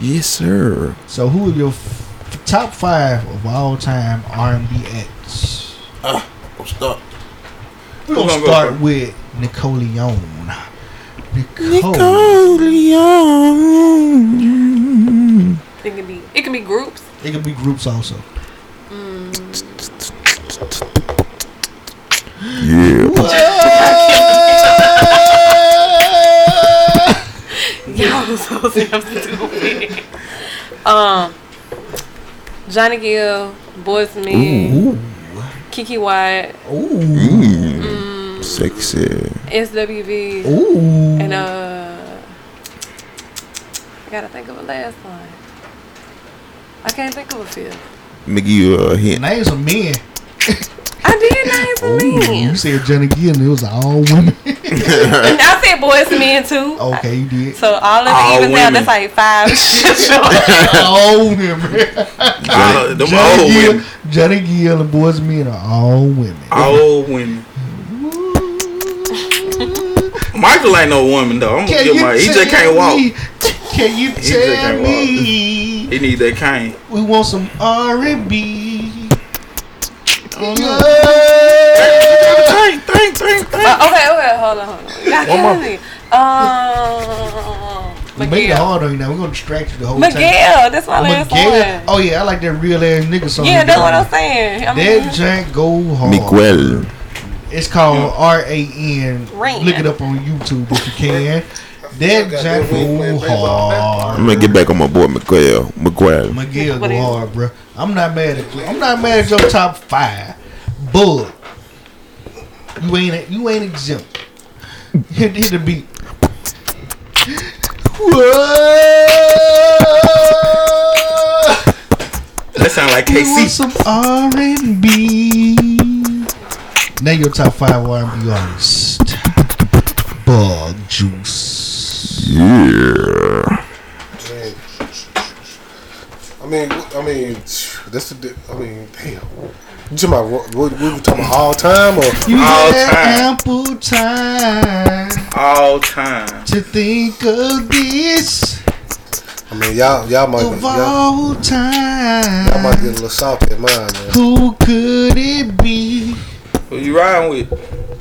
Yes, sir. So who are your f- top five of all time R and B acts? I'm stuck. We're gonna gonna go start first? with Nicoleone. Nicole. Nicoleon. It can be it can be groups. It could be groups also. Yeah. Y'all so stupid. um, Johnny Gill, Boys to Men, Ooh. Kiki White, Ooh. Sexy. SWV, Ooh. and uh, I gotta think of a last one. I can't think of a few. Let me give you a hint. Names of men. I did name some You men. said Jenna Gill and it was all women. And I said boys to men too. okay, you did. So all of All even now, women. that's like five. all women. Ah, them Jenna old Gill, women. Jenna Gill and Boys Men are all women. Old women. Michael ain't no woman though. I'm gonna Can give you my. He tell just can't walk. me- Can you just can't tell walk. me He need that cane. we want some R and B? Thank, thank, thank, thank. Uh, okay, okay, hold on, hold on. Y'all killing me. Um, We made it Miguel. hard on you now. We're gonna distract you the whole time. Miguel, that's my last Miguel. one. Oh yeah, I like that real ass nigga song. Yeah, that's what I'm saying. I That mean, jank go hard. Miguel. It's called R A N. Ran. Look it up on YouTube if you can. That jank go I'm hard. gonna get back on my boy Miguel. Miguel. Miguel What go is- hard, bro. I'm not mad at you. I'm not mad at your top five, but you ain't you ain't exempt. Hit hit the beat. Whoa. That sound like You want KC. some R and B? Now your top five R and B artists. Bug Juice. Yeah. Man. I mean, wh- I mean, that's the. di- I mean, damn. You talking about what, what we were talking about all time or You All had time. ample time All time. to think of this I mean, y'all, y'all might, Oh of y'all, all y'all might get a time. little soft at mine, man. Who could it be? Who you riding with?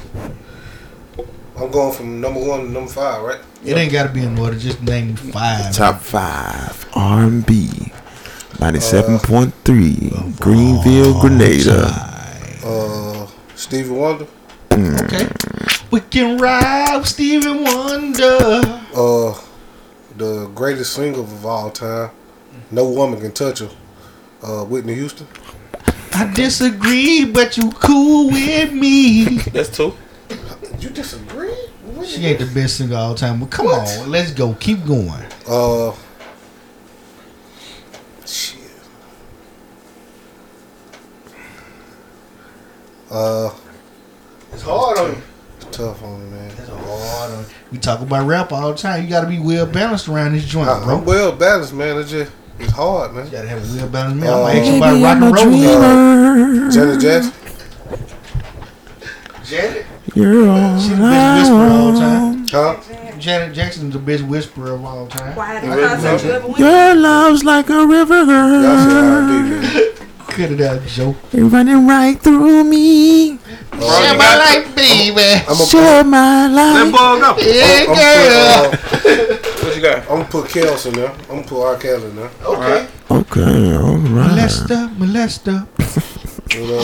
I'm going from number one to number five, right? It ain't gotta be in order. Just name five. Top five R&B. 97.3 Oh, Greenville, Grenada. Uh, Stevie Wonder. Okay. We can ride with Stevie Wonder. Uh, the greatest single of all time. No woman can touch her. Uh, Whitney Houston. I disagree, but you cool with me. That's two. You disagree? She ain't the best singer of all time. But come on, let's go. Keep going. Uh, shit. Uh, It's hard on you. tough on me, man. It's hard on you. We talk about rap all the time. You got to be well balanced around this joint, I, bro. am well balanced, man. It's just it's hard, man. You got to have a well balanced man. Oh. I'm going to ask you about rock and roll. Janet Jackson. Janet? You're all She the best whisperer of all time. Huh? Janet Jackson's the best whisperer of all time. why did I contact you ever went? Your love's like a river Y'all said R&B, man. Cut it out, Joe. running right through me. Uh, my life, baby. I'm gonna Share my That life. ball up. Yeah, I'm put, uh, What you got? I'm gonna put Kels in there. I'm gonna put R. Kelly in there. Okay. Okay, all right. Molester, molester, And, uh,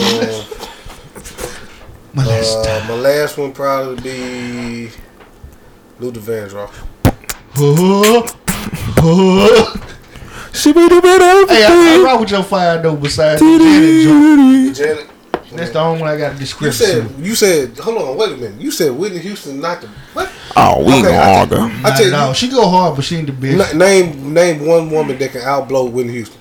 molester. uh, my last one probably be Luther Vandross. Huh? Huh? She be the bit of Hey, I, I rock with your fire though. Besides the Janet joint, Janet. that's the only one I got a You description. said you said hold on wait a minute you said Whitney Houston not the what Oh, we Okay, ain't gonna I- argue. Nah, I tell you- no, she go hard, but she ain't the bitch. Na- name name one woman that can outblow Whitney Houston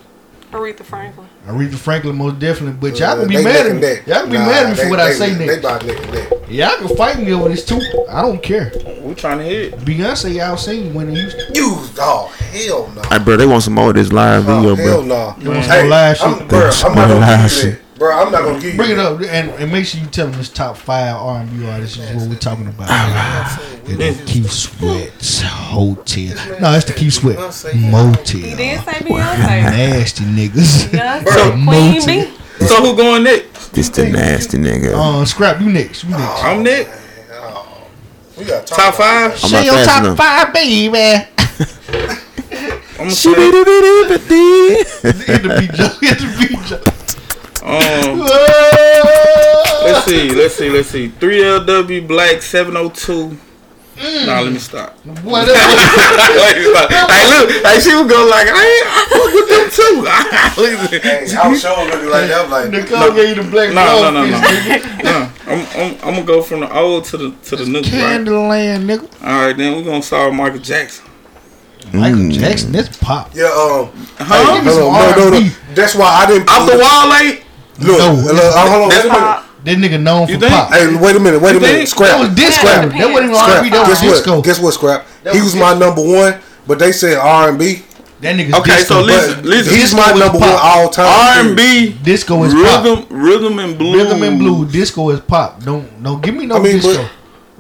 Aretha Franklin. Aretha Franklin most definitely, but y'all Uh, can be they mad neck at and me. neck. Y'all can be Nah, mad at me they- for what I they- say they next. about neck and neck. Y'all can fight me over this too. I don't care. We trying to hit. it. Beyonce, y'all seen when they used to. you oh hell no Hey, bro, they want some more of this live oh, video, hell bro. no want some live I'm, shit? bro, That's I'm not my gonna live give you shit. that bro I'm not gonna give you Bring it that. up and, and make sure you tell them this top five R and B artists is what we're talking about. It's the Keith Sweat's hotel. No, it's the Keith Sweat He motel. did say Beyonce. Nasty niggas. Beyonce, Queen Motel. B. So who going next? This the nasty nigga. Oh, Uh, scrap, you next. You next. I'm next. We got Top five. I'm not fast enough. five, baby. I'm She did saying, it, did it, did it. Hit the beat, Joe. Hit the beat, Joe. um, let's see, let's see, let's see. 3LW Black 702. Nah, let me stop. What up? Like, it's like, hey, look, hey, she would go like, I ain't, I fuck with them too. Look at Hey, I was showing really like that. I'm like, Nicole gave you the black No, no, no, dog no. fist, no, I'm, I'm, I'm gonna go from the old to the to the new. nigga. Right? Candleland, nigga. All right, then we're gonna start Michael Jackson. Michael Mm. Jackson, that's pop. yeah, um, Huh? Give me some Mm. no, no, no. R&B. That's why I didn't. Off the wall, like Look, No. look, uh, hold on, wait a minute. That nigga known You for think? pop. Hey, wait a minute, wait a think? minute. That Scrap. was disco. Yeah, That depends. wasn't even Scrap. R&B. That was Guess what? disco. Guess what, Scrap? That He was was my number one, but they said R and B. That nigga's Okay, disco. so but listen, listen. He's my was number pop. one all time. R&B, Disco is pop. rhythm, rhythm and blues. Rhythm and blue. Disco is pop. Don't don't give me no I mean, disco. but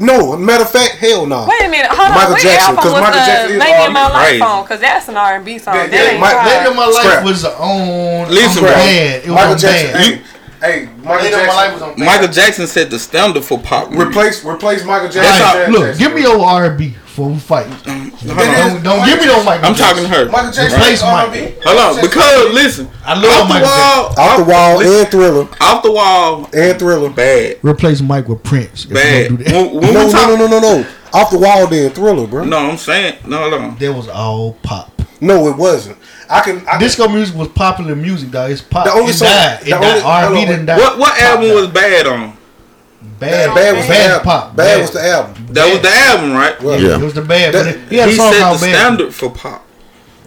no. Matter of fact, hell no. Wait a minute, hold on. Michael What Jackson, album 'cause was Michael uh, Jackson is Lady in My R&B. Life Crazy. on? Because that's an R&B song. Yeah, that yeah, ain't Mike- pop. Later in my life Scrap. was on. Listen, on bro. bad. It was Michael on Jackson. bad. Hey, hey, Michael Later in my life was Jackson. on bad. Michael Jackson set the standard for pop. music. Replace, replace Michael Jackson. All with right, Janet look, Jackson. give me your R&B before we fight. Hold on. Don't, don't give me no Michael. I'm talking to Jackson. her. Michael Jackson. Replace R&B. Michael. Hold on, because listen, I off love the Michael. Jackson. wall, Off the wall and Thriller off the wall, and Thriller. bad, Replace Mike with Prince. if you bad. don't do that. When, when No, we talk, no, no, no, no, no. Off the wall then Thriller, bro. no, I'm saying, no, hold on. That was all pop. No, it wasn't. I can. I Disco music was popular music, dog. It's pop. The only it song- died. It the died. only- R&B hold on, didn't die. What what album was bad on? bad? Bad was the bad album. pop. Bad was the album. That was the album, right? Well, Yeah. It was the bad. That- but it, he had a he song set the called Bad. standard for pop.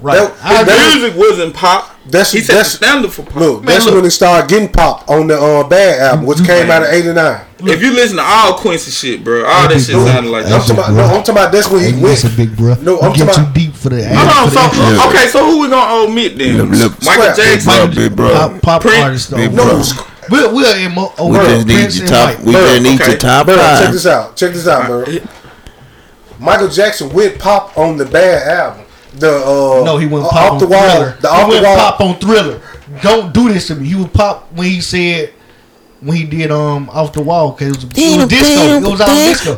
Right. That- I that- agree. was- Music wasn't pop. That's He set the that's standard for pop. look. Man, that's look. when it started getting popped on the uh, Bad album, which Mm-hmm. came out in '89. if you listen to all Quincy shit, bro, all that shit sounded like I'm that. talking about, no, I'm talking about that's when he Hey, listen, went. big bro. No, You I'm get talking too about- deep for the. Hold on, for the so intro. Yeah. okay, so who we gonna omit then? Look, look, Michael Scrap. Jackson. Bro, big bro. Pop, pop Prince- artists. Big though. bro. No, sc- We're we're in mo- oh, We we're just need Prince your and top. Mike. We just need Okay. your top Bro, check five. this out. Check this out, bro. Michael Jackson went pop on the Bad album. The uh, No, he went uh, pop off on the wall. Thriller. The he off the went wall. pop on Thriller. Don't do this to me. He was pop when he said when he did um off the wall because it was, it was disco. It was all disco.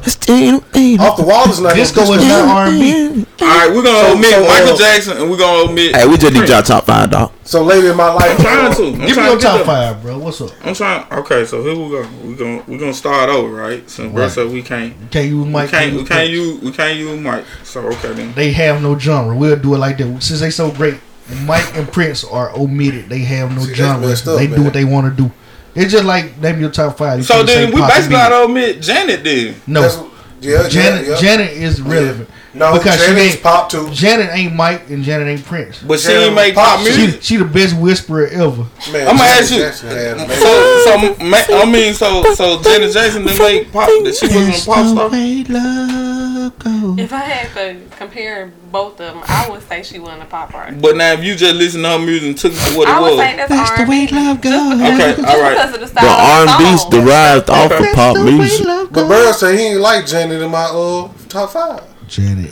Off the wall is not Disco was not R and B. All right, we're gonna So- omit so, uh, Michael Jackson and we're gonna omit. Hey, we just need your top five, dog. So later in my life, I'm trying to. I'm Give me trying your to get top there. five, bro. What's up? I'm trying. Okay, so here we go. We gonna we gonna start over, right? Since bro Right. said we can't, Can't use we Mike. can't, we use can't Prince. use, we can't use Mike. So okay then. They have no genre. We'll do it like that since they so great. Mike and Prince are omitted. They have no See, that's genre. messed up, they do man. what they want to do. It's just like name your top five. You So can't say then we uh, pop basically music. gotta omit Janet then. no. That's, yeah, Janet, yeah, yeah. Janet is relevant. No, because she Janet's ain't pop too. Janet ain't Mike and Janet ain't Prince. But she Janet ain't make pop pop shit. She music. she the best whisperer ever. Man, I'ma Janet ask you- Jackson had a man. So so ma- I mean so so Janet Jackson didn't make pop. That she wasn't a pop star. If I had to compare both of them, I would say she wasn't a pop artist. But now if you just listen to her music and took it for what it I would was, say that's, R&B. okay, all right. Because of the The style of the R&B's song. derived off of pop music. But Burl said he ain't like Janet in my uh, top five. Janet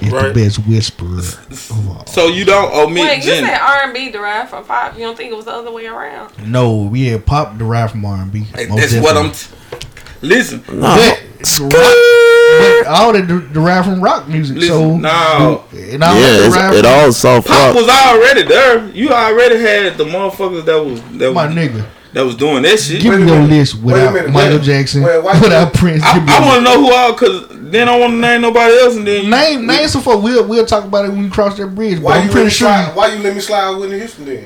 is the Right. best whisperer of all. So you don't omit Wait, you said Janet. R&B derived from pop. You don't think it was the other way around? No, we had pop derived from R and B. Hey, That's what I'm. T- listen, Nah, all that de- derived from rock music. so listen. No. and all yeah, that it's, derived it all soft Pop rock. was already there. You already had the motherfuckers that was that from my was, nigga. that was doing that shit. Give Wait me a your minute. list Wait a without minute. Michael Wait- Jackson, wait, why- without Prince. I, Give me I your want to know who all, cause then I want to name nobody else, and then you- Name name some folk. We'll we'll talk about it when we cross that bridge. But Why I'm you let pretty me sure slide? Why you let me slide with Whitney Houston then?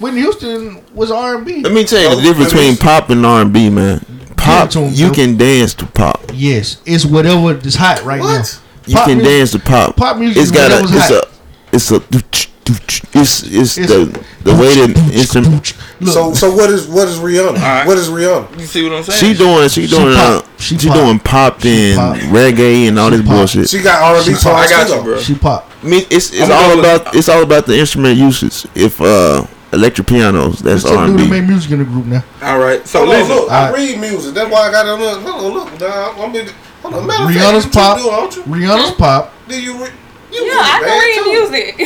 Whitney Houston was R and B. Let me tell you Oh, the difference between pop and R&B, man. Pop, to 'em, you bro. can dance to pop. Yes, it's whatever is hot right What? You Pop can music- dance to pop. pop music It's is got a. whatever's It's hot. a. It's a. It's it's It's- the the way that instrument. now. Look, So so what is what is Rihanna? right. What is Rihanna? you see what I'm saying? She doing she doing pop. uh, She she, pop. doing pop and pop. reggae and all this pop. bullshit. She got R and B songs. I got too, you, though. bro. she pop. I mean, it's it's I'ma go all with- about it's all about the instrument usage. If uh electric pianos, that's This R and dude that B. made music in the group now. All right, so Hold on, listen. look, I Alright. read music. That's why I got it. Look, look, look. Nah, I'm in. Hold on, matter of fact, Rihanna's you two pop. Do, don't you? Rihanna's pop. Did you? Re- Yeah, I can read music.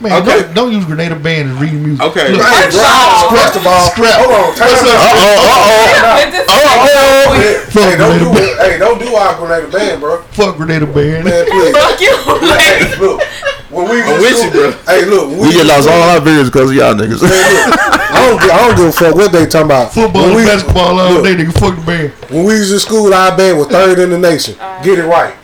Man, don't, don't use Grenada Band and read music. Okay. Look, Right, first, of all, first of all, scrap. Hold on. But this- Oh, Hey, don't do it. Hey, don't do our Grenada band, bro. Fuck Grenada Band. Man, please. Fuck you. Look, hey, look. When we was with you, bro. Hey, look. when We just lost all our viewers because of y'all niggas. I don't, gi- I don't give a fuck what they talking about. Football, when, we, basketball, all look. day, nigga. Fuck the band. when we was in school, our band was third in the nation. Get it right.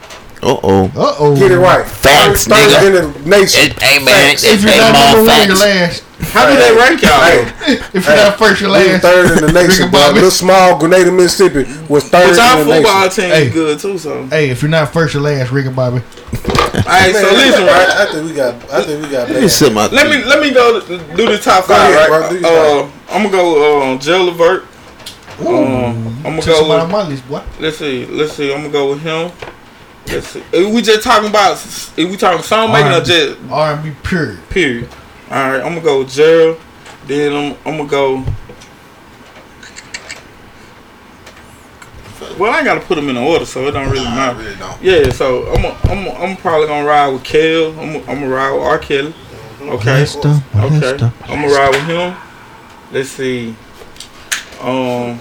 uh oh. Uh oh. Get it right. Facts, third, nigga. third in the nation. Hey man, If you're not number one, you're last. How do they rank y'all? Hey, If you're not first, you're we was last. third in the nation, Drinking bro. Bobby. Little small Grenada, Mississippi was third But y'all in the nation. football team Hey. is good too, so. Hey, if you're not first, you're last, Rick and Bobby. Alright, so listen, right? I, I think we got. I think we got. Let me sit my. Let me let me go to- do the top five, ahead, right? bro. Do your Uh, I'm gonna go uh, Joe Levert. Um, I'm gonna Took somebody go. on With, my list, boy. let's see, let's see. I'm gonna go with him. Let's see. If we just talking about. If we talking song making or R&B. just R&B pure. period. All right, I'm gonna go with Gerald. Then I'm I'm gonna go. Well, I gotta put them in order, so it don't really matter. really don't. Yeah, so I'm a, I'm a, I'm probably gonna ride with Kel. I'm a, I'm gonna ride with R. Kelly. Okay. Okay. I'm gonna ride with him. Let's see. Um,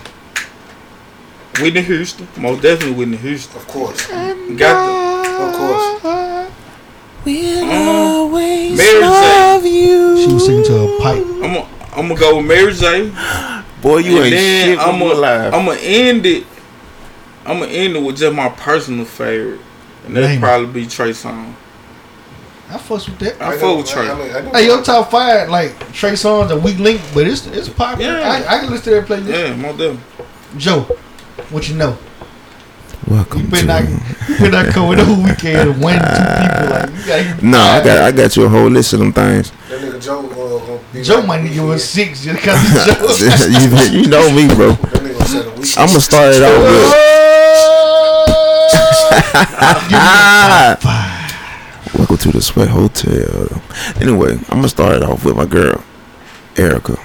Whitney Houston, most definitely Whitney Houston. Of course. Got Of course. the um, Mary J. She was singing to a pipe. I'm gonna I'm gonna go with Mary J. Boy, you and ain't then shit. I'm I'm alive. gonna end it. I'm gonna end it with just my personal favorite, and that'd Name it. probably be Trey Songz. I fucks with that. I fuck with Trey. Hey, your top five, like Trey Songz, a weak link, but it's it's popular. Yeah. I, I can listen to that playlist. Yeah, my them. Joe, what you know? You Welcome better not, to. you better not come with no weekend of one, two people. Like you gotta, No, I got I got you a whole list of them things. That nigga Joe. Uh, gonna be Joe like, might need you a yeah, six just because Joe. you, you know me, bro. That nigga said a week. I'm gonna start it off with. Ah. Welcome to the Sweat Hotel. Anyway, I'm gonna start it off with my girl, Erica.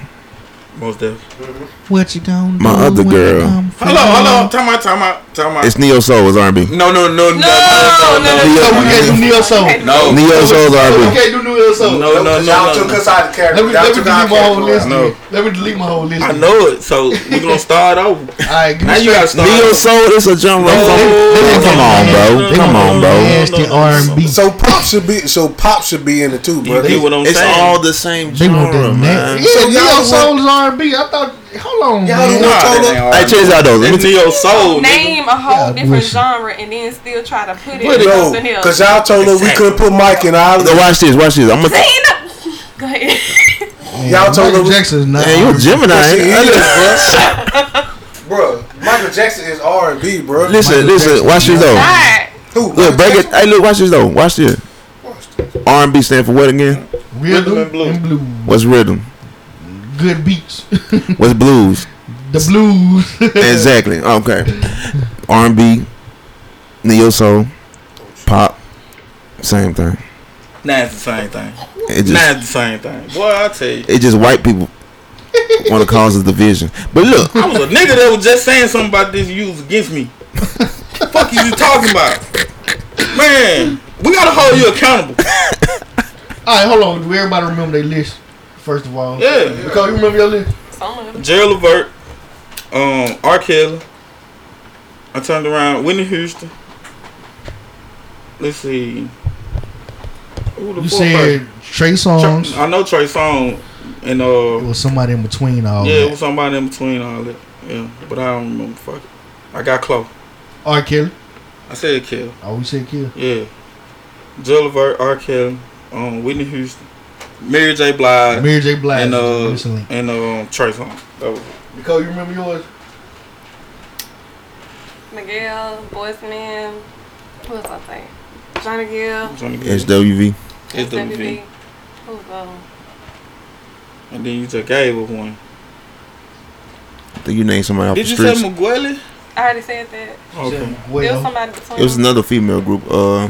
Most definitely. What you gonna My do other when girl. I'm free? Hello, hello. Time out. Time out. Time out. It's Neo Soul, it's R&B. no, no, no, no, no, no, no, no, no. So we can't do Neo Soul. no. no. Neo Soul's We R&B. can't do Neo Soul. No, no, no, Y'all no, took no. us out of Let character. me, Y'all let me took delete our my whole character list. out. No. Let me delete my whole list. I know it. So we're gonna start over. All right, give Now me you gotta start. Neo over. Soul is a genre. they- Come on, bro. They Come gonna on, go bro. Nasty R&B. So pop should be. So pop should be in it too, bro. You get what I'm It's saying? all the same They want genre, that man. nasty. Yeah, So y'all Neo want- Soul is R&B. I thought. Hold on, Y'all man. don't Nah, that told him- ain't Hey, hard. check this out though. Let me It's tell you. Neo Soul. nigga. Name a whole God different bless you. genre and then still try to put it Put in it on, something else. cause y'all told us we couldn't put Mike in our. So watch this. Watch this. I'm gonna. Go ahead. Y'all told Michael us. Jackson is not. Man, you a R&B. Gemini. Yes, ain't he you? is, bro. Bro, Michael Jackson is R and B, bro. Listen, listen. Watch this though. Alright. Who? Look, Michael break it. Jackson? Hey, look, watch this though. Watch this. R and B stand for what again? Rhythm and blues. and blues. What's rhythm? Good beats. What's blues? the blues. exactly. Okay. R and B, neo soul, pop, same thing. Nah, it's the same thing. It Nah, just it's the same thing. Boy, I tell you. it just white people want to cause us division. But look, I was a nigga that was just saying something about this you was against me. fuck is you talking about? Man, we gotta hold you accountable. All right, hold on. Do everybody remember their list? First of all, Yeah. Because you remember your list. Some of them. Gerald Levert, um, R. Kelly. I turned around Whitney Houston. Let's see. Who the You fuck said Trey person? Songz. Tra- I know Trey Songz It and uh was somebody in between all Yeah, it that. was somebody in between all that. Yeah. But I don't remember fuck it. I got close. R. Kelly. I said Kelly. Oh, we said Kill. Yeah. Jill Levert, R. Kelly, um, Whitney Houston, Mary J. Blige, Mary J. Blige. and uh, recently. and um, Trey Songz. That was- Because you remember yours. Miguel, Boyzman. Who else I think? Johnny Gill. was on the good. SWV. SWV. SWV. Who's um, And then you just gave us one. I think you named somebody off Did the you say streets. Migueli? I already said that. Okay. There was Well, somebody between. It was another female group. Uh,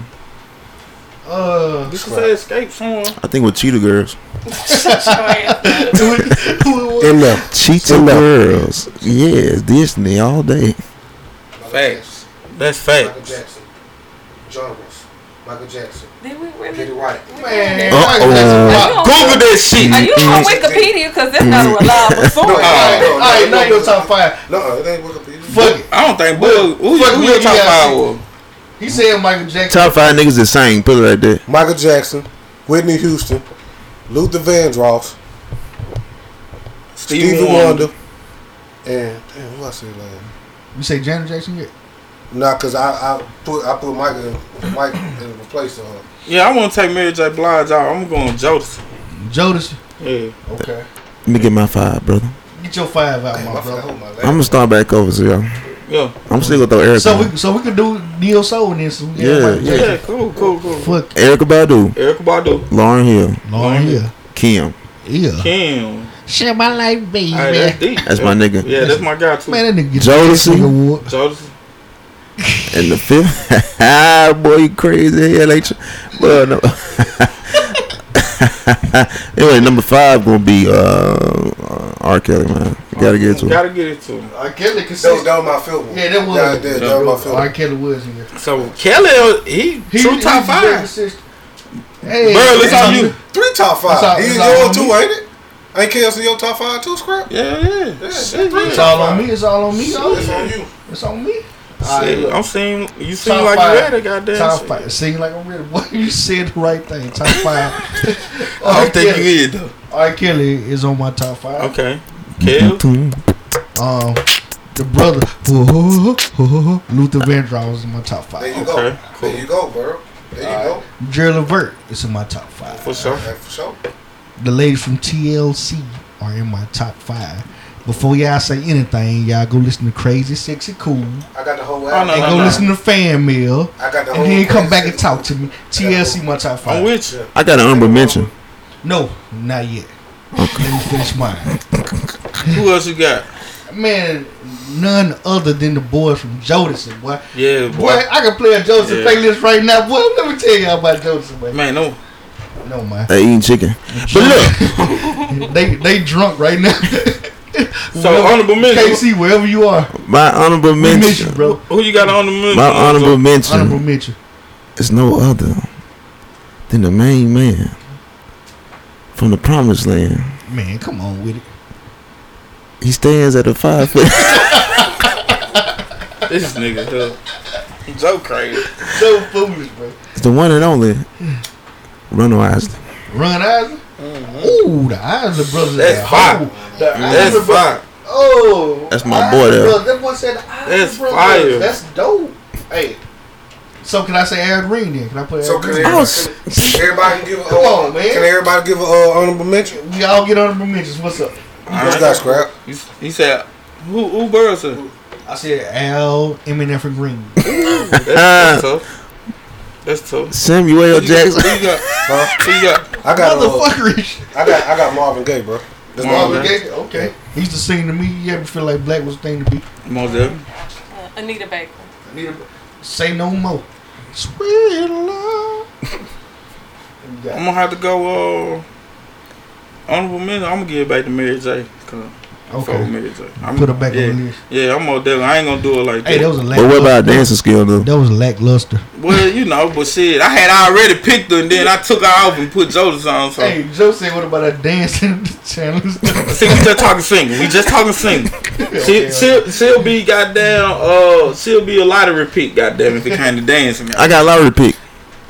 uh, Did you say Escape Song? I think with Cheetah Girls. Sorry. who it- who it was? In there. Cheetah Girls. Yes, Disney all day. Facts. That's facts. Jackson. Genres. Michael Jackson. Did we, we really? Kitty White. Man, Uh-oh. Google that shit. Are you on Wikipedia? Because that's not a reliable source. No, All all right, now your top five. No, it ain't Wikipedia. Fuck it. I don't think Well, Bull. Who, fuck who, it, your we top got- five was? He said Michael Jackson. Top five niggas the same. Put it like that. Michael Jackson, Whitney Houston, Luther Vandross, Stevie Stevie, Wonder. Wonder, and damn, who I said last? You say Janet Jackson yet? Nah, cause I, I put I put Mike in, Mike in the place of her. Yeah, I want to take Mary J. Blige out. I'm going Jodeci. Jodeci. Yeah. Okay. Let me get my five, brother. Get your five out, my I forgot brother. who my I'm last. gonna start back over, so y'all. Yeah. I'm still gonna throw Erica. So we so we could do Neo Soul and then some Yeah, Yeah. Cool. Cool. Cool. Fuck Erica Badu, Erica Badu. Lauren Hill, Lauren Oh, yeah. Kim. Yeah. Kim. Share my life, baby. Hey, that's deep. That's my nigga. Yeah, that's my guy too. Man, that nigga get Jodeci. Jodeci award. Jodeci. And the fifth, ah, boy, you crazy hell, ain't you? Well, no. anyway, number five gonna be uh, uh, R. Kelly, man. Gotta get to him. Gotta get it to him. R. Kelly could That was, that was my film. Yeah, that was. That, that, that was my film. R. Kelly was in here. So Kelly, uh, he, true top five. Hey, Bro, it's on you. Three top That's all- five. He's that's all your on two, me. ain't it? Ain't KLC your top five too, Scrap? Yeah, yeah. Yeah, Shit, three It's yeah. all on me. It's all on me. dog. That's on you. It's on me. Shit, Alright, I'm seeing you seem Top like five. you ready, goddamn. Top shit. five. Seem like I'm ready. Boy, you said the right thing. Top five. I R. don't think you Kelly. is though. R. Kelly is on my top five. Okay. Mm-hmm. Kel. Um, the brother Luther Vandross is in my top There you five. go. Okay, cool. There you go, bro. There you go. Jerry Levert is in my top five. For sure. That for sure. The ladies from TLC are in my top five. Before y'all say anything, y'all go listen to Crazy Sexy Cool. I got the whole I know. And album. go listen to Fan Mail. I got the whole And then come Crazy back and Sexy talk to me. TLC my top I'm five. with you. I got an honorable mention. No, not yet. Let me finish mine. Who else you got? Man, none other than the boys from Jodeci, boy. Yeah, Boy, boy. I can play a Jodeci Yeah. playlist right now. Boy, let me tell y'all about Jodeci, man. Man, no. No, man. They eating chicken. But look, they they drunk right now. So honorable mention. KC, wherever you are, my honorable we miss you, mention. bro. Who you got on the moon? My honorable Honorable mention mention. is no other than the main man from the Promised Land. Man, come on with it. He stands at a five foot. This nigga, though. Joe crazy. So foolish, bro. It's the one and only Ronald Isley. Run Isaac. Ooh, the Isaac brothers. That's are fire. home. The That's Isaac brothers. fine. Oh, That's my Isaac boy there. brothers. That boy said the Isaac That's brothers. fire. That's dope. Hey. So can I say Al Green then? Can I put Al So can Green? I everybody, was- can everybody give a, Come on, man. Can everybody give a uh, honorable mention? We all get honorable mentions. What's up? What's that, Scrap? He, he said, who, who Burleson? I said Al, Eminem, and Green. That's, that's tough. That's tough. Samuel Who you got- Jackson. Who you got? Huh? Who you got? I got uh, Motherfuckerish. I got I got Marvin Gaye, bro. That's Marvin Marvin Gaye. Gaye. Okay. He used to sing to me. You ever feel like black was a thing to be? Most of right. Uh, Anita Baker. Say no more. Sweet love. I'm gonna have to go. Uh, honorable mention. I'm gonna give it back to Mary J. Cause okay. Okay. Mary J. I'm, Put her back on yeah, the list. Yeah, I'm gonna. I ain't gonna do it like Hey, that that. was a lack. But what about dancing skill though? That was lackluster. Well, you know, but shit, I had already picked her, and then I took her off and put Jodeci on. So Hey, Joe said, what about a dancing channel? see, we just talking single. We just talking single. She, she'll, she'll be goddamn. Uh, she'll be a lottery pick. Goddamn, if it came to dancing, I got lottery pick.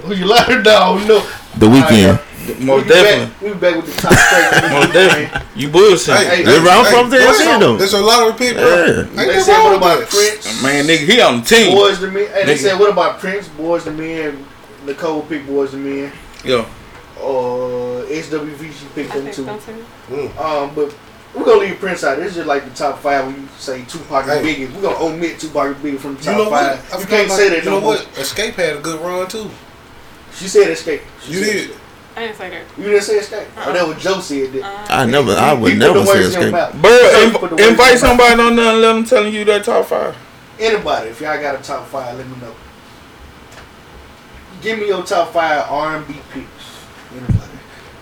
Who you lying down? No. The weekend. most We back- definitely, We back with the top straight. most definitely, you bullshit. Hey, where I'm from, they that's ain't a- though. That's a lot of people. Oh, Yeah. Ain't They that said, wrong what about about it? Prince? Man, nigga, he on the team. Boys to men. Hey, they Nigga. said, what about Prince? Boys to men. Nicole picked Boys to men. Yo, Uh, HWV, she I picked them think too. so too. Um, but we're gonna leave Prince out. This is just like the top five when you say Tupac and Hey. Biggie. We're gonna omit Tupac and Biggie from the You top know what? I five. You forgot can't about- say that You no know more. what? Escape had a good run too. She said escape. She You said did. escape. I didn't say Uh, that. You didn't say escape. Oh, that was Joe said that. I never I would He put the never say words in your escape. mouth. bro, So he inv- put the words in invite your mouth. somebody on there and let them telling you that top five. Anybody, if y'all got a top five, let me know. Give me your top five R and B picks. Anybody.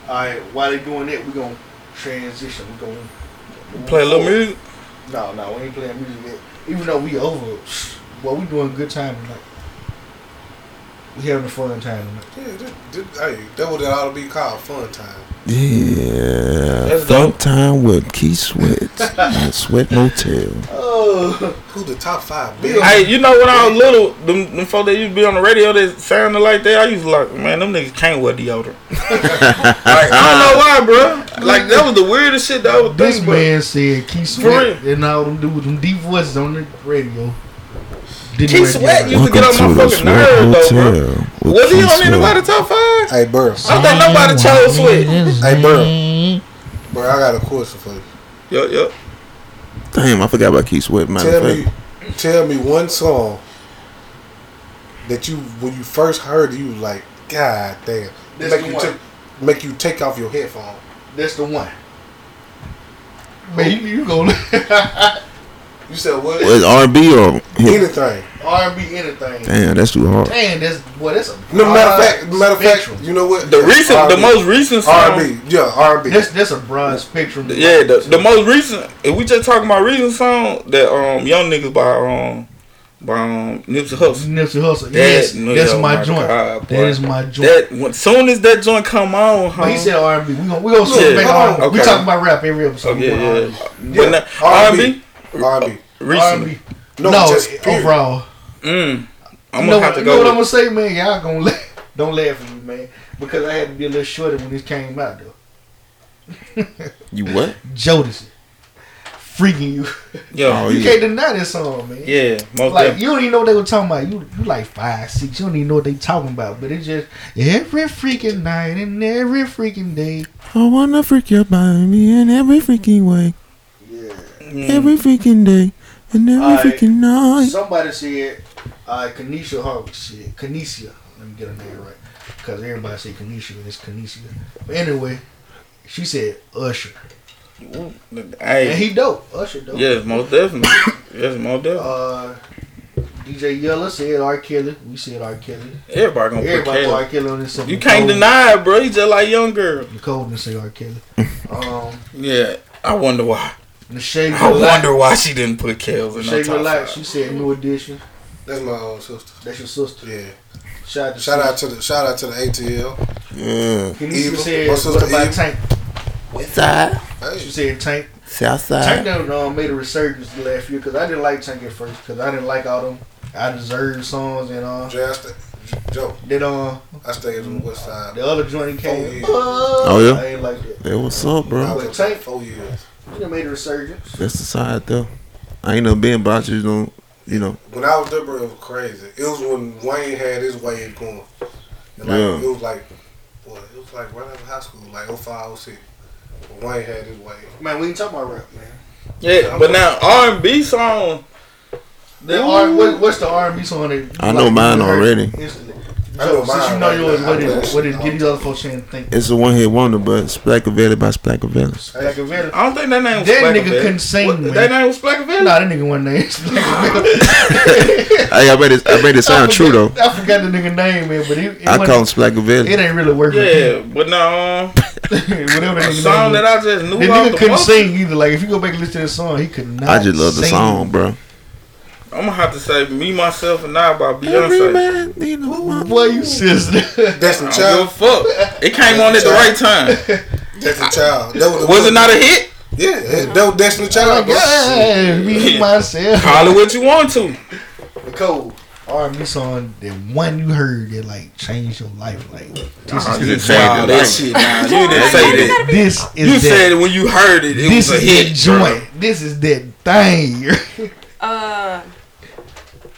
Alright, while they doing that, we're gonna transition. We're gonna move Play a little forward. music. No, no, we ain't playing music yet. Even though we over, well, we doing good time tonight. We having a fun time tonight. Yeah, that, that, hey, that what it ought to be called, fun time. Yeah. That's Thump time with Key Sweat. and Sweat Motel. Oh, who the top five? Bill. Hey, you know when I was little, them, them folks that used to be on the radio that sounded like that, I used to like, man, them niggas can't wear deodorant. like, I don't know why, bro. Like that was the weirdest shit that I would This think, bro. man said Keith For Sweat and all them dudes with them deep voices on the radio. Didn't Keith wear Sweat deodorant. used to get on my fucking nerves, though, bro. with Was he Key on Sweat. anybody top five? Hey, Burr. I thought nobody chose Sweat. Hey, Burr. Bro, I got a question for you. Yo, yo. Damn, I forgot about Key Sweat. Matter Tell of me, fact, tell me one song that you, when you first heard, it, you was like, God damn, That's make the you one. take, make you take off your headphone. That's the one. Man, you, you go You said what? was R&B or hip? Anything. R&B anything. Damn, that's too hard. Damn, that's boy, that's a No matter of broad fact, matter of spectrum. fact, you know what? The recent, the R&B. most recent song. R&B. Yeah, R&B. That's that's a broad spectrum. Yeah, the, the most recent. If we just talking about recent song that um young niggas by um by um Nipsey Hussle. Nipsey Hussle. That- Yes, no, that's oh my, my joint. God, boy. that is my joint. That when soon as that joint come on, huh? but he said R&B. We gonna we gonna switch Yeah, back to hold R&B. on, We okay. talking about rap every episode. Okay, We're Oh, R&B. yeah, yeah. But now, R&B R&B. R&B. recently. R&B. No, No, just it- period. overall. Mm, I'm you know, gonna have to you know go. what I'm with- gonna say, man. Y'all gonna laugh. Don't laugh at me, man, because I had to be a little shorter when this came out, though. You what? Jodeci, freaking you. Oh, Oh, Yeah, you can't deny this song, man. yeah, most Like definitely. you don't even know what they were talking about. You you like five, six. You don't even know what they talking about. But it's just every freaking night and every freaking day. I wanna freak your body in every freaking way. Every freaking day. And every Alright. freaking night. Somebody said, uh, Kanisha Harvey shit. Kanisha. Let me get her name right. Because everybody say Kanisha and it's Kanisha. But anyway, she said Usher. And Hey, he dope. Usher dope. yes, most definitely. yes, most definitely. Uh, DJ Yella said R. Kelly. We said R. Kelly. Everybody gonna put Everybody put R. Kelly. Kelly on this. You can't deny it, bro. He's just like young girl. Nicole didn't say R. Kelly. Um, Yeah, I wonder why. Nashade I Relax. wonder why she didn't put Kelly in her Nashade top Relax. five. She said New Edition. That's my old sister. That's your sister. Yeah. Shout out to Shout out to the shout out to the ATL. Yeah. Kanisha Eva. said, My sister what about Eva. Tank? Westside. She Hey, said Tank. Tank Southside. done um, made a resurgence the last year because I didn't like Tank at first because I didn't like all them I deserve songs and uh Jay, I stay, Joe, that uh I stayed on the west side. the other joint he Four came. years. Oh, yeah? I ain't like that. Hey, what's up, I bro? was on Tank four years. He done made a resurgence. That's the side, though. I ain't no been about you, don't, you know. When I was there, bro, it was crazy. It was when Wayne had his wave going. And like, Yeah. It was like, boy, it was like right out of high school, like 05, 06. When Wayne had his wave. Man, we ain't talking about rap, man. Yeah, but now R and B song. That R, what, what's the R&B song that you I know like, mine you heard already. Instantly. I So, know since mine you know right yours, now. what I is know what is mine. get these other folks in and think? It's a one hit wonder, but Splackavelli by Splackavelli. Black and Venom. I don't think that name was That nigga Splackavelli. couldn't sing, What, man. That name was Splackavelli? Nah, that nigga one name. is Black and Venom. Hey, I made it, I made it sound I true, though. forgot- I forgot the nigga name, man, but it, it, I wasn't- call him Splackavelli. it ain't really working. Yeah, but now um, Whatever a that nigga song name that I just knew The off nigga the couldn't muscle, sing either. Like if you go back and listen to this song, he could not. I just love the sing. song, bro. I'm gonna have to say "Me, Myself, and I" by Every Beyonce. man need a woman. Boy, you sister. That's the I don't give a child. fuck. It came on at the right time. That's the child. That was, Was it not a hit? Yeah, that, that was Destiny Child. bro. yeah, me myself. Call it what you want to. Nicole. R and B song that one you heard that like changed your life. Like this Nah, is Uh-huh. you it didn't changed say all it. that shit. Nah, you didn't say that. this is You that, said when you heard it, it this was a is hit. that bro. joint. This is that thing. Uh,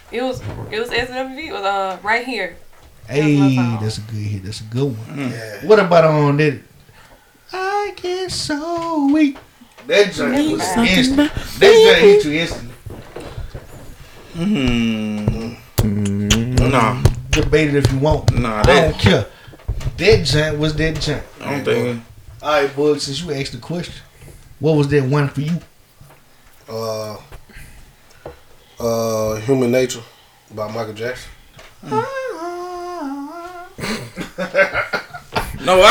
it was it was SWV. It was uh right here. hey, song. that's a good hit. That's a good one. Yeah. What about on that? I get so weak. That joint was instant. That joint hit you instantly. Hmm. Nah, debate it if you want. Nah, I that- don't care. That junk was that junk. I don't think. All right, Bug, since you asked the question, what was that one for you? Uh, uh, Human Nature by Michael Jackson. No, I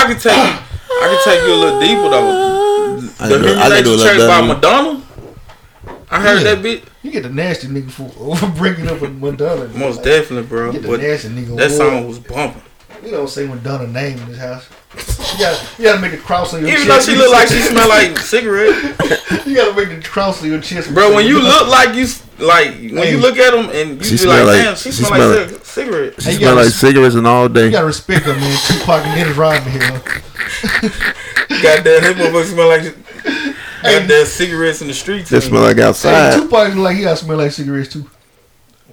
can take. I can take you a little deeper though. I The can do- I can do a little Human Nature Church by better. Madonna. I heard that bitch. You get the nasty nigga for for bringing up a Madonna. Most definitely, bro. You get the But nasty nigga. that award. song was bumping. You don't say Madonna name in this house. You gotta, you gotta make a cross on your Even though chest. she looked like she smelled like cigarette, you gotta make the cross on your chest. bro. When you look like you s- like when you look at them and you She be like, smell like- damn, she she smell smell like, like- cig cigarette. She smell like cigarettes and all You day. gotta respect her, man. Tupac and Dennis Rodman here. Goddamn, that motherfucker smell like goddamn cigarettes in the streets. That smell like outside. Hey, Tupac look like he gotta smell like cigarettes too.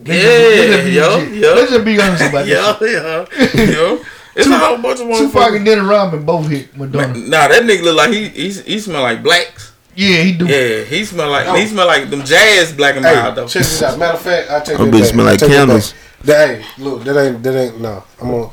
Yeah, yo, yo. Let's just be honest about Yeah, this. yeah, yo. It's a whole bunch of Tupac motherfuckers. and Dennis Rodman both hit Madonna. Nah, that nigga look like he he, he smell like blacks. Yeah, he do. Yeah, he smell like he smell like them jazz black and mild though. Check this out. Matter of fact, I take That that bitch back. smell like I take that candles. back. That ain't look. That ain't. That ain't. No, I'm gonna.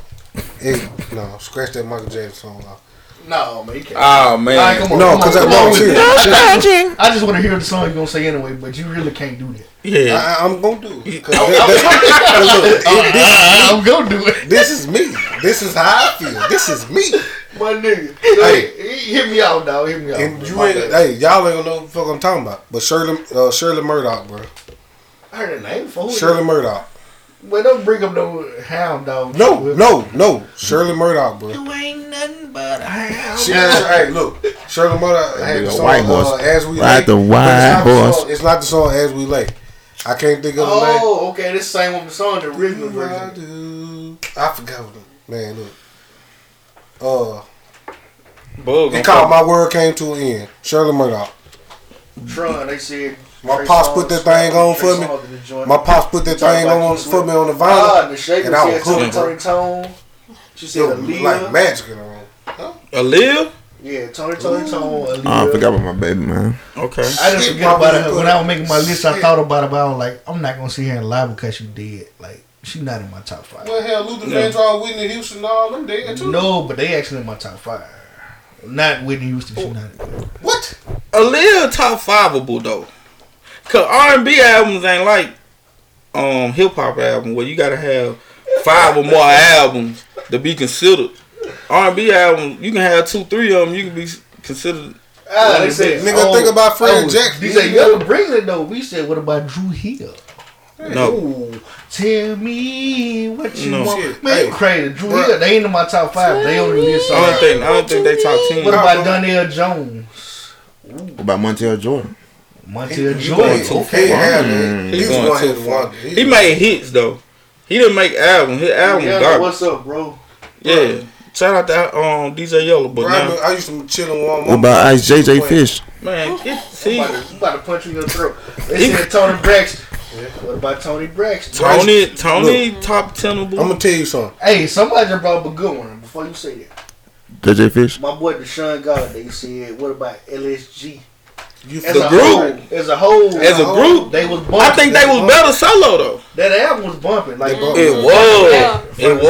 It, no, scratch that Michael Jackson song off. No, man, you can't. Oh man, Alright, come on, Ah, No, come on, 'cause I come want on with to. it. I just- No I just want to hear the song you're gonna say anyway, but you really can't do that. Yeah, I, I'm gonna do it. 'Cause that- that- look, it- this- I, am gonna do it, This is me. This is how I feel. This is me. my nigga. Hey. Hey, hit me out, dog. Hit me out. And bro. you My ain't. bad. Hey, y'all ain't gonna know what the fuck I'm talking about. But Shirley, uh, Shirley Murdoch, bro. I heard the name for Shirley Murdoch. Well, don't bring up no hound dog. No, no, no. Shirley Murdoch, bro. You ain't nothing but a hound. She, hey, look, Shirley Murdoch had the Nigga, song white horse. uh, "As We Ride Lay." the but it's white not the horse. song- It's not the song "As We Lay." I can't think of the name. Oh, okay. This same one, the song, the original I version. do. I forgot what it. Man, look. Uh, Bug it on called fuck- "My World Came to an End." Shirley Murdoch. Tron, they said. My Trey pops put Songz- that thing on Trey for me. Songz in the joint. My pops put that Talk thing about on you, for me on the Ah, vinyl, the shape and I was said Tony hooked. Tony Tone. She It said was like Aaliyah. magic in the room. Aaliyah? Yeah, Tony Tony Tone. Oh, I Aaliyah. forgot about my baby, man. Okay. I just Shit, forget my about brother. her. When I was making my list, I Shit. thought about it, but I was like, I'm not gonna sit here and lie because she did. Like, she not in my top five. Well, hell, Luther Vandross, Whitney Houston, all them dead too. No, but they actually in my top five. Not Whitney Houston. She not. What? Aaliyah top fiveable though. Cause R and B albums ain't like um hip hop album where you gotta have five or more albums to be considered. R and B albums you can have two, three of them you can be considered. Ah, they said- Nigga, think about Fred oh, Jackson. DJ Young brings it though. We said, what about Drew Hill? No, Ooh, tell me what you No. want. Shit, Man, hey, you crazy. Drew bruh. Hill, they ain't in my top five. They on the list. I don't think I don't think they top ten. What about Donnell Jones? What about Montel Jordan? Montel You going Jordan. too far. Mm. He was going one too hit far. wonder. He made hits though. He didn't make album. His album Yeah, garbage. what's up, bro? Yeah. Shout out to um DJ Yellow, but Bro, I, now, remember- I used to chill in Walmart. What about Ice JJ Fish? man, get, I'm see about, to, I'm about to punch you in the throat. They said Tony Braxton. What about Tony Braxton? Tony Tony top tenable. I'm gonna tell you something. Hey, somebody just brought up a good one before you say that. JJ Fish? My boy Deshaun God, they said, what about LSG? You As feel- a group. whole, as a whole, As a group? they was bumping. I think they was better solo though. That album was bumping. Like, They bumping. It was. Yeah. It was.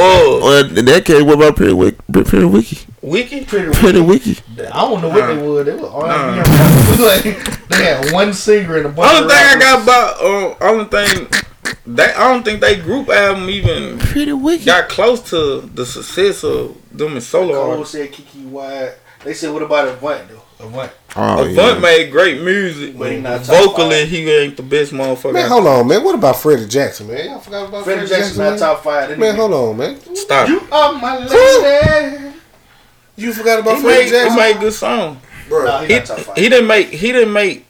Well, in Oh, that case, what about Pretty Wiki? Pretty Wiki? Wiki? pretty. Pretty Wiki. I don't know what Nah. they were. They were R&B Nah. and rap. Like, they had one singer and a bunch Only of thing I rappers. got about uh, only thing they I don't think they group album even Pretty Wiki. got close to the success of them as solo Cole artists. said Kiki Wyatt. They said, what about Avant, though? Avant. Oh, Avant made great music, But he not top vocally he ain't the best motherfucker. Man, hold on, man. What about Freddie Jackson, man? Y'all forgot about Freddie Freddie, Jackson's Jackson. not man? top five. That man, nigga- hold on, man. Stop. You are my lady. You forgot he, about Freddie made, he Jackson, made good song. bro. Nah, he He, not top five. he didn't make he didn't make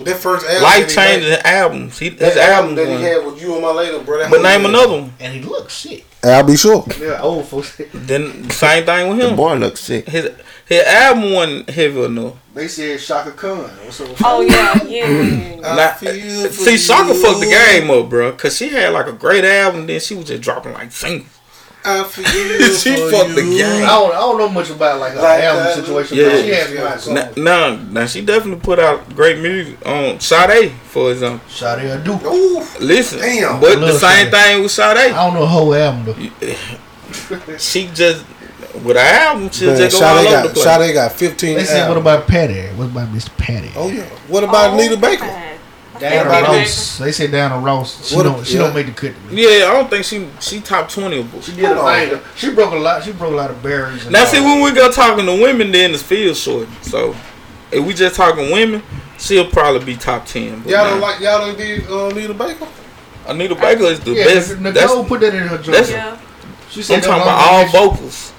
that first album, life that he made- changing albums. He, That his albums, that he won. had with you and my lady, bro. that but whole name album. another one. and he looks shit. I'll be sure. Yeah, old folks. Then same thing with The him. boy looks sick. His his album wasn't heavy enough. They said Shaka Khan. What's up? Oh yeah, yeah, yeah. yeah. Nah, feel for See, Shaka you. fucked the game up, bro, cause she had like a great album, then she was just dropping like singles. I feel she fucked the I game. don't, I don't know much about like her Like, album uh, situation, yeah. but she has my song. Nah, nah, nah, she definitely put out great music on Sade, for example. Sade Adu. Ooh, Listen, Damn. but Love the Sade. same thing with I Sade. don't know the whole album though. She just with her album, she man, just go all Sade over the got place. Sade got 15. They said, "What albums. about Patty? What about Miss Patty?" Oh yeah. What about Oh, Nita Baker? God. Diana What about Ross. They said Diana Ross. She What a- don't. She yeah. don't make the cut. to me. Yeah, I don't think she she top twenty. Bro. She did a Hold on. thing. though. She broke a lot. She broke a lot of barriers. and Now all see that. when we go talking to women, then it's field short. So if we just talking women, She'll probably be top ten. Y'all but don't nah. like y'all don't did uh, Anita Baker. Anita Baker is the Yeah, best. Nicole that's- put that in her joint. that's- Yeah. She I'm said talking that about all long vocals.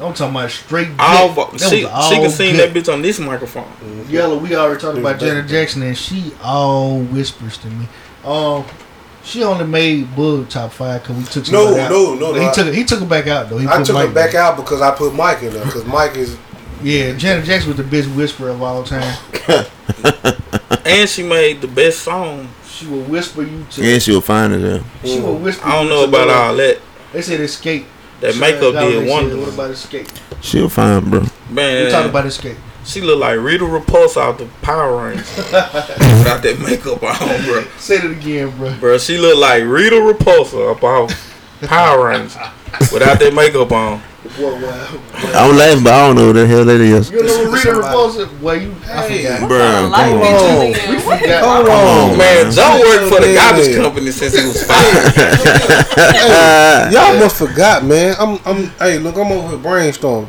I'm talking about straight. All gut. vocals. That She, she was all can sing gut. that bitch on this microphone. Yellow, we already talked about Janet Jackson, and she all whispers to me. Um, she only made Bug top five because we took No, somebody out. no, no, He no, I- took he took her back out though. He I put took Mike her back out because I put Mike in there because Mike is Yeah, Janet Jackson was the best whisperer of all time. and she made the best song. She will whisper you to. Yeah, And she will find it. Yeah. She will whisper. I don't you know to about love. all that. They said escape. That She makeup had dollars, did they said, wonders. What about escape? She'll find, bro. Man, We talking about escape. She look like Rita Repulsa out the Power Rangers without that makeup on, bro. Say it again, bro. Bro, she look like Rita Repulsa about Power Rangers without that makeup on. What? What? I'm laughing, but I don't know who the hell that is. You know Rita Repulsa? Well, you. I forgot. Bro, come on. We forgot. Hold on, man. Joe worked for the Yeah. garbage company since he was five. Hey, y'all must forgot, man. I'm, I'm. Hey, look, I'm over here brainstorming.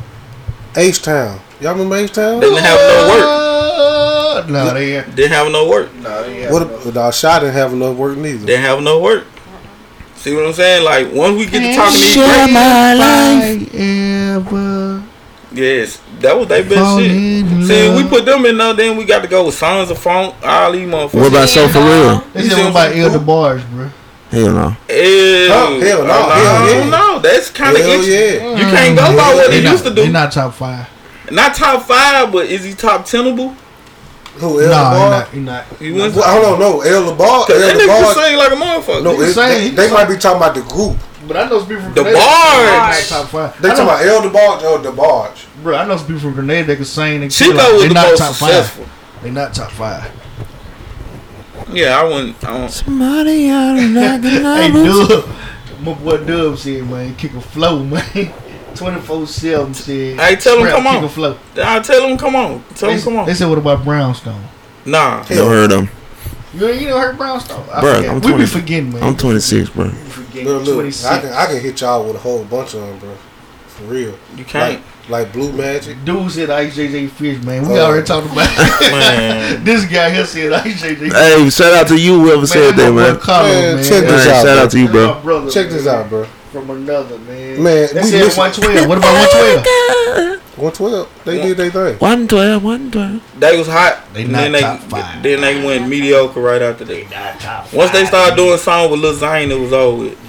H Town. Y'all remember H Town? Didn't have no work. Uh, no, they ain't. Didn't have no work. What? a- Nah, Shaw didn't have enough work neither. Didn't have no work. See what I'm saying? Like once we get to talking to these Share greats- my life. I ever. Yes, that was they best Fall shit. in See, we love. put them in there, then we got to go with Sons of Funk, all these motherfuckers. What about so for real? They said what about Elder Bars, bro? Hell no. Ew. Huh? Oh, Hell no, hell yeah. no, that's kind of Hell interesting. yeah. You can't go by what he used to Mm. They do. not top five. Not top five, but is he top tenable? Who? No, El he Labar? not. He not. He went Well, I don't know. El Labar. Cause El that nigga Labar. sing like a motherfucker. No, it's, saying they, he they was- might be talking about the group. But I know some people from The Grenada Barge. They not top five. They I know, talking about El DeBarge or DeBarge. bro. I know some people from Grenada that can sing. And Chico shit like, was they the not most top successful. five. They not top five. Yeah, I wouldn't. I don't. Somebody out of the Hey, numbers. Dub, my boy Dub said, man, kick a flow, man. Twenty four seven said. Hey, tell him rap, come kick on. A flow. I tell him come on. Tell They, him come they on. said, what about Brownstone? Nah, Never heard of him. You ain't you done heard Brownstone? I Bro, forget. I'm we be 20. forgetting, man. I'm 26, bro. We forgetting. Look, look, I 26. can I can hit y'all with a whole bunch of them, bro. For real. you can't. Like, like Blue Magic. Dude said Ice JJ Fish, man. We Oh. already talked about it. Man. this guy here said Ice JJ Fish. Hey, shout out to you, whoever said that, my man. boy Carlos, Man, man. check Hey, this out, shout bro. out to you, That's my bro. brother, Check this man. out, bro. From another, man. Man, they we said listen- 112. What about 112? 112. They did their thing. One twelve, one twelve. They was hot. They and not then they, top five. Then they went mediocre right after that. Once they started doing song with Lil Zane, it was over. with.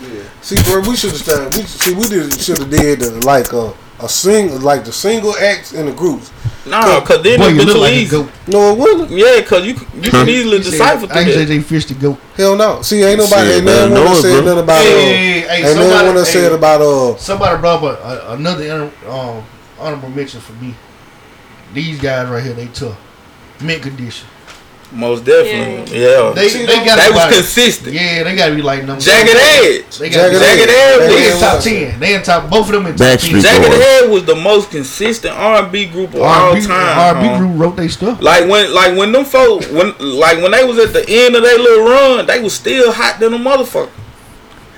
See, bro, we should have started. We see, we did should have did uh, like a a sing like the single acts and the groups. Nah, cause then Boy, it you been look too like a easy. goat. No, it wasn't. yeah, cause you you can easily decipher through Ice that. JJ Fish the goat. Hell no. See, ain't nobody. Shit, ain't man, none one know that it, said bro. nothing about. Hey, hey, uh, hey, ain't none somebody- one that said hey. about uh. Somebody brought up a, a, another inter, um, honorable mention for me. These guys right here, they tough. Mint condition. Most definitely. Yeah. They, See, they, them- got They was like, consistent. Yeah, they got to be like number Jagged Edge. They got to be Jagged Jagged Edge. Edge. They in Edge. top 10. They in top, both of them in top 10. Backstreet. Jagged Boys. Edge was the most consistent R&B group of all R&B, time. R&B huh? group wrote they stuff. Like when, like when them folks, when, like when they was at the end of their little run, they was still hot than a motherfucker.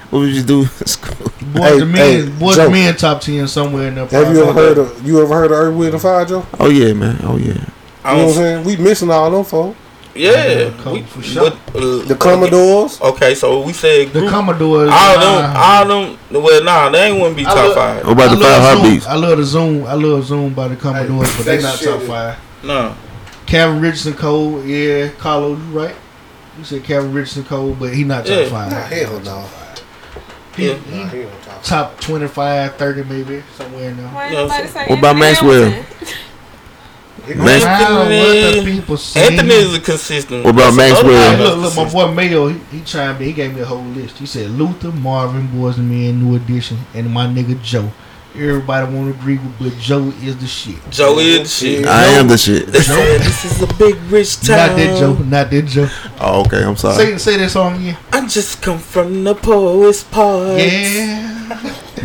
What would you do in school? Boys Hey, to men, hey, boys Joe. to men top ten somewhere in there. Have you ever probably. heard of you ever heard of Earth, Wind and Fire, Joe? Oh yeah, man. Oh yeah. I You know what I'm don't, saying? We missing all them folks. yeah, Mm-hmm. Yeah, we- for sure. but, uh, The Commodores. Okay, so we said the group. Commodores? all nah. them, all them. Well, nah, they ain't wouldn't be I top look- five. What about I the five love Zoom. heartbeats? I love the Zoom. I love Zoom by the Commodores, but they that not shit top is- five. No, Calvin Richardson Cole, yeah, Carlo, you right? You said Calvin Richardson Cole, but he not top Yeah. Nah, five. hell no. yeah. Nah, he on top. Top 25, 30 maybe somewhere in there. Why Yeah, anybody so- say What about Anthony Maxwell? Hamilton? Man, Wow, what the Anthony- people say. Anthony is a consistent. Oh, What about That's another Maxwell? guy that's Look, look, my boy Mayo, he, he chimed in. He gave me a whole list. He said Luther, Marvin, Boys and Men, New Edition, and my nigga Joe. Everybody won't agree with, but Joe is the shit. Joe is the shit. I am the shit. They said this is a big rich town. Not that Joe. Not that Joe. Oh, okay. I'm sorry. Say, say that song again. I just come from the poorest part. Yeah.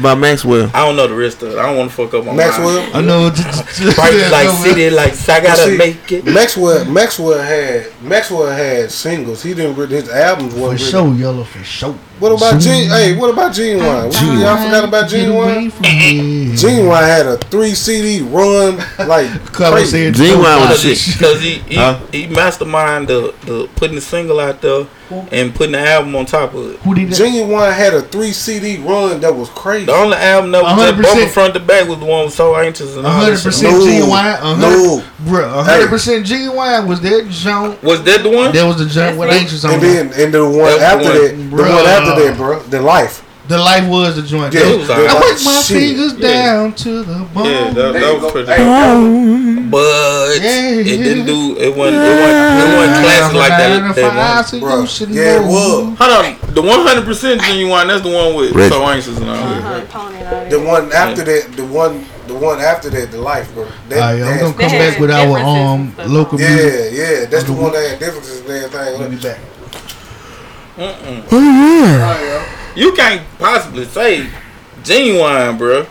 By Maxwell. I don't know the rest of it. I don't want to fuck up on Maxwell. I know. Bright like city lights. I gotta See, make it. Maxwell Maxwell had Maxwell had singles. He didn't really, his albums For wasn't really, sure, yellow for sure. What about Gene? Hey, what about Gene Wine? Gene Y'all Wine. forgot about Gene Wine? Gene Wine had a three CD run like crazy. Because he, he, Huh? he mastermind the, the putting the single out there and putting the album on top of it. Gene Wine had a three CD run that was crazy. The only album that was that 100%. bumping front to back was the one with So Anxious and all that hundred shit. percent genuine. No, bro, Hey. hundred percent genuine was that joint. Was that the one? That was the joint with angels on And it. then and the That's one the after one. that, the one after that, bro, the life. The life was the joint. Yeah, I it was like- put my Shit. fingers down to the bone. Yeah, that, that was pretty. Oh. But it didn't do. It wasn't. It wasn't, it wasn't classic like that. that one. Bro, Yeah, it was. Hold on. The one hundred percent genuine. That's the one with Rich. so anxious and all. Uh-huh. that. The one after that, the one, the one after that, the life, bro. That, All right, I'm gonna that's- come back with our um local Yeah, music. yeah, that's the one that had differences and everything. Let me back. Mm-mm. Oh, yeah. You can't possibly say genuine, bro.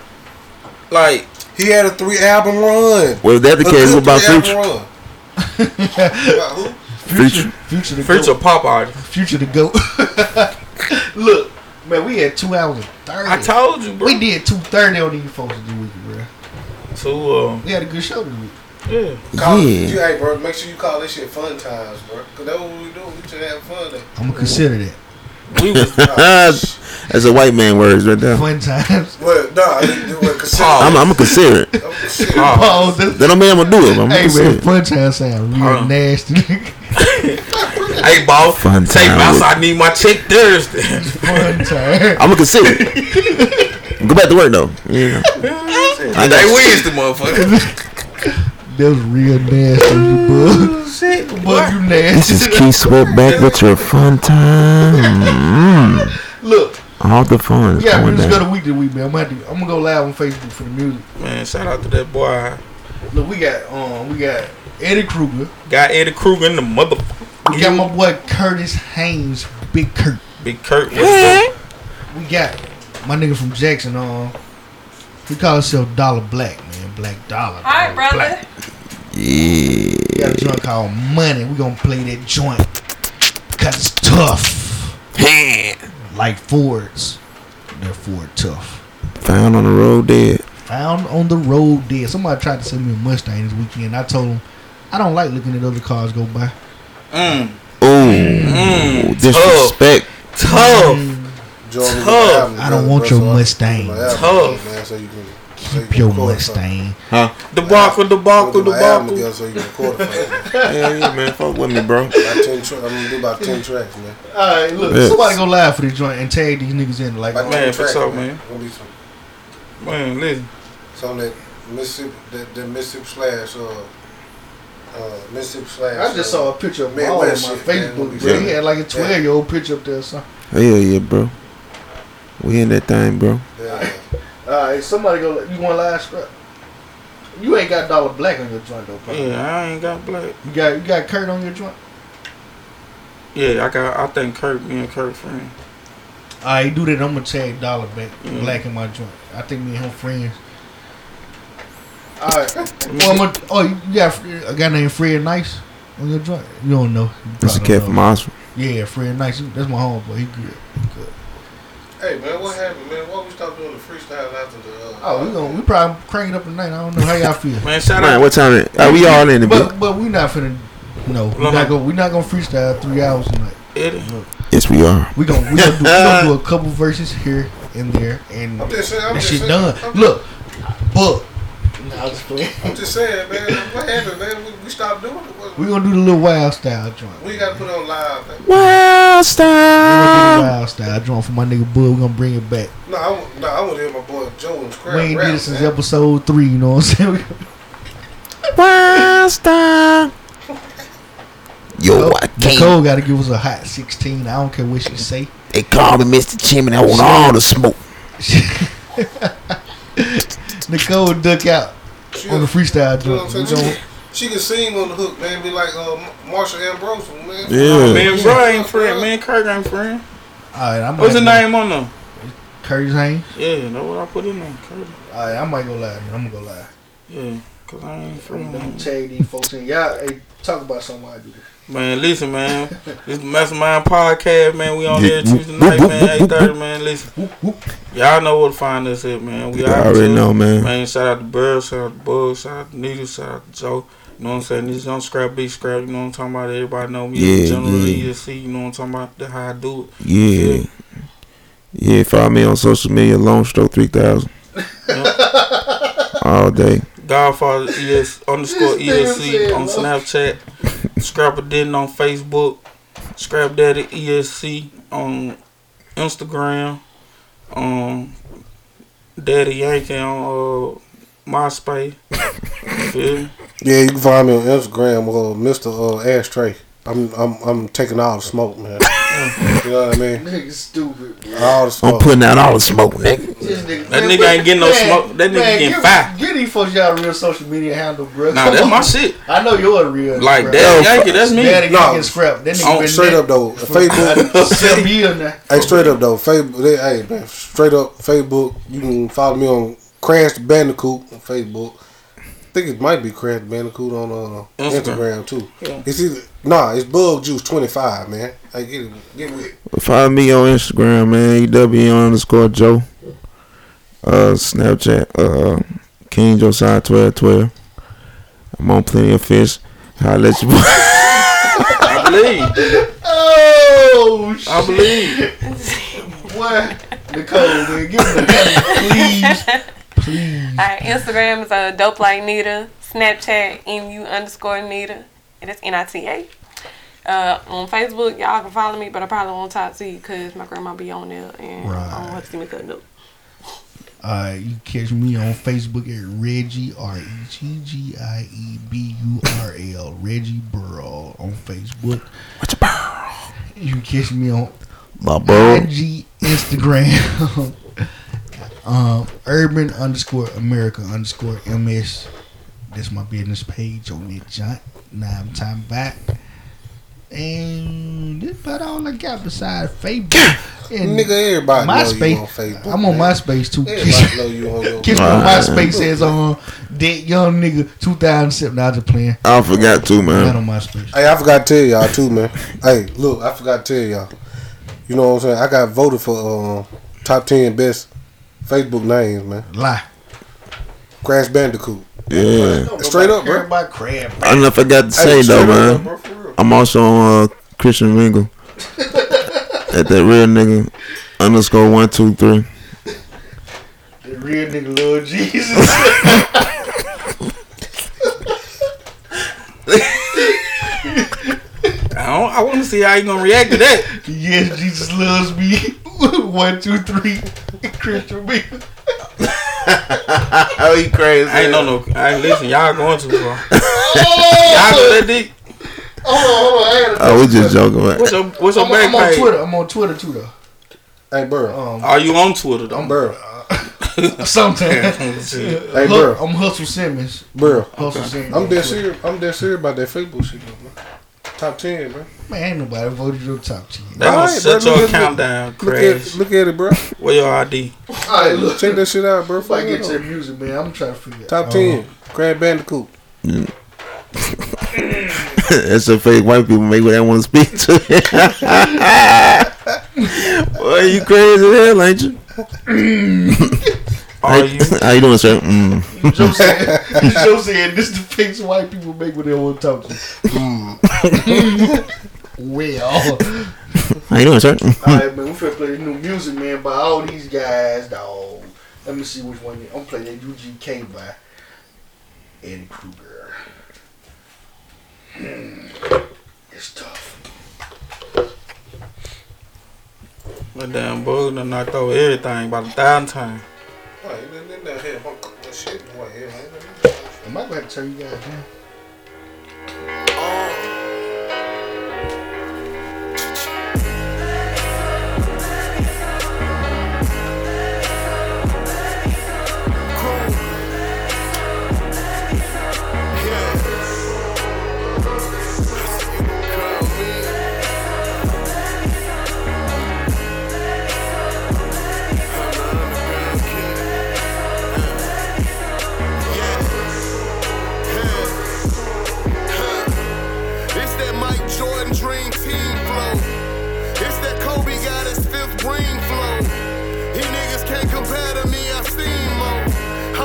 Like he had a three album run. Well, if that's the case, what about Future? Future, future, the Future goat. pop artist. Future the goat. Look, man, we had two hours and thirty. I told you, bro. We did two thirty on these folks this week, bro. So um, We had a good show this week. Yeah. Call, Yeah. you, hey, bro, make sure you call this shit fun times, bro. Cause that's what we do. We just have fun. There. I'm gonna consider that. Uh, That's a white man words right there. Fun times. Well, nah, well, consider. I'm, I'm gonna consider it. Pause. That don't mean I'm gonna do it. But I'm gonna Oh, Hey consider man, it. fun time sound real Huh. nasty. hey, boss. Fun Take time me with- outside. I need my check Thursday. fun time. I'm gonna consider it. Go back to work though. Yeah. I got They you. Wednesday, motherfucker. That was real nasty, you bug. Shit, Bug, you This nasty. is Keith Sweatback with your fun time. Mm. Look, All the fun is we got going music of down. the week this week, man. I'm gonna, have to- I'm gonna go live on Facebook for the music. Man, shout out to that boy. Look, we got um, we got Eddie Kruger. Got Eddie Kruger in the motherfucker. We got my boy Curtis Haynes, Big Kurt. Big Kurt. What's up? We got my nigga from Jackson. Um, he call himself Dollar Black, man. Black Dollar. All right, brother. We got a joint called Money. We gonna play that joint because it's tough. like Fords, they're Ford tough. Found on the road dead. Found on the road dead. Somebody tried to send me a Mustang this weekend. I told him I don't like looking at other cars go by. Mm. Ooh, Mm. Mm-hmm. disrespect. Tough. Jordan, Tough. I don't want your Mustang. Tough. Man, so you can Keep your Mustang. Huh? Debacle, debacle, my debacle. album together so you can record it. for me. Yeah, yeah, man. Fuck with me, bro. About 10 tra- I'm gonna do about ten tracks, man. All right, look, Yeah. somebody go live for this joint and tag these niggas in like. About Man, 10 for tracks, sure, man. Gonna be some, Man, listen. some that Mississippi, that, that Mississippi slash, uh, uh, Mississippi slash. uh, I just saw a picture of Maul on my Facebook. Bro. He had like a twelve year old picture up there. Or something. Hell yeah, bro. We in that thing, bro. All right, somebody go. You want live strap? You ain't got Dollar Black on your joint though. Probably. Yeah, I ain't got black. You got you got Kurt on your joint. Yeah, I got. I think Kurt, me and Kurt friend. All right, do that. I'm gonna tag Dollar Black, Mm-hmm. Mm. Black in my joint. I think me and him friends. All right. Oh, I'm gonna, oh, you got Fre- a guy named Fred Nice on your joint. You don't know. You That's a probably cat don't from know. Oxford. Yeah, Fred Nice. he- That's my homeboy. He good. He good. Hey, man, what happened, man? Why we stopped doing the freestyle after the, uh, Oh, we gonna we probably crank it up tonight. I don't know how y'all feel. Man, shout Man, out. what time? It, are we all in the bit? But but we not finna. No, we not gonna we not gonna freestyle three hours tonight. Eddie. Yes, we are. We gonna we gonna, do, we gonna do a couple verses here and there and I'm just saying- I'm that just shit saying- done. I'm- Look, but nah, I'm just playing. I'm just saying, man, what happened, man? We, we stopped doing it. What, We gonna do the little wild style joint. we gotta put on live, man. Wild style. We gonna do the wild style joint for my nigga Bud. We gonna bring it back. No, I, wa- no, I want to hear my boy Jones crap. We ain't rap, did it since man. episode three. You know what I'm saying? We- Wild style. Yo, I Oh, Nicole can't. gotta give us a hot sixteen. I don't care what she say. They call me Mr. Chimney. I want all the smoke. Nicole duck out on the freestyle You joint. know what We I'm saying? gonna- She, she can sing on the hook, man. Be like uh, Marsha Ambrose, man. Yeah. Man, bro, ain't friend. Man, Kurt ain't friend. All right, I'm What's the name on them? Curtis Haynes. Yeah, know what I put in there. Kurt. All right, I might go live. I'm gonna go live. Yeah, Cause I ain't I'm Mm. from. gonna tag these folks in. Y'all, hey, talk about something I do. Man, listen, man. This is Mastermind Podcast, man. We on there Yeah. Tuesday night, man. Eight thirty, man. Listen, y'all know where to find us at, man. We You out already here. know, man. Man, shout out to Bird, shout out to Bug, shout out to Needle, shout out to Joe. You know what I'm saying? This is on Scrap Big Scrap. You know what I'm talking about? Everybody know me. Yeah, Generally, yeah. you see. You know what I'm talking about? That's how I do it. Yeah. yeah. follow me on social media, Long Stroke 3000. All day. Godfather ES underscore This nigga ESC said on no. Snapchat. Scrapper Denton on Facebook. Scrap Daddy ESC on Instagram. Um, Daddy Yankee on uh, MySpace. You feel me? Yeah, you can find me on Instagram, uh, Mr. Uh, Ashtray. I'm I'm I'm taking all the smoke, man. you know what I mean? Nigga, stupid. All the smoke. I'm putting out all the smoke. This nigga, That nigga ain't getting no smoke. That nigga getting give, fired. Give these folks y'all real social media handle, bro. Nah, that's my shit. I know you're real. Like bro. Daddy Yankee, that's me. Daddy No. Yankee scrap. That nigga On- been Oh, straight dead up though, for Facebook. seven years now. Hey, straight up though, Facebook. Hey, man, straight up Facebook. You can follow me on Crash Bandicoot on Facebook. I think it might be Crash Bandicoot on uh, Instagram. Instagram too. Yeah. It's either nah, it's Bug Juice twenty five, man. Hey, get it, get with it. Follow me on Instagram, man. EW underscore Joe. Uh, Snapchat, uh, King Josiah 1212. I'm on Plenty of Fish. I'll let you. I believe. Oh, shit. I believe. What? Nicole, man, give me the hand, please. Please. All right, Instagram is uh, dope like Nita. Snapchat mu underscore Nita, and it's N I T A. Uh, on Facebook, y'all can follow me, but I probably won't talk to you because my grandma be on there and I don't have to see me cutting up. Uh, you catch me on Facebook at Reggie R E G G I E B U R L Reggie Burl on Facebook. What's a burl? You catch me on My burl. IG Instagram um, Urban underscore America underscore MS. That's my business page on it, John. Now I'm time back. And that's about all I got besides Facebook. And Nigga, everybody know you on MySpace. Facebook. I'm on MySpace too. Everybody know you on your Kiss me Nah. on MySpace says on that young nigga 2007. Now just playing. I forgot to, Not man. on MySpace. Hey, I forgot to tell y'all too, man. hey, look, I forgot to tell y'all. You know what I'm saying? I got voted for uh, top ten best Facebook names, man. Lie. Crash Bandicoot. Yeah. Straight up, bro. Everybody crab. I don't know if I got to say, Hey, though, straight man. up, bro, for real. I'm also on uh, Christian Mingle at that real nigga underscore one two three. The real nigga, little Jesus. I, don't, I want to see how you gonna react to that. yes, Jesus loves me. One, two, three. Christian me. Oh, you crazy? I ain't know no. I ain't listen. Y'all going too far. Y'all Oh, go that deep. hold on, hold on. I had a- Oh, we just joking, What's man. your What's your I'm, back I'm on page? Twitter. I'm on Twitter too, though. Hey, bro. Um, Are you on Twitter though? I'm bro. sometimes. Shit. Hey, Look, bro. I'm Hustle Simmons. Bro. Hustle Simmons. on I'm dead Twitter. serious. I'm dead serious about that Facebook shit, though, man. Top ten, man. Man, ain't nobody voted your top ten. They gonna Alright, shut bro, your look at- account down, Look at, Crash. look at it, bro. Where your ID? All right, look. Check that shit out, bro. Before I Fuck get to the it. music, man, I'm trying to figure Top out. ten. Crash Bandicoot. That's a fake white people make what they want to speak to. Boy, you crazy as hell, ain't you? Are you? How you doing, sir? Mm. Joe said, Joe said, this the fix white people make when they want to talk to you. well, How you doing, sir? Mm. all right, man, we finna play this new music, man, by all these guys, dog. Let me see which one. I'm playing that UGK by Eddie Kruger. Hmm, It's tough. That damn bug done knocked over everything about a thousand times. Am I going to turn you guys down? Yeah. Jordan Dream Team flow. It's that Kobe got his fifth ring flow. He niggas can't compare to me, I seen more.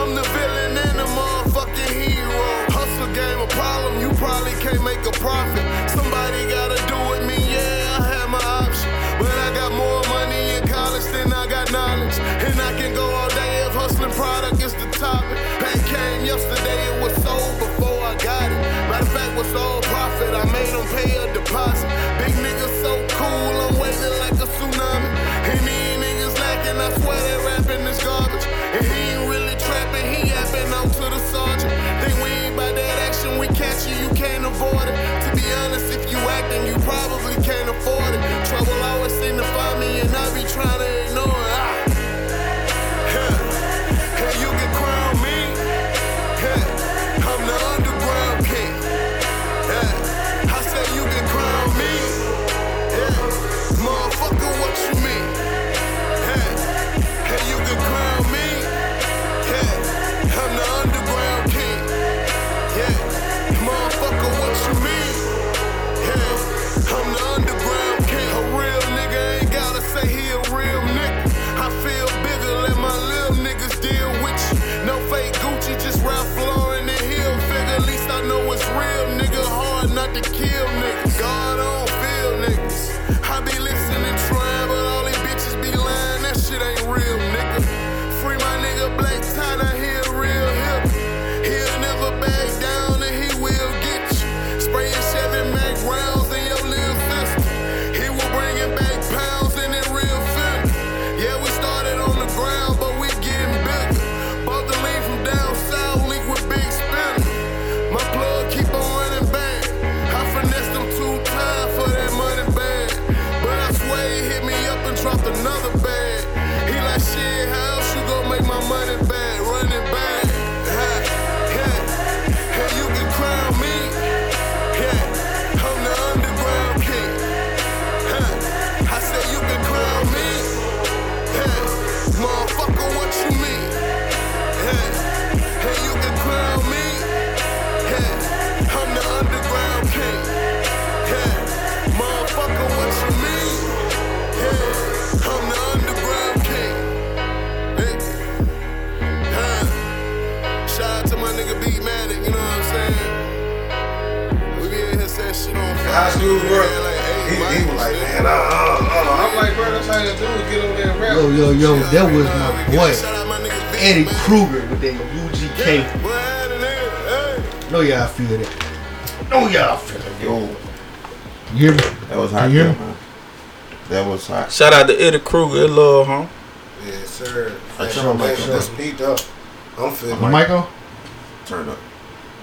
I'm the villain and the motherfucking hero. Hustle game a problem, you probably can't make a profit. Somebody gotta do with me, yeah, I had my option. But I got more money in college than I got knowledge. And I can go all day if hustling product is the topic. Pain came yesterday, it was sold before I got it. Matter of fact, was all profit, I made them pay a deposit. Big niggas so cool, I'm waiting like a tsunami. And these niggas lacking, I swear they rapping this garbage. And he ain't really trapping, he yapping out to the sergeant. Think we ain't by that action, we catch you, you can't avoid it. To be honest, if you acting, you probably can't afford it. Trouble always seem to find me, and I be trying to ignore it. Ah. Yeah. Hey, you can crown me. Yeah. I'm the underground king. Yeah. I say you can crown me. Yeah. Motherfucker, what you mean? Yeah. Hey, you can crown me. Yeah. I'm the underground king. Yeah. Motherfucker, what you mean? Yeah. I'm the underground king. A real nigga ain't gotta say he a real nigga. I feel bigger, let my little niggas deal with you. No fake Gucci, just Ralph Lauren and Hill figure. At least I know it's real, nigga. Hard not to kill niggas. God, I don't feel niggas. I be listening, trying, but all these bitches be lying. That shit ain't real, nigga. Free my nigga Black Tie, now he a real hip. He'll never back down and he will get you. Spraying seven Mac rounds in your little sister. He will bring it back pounds in it real fit. Yeah, we started on the ground, but we getting bigger. Both the lean from down south, link with big spinner. My plug keep on running back. I finessed him two times for that money bag. But I swear he hit me up and dropped another bag. He like, shit, how else you gon' make my money back? Run it back. Huh, yeah. Hey, you can crown me. Yeah, I'm the underground king. Huh, I said you can crown me. Yeah, motherfucker, what you mean? Yeah, hey, you can crown me. Yeah, I'm the underground king. Yeah, motherfucker, what you mean? Yeah, I'm the underground king. Nigga. Huh. Shout out to my nigga Big Manic, you know what I'm saying? We be in here saying shit on High school, bro. He, he was like, man, uh, uh, uh. I'm like, bro, that's how you do it. Get on there and rap. Yo, yo, yo, that was my boy. Eddie Kruger with that UGK. No, yeah, I feel that. No, yeah, I feel it. Yo, You hear me? that was hot, You hear yeah. me? man. That was hot. Shout out to Eddie Kruger, it love, huh? Yes, sir. I Hey, show my man, show. That's beat up. I'm feeling My mic on? Turn up.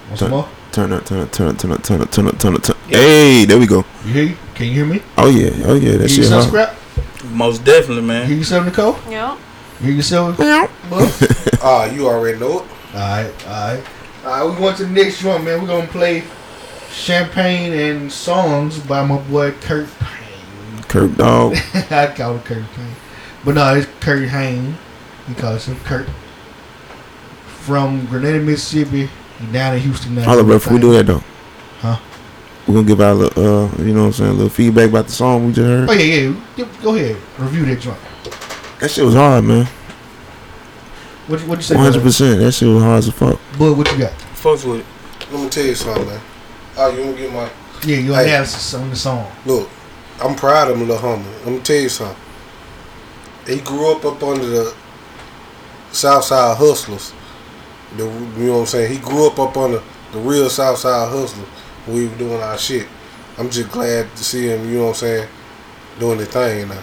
Want some Turn more? up. Turn up, turn up, turn up, turn up, turn up, turn up, turn up, turn up. Hey, there we go. You hear? you? Can you hear me? Oh yeah, oh yeah, that Hear shit yourself, hot. Scrap? Most definitely, man. Hear yourself, Nicole? Yeah. Hear yourself? Yeah. Ah, you already know it. Alright, alright. Alright, we going to the next one, man. We're going to play Champagne and Songs by my boy Kurt Curb dog. I call him Kurt Payne. But no, it's Kurt Hain. He calls him Kurt. From Grenada, Mississippi. He down in Houston now. Holla, bro, if we do that though. Huh? We're gonna give out a little, uh, you know what I'm saying, a little feedback about the song we just heard. Oh, yeah, yeah. yeah, Go ahead. Review that joint. That shit was hard, man. What, what you say? One hundred 100%. percent. That shit was hard as fuck. Bud, what you got? Fucks with it. Let me tell you something, man. Ah, you want to get my. Yeah, your Hey. analysis on the song. Look, I'm proud of him, little homie. Let me tell you something. He grew up up under the Southside hustlers. The, you know what I'm saying? He grew up up under the real Southside hustlers. when We were doing our shit. I'm just glad to see him. You know what I'm saying? Doing the thing now,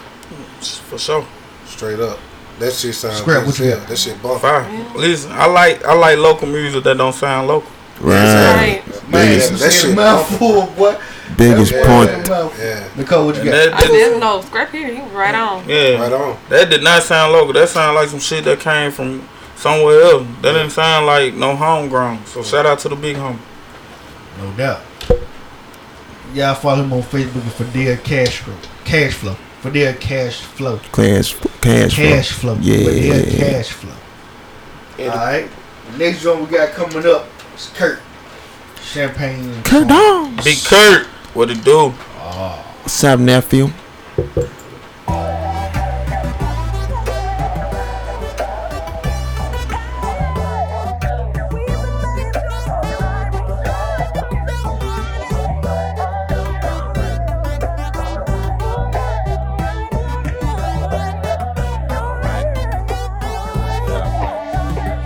For sure. straight up. That shit sounds Scrap, good what as you hell. got? That shit bump. Fire. Listen, I like I like local music that don't sound local. Right. Right. Man, Biggest- that, shit mouthful, boy. Biggest That point. shit mouthful. Nicole, what you And got? that- I didn't know. Scrap here. He was right on. Yeah. Right on. That did not sound local. That sounded like some shit that came from somewhere else. That didn't sound like no homegrown. So shout out to the big homie. No doubt. Y'all follow him on Facebook for Dear Cash Flow. Cash Flow. For Dear Cash Flow. Cash, cash, flow. Cash Flow. For Dear Yeah. Cash Flow. Alright. The next one we got coming up is Kurt. Champagne. Kurt Dawgs. Big Kurt. What it do? What's up, nephew?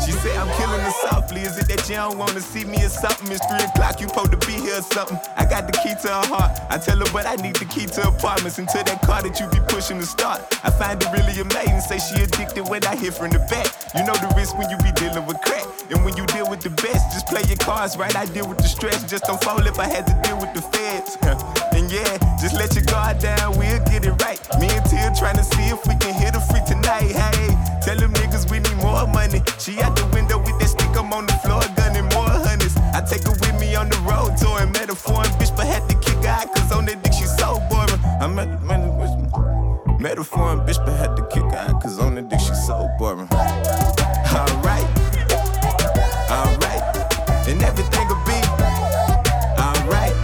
She said I'm killing her softly. Is it that you don't wanna see me or something? It's three o'clock, you supposed to be here or something. I got the key to her heart. I tell her, but I need the key to apartments and to that car that you be pushing to start. I find it really amazing. Say she addicted when I hear from the back. You know the risk when you be dealing with crack. And when you deal with the best, just play your cards right. I deal with the stress. Just don't fall if I had to deal with the feds. and yeah, just let your guard down. We'll get it right. Me and Tia trying to see if we can hit a freak tonight. Hey, tell them niggas we need more money. She out the window with that stick. I'm on the floor gunning more hundreds. I take her with me on the road touring. Met a foreign bitch, but had to kick her out. Cause on that dick, she so boring. I met, met, met, met a foreign bitch, but had to kick her out. Cause on that dick, she so boring. Alright. Alright. And everything will be alright.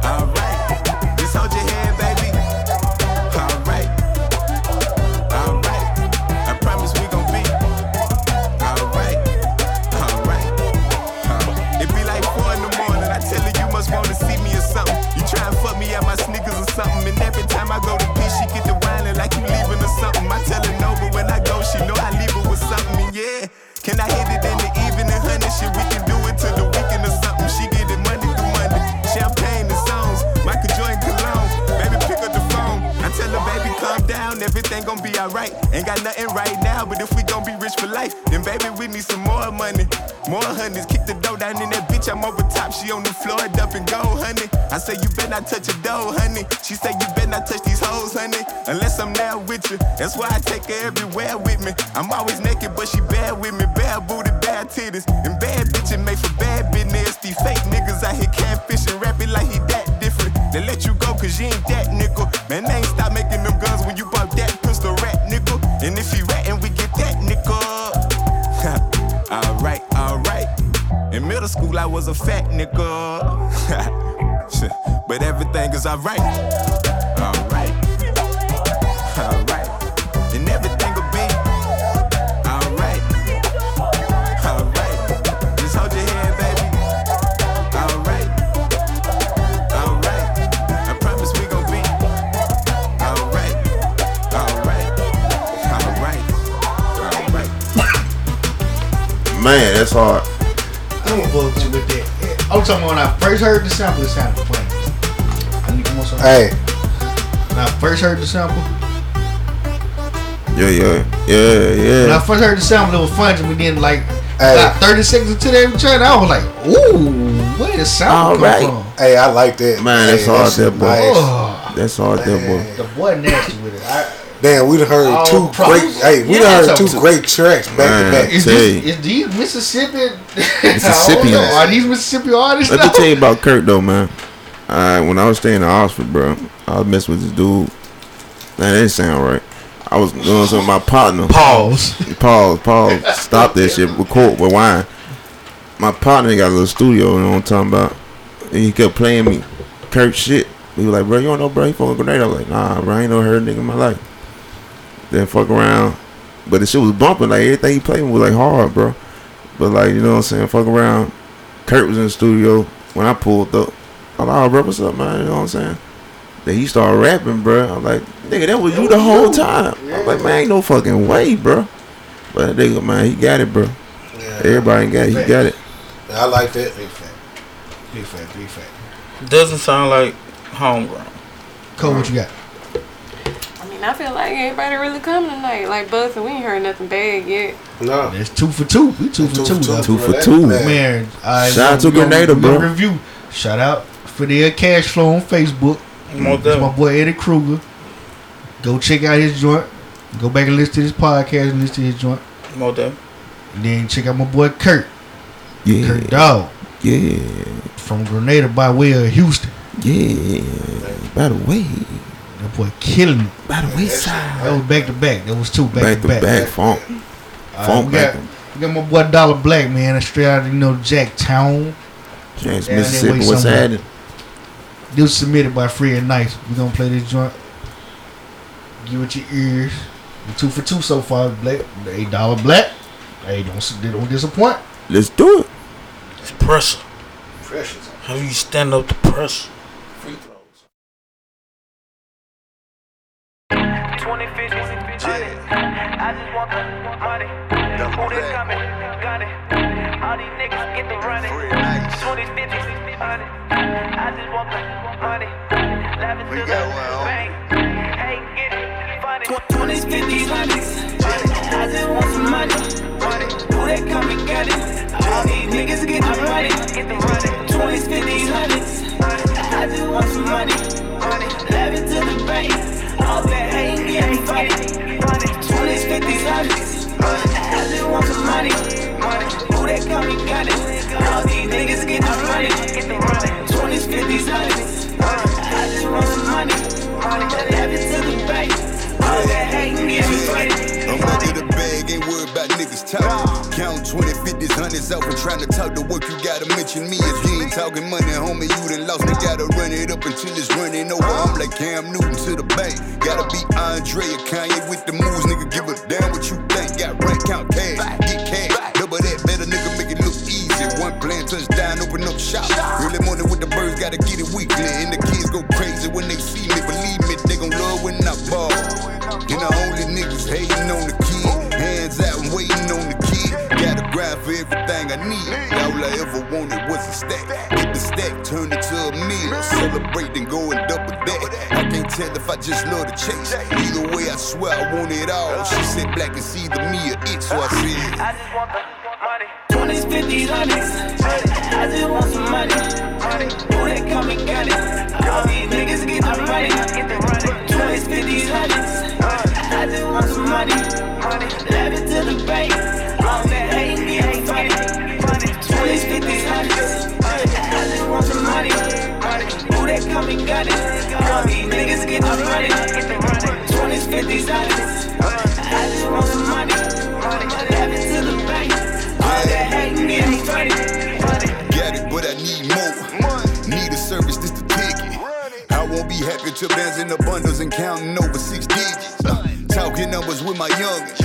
Alright. Just hold your hand, baby. Alright. Alright. I promise we gon' be alright. Alright. Huh. It be like four in the morning. I tell her you must wanna see me or something. You try and fuck me at my sneakers or something. And every time I go to pee, she get the whining like you leaving or something. I tell her no, but when I go, she know I leave her with something. And yeah, can I hit it in the evening, honey? Shit, we can do it till the weekend or something. She get it Monday through Monday. Champagne and songs, Michael Jordan cologne. Baby, pick up the phone. I tell her, baby, calm down, everything gon' be alright. Ain't got nothing right now, but if we gon' be rich for life, then baby, we need some more money. More honeys, kick the door down in that bitch, I'm over top. She on the floor, up and go, honey. I say, you better not touch a dough, honey. She say, you better not touch these hoes, honey. Unless I'm there with you. That's why I take her everywhere with me. I'm always naked, but she bad with me. Bad booty, bad titties. And bad bitches make for bad business. These fake niggas out here can't fish and rap it like he that different. They let you go cause you ain't that nickel. Man, they ain't stop making them guns when you bought that pistol rat nickel. And if he rattin', we get that nickel. alright, alright. In middle school, I was a fat nigga. but everything is alright. Alright. Alright. And everything will be alright. Alright. Just hold your hand, baby. Alright. Alright. I promise we gon' be alright. Alright. Alright. Alright. Man, that's hard. I don't fuck with you with that. I'm talking about when I first heard the sample, it sounded funny. I need to come on something. Hey. When I first heard the sample, Yeah, yeah, yeah, when I yeah. first heard the sample, it was funny, but then like Hey. about 30 seconds into that track, I was like, ooh, where the sample come from? Hey, I like that. Man, Hey, that's hard, that boy. nice. That's hard, that boy. The boy nasty with it. I, Damn, we done heard All two props. great. Hey, we Yeah, done heard that's two a- great tracks back Man, to I back. tell you. is these Mississippi? I don't Mississippians. know. Are these Mississippi artists? Let me though? tell you about Kirk though, man. I when I was staying in Oxford, bro, I was messing with this dude. That didn't sound right. I was doing something with my partner. Pause. Pause. Pause. Stop that shit. Record. Rewind. My partner got a little studio. You know what I'm talking about? And he kept playing me Kirk shit. He was like, bro, you don't know, bro. He fucking grenade. I was like, nah, bro. I ain't no heard nigga in my life. Then fuck around. But the shit was bumping. Like everything he played was like hard, bro. But like, you know what I'm saying? Fuck around. Kurt was in the studio when I pulled up. I'm like, oh, bro, what's up, man? You know what I'm saying? Then he started rapping, bro. I'm like, nigga, that was you the whole time. I'm like, man, ain't no fucking way, bro. But that nigga, man, he got it, bro. Everybody got it. He got it. I like that. Big fact. Big fact. Big fact. Doesn't sound like homegrown. Cole, what you got? I mean, I feel like everybody really coming tonight. Like Buzz and we ain't heard nothing bad yet. No. It's two for two. We two for two. dog. Two for two. Man, I- Shout out to we gonna- Grenada, we gonna bro. Review. Shout out for their cash flow on Facebook. Most It's my boy Eddie Kruger. Go check out his joint. Go back and listen to his podcast and listen to his joint. Motel. And then check out my boy Kurt. Yeah. Kurt Dog Yeah. from Grenada by way of Houston. Yeah. By the way. That boy killing me. By the wayside. That was back to back. That was two back, Back to to back. back. Funk. All right, Funk we, got, back. we got my boy Dollar Black, man. That's straight out of, you know, Jacktown. James, Down that way Mississippi. What's somewhere. happening? This was submitted by Fred Nice. We're gonna play this joint. Give it your ears. We're two for two so far. Black, eight dollar black. Hey, don't s- they don't disappoint. Let's do it. It's pressure. Pressure. How do you stand up to pressure? Free throws. 20 50, I just want the money. Who they coming? Got it. All these niggas get the running. 20 50, 100. I just want the money. Laughing to the bank. Ain't getting funny. 20s, 50s, 100s. I just want some money. Who they coming? Got it. All these niggas get the running. 20s, 50s, 100s. I just want some money. Laughing to the bank. All that ain't getting funny. 20s, 50s, 100s. I just want some money. Who they call me got it? All these niggas get the money. 20s, 50s, 100s. I just want some money. Laughing to the bank. All that ain't getting funny. I'm under the bag, ain't worried about niggas talking. Count 20, 50s, hundreds out and trying to talk the work. You gotta mention me if you ain't talking money, homie. You done lost. They gotta run it up until it's running over. I'm like Cam Newton to the bank. Gotta be Andre or Kanye with the moves, nigga. Give a damn what you think. Got rank count cash, get cash. Double that, better nigga make it look easy. One plan touchdown, open up shop. Early morning with the birds, gotta get it weekly. And the kids go crazy when they see me. Believe me, they gon' love when I ball. And the only niggas hating on the kid. Hands out and waiting on the kid. Gotta grind for everything I need. All I ever wanted was a stack. Get the stack, turn it to a meal. Celebrate and go and double that. I can't tell if I just love the chase. Either way, I swear I want it all. She said black is either me or it, so I said. I just want the money. 20s, 50s, 100s. I just want some money. Who they come and got it? All these niggas get the money. 20s, 50s, 100s. I just want some money. Laugh it to the bank. All that hate getting funny. 20s, 50s, 100s. I just want some money. Who they come and got it? All these niggas get the money. 20s, 50s, 100s. I just want some money. Laugh it to the bank. All that hate getting funny. Got it, but I need more. Need a service just to take it. I won't be happy till bands in the bundles and counting over six digits. Uh, Talking numbers with my youngest.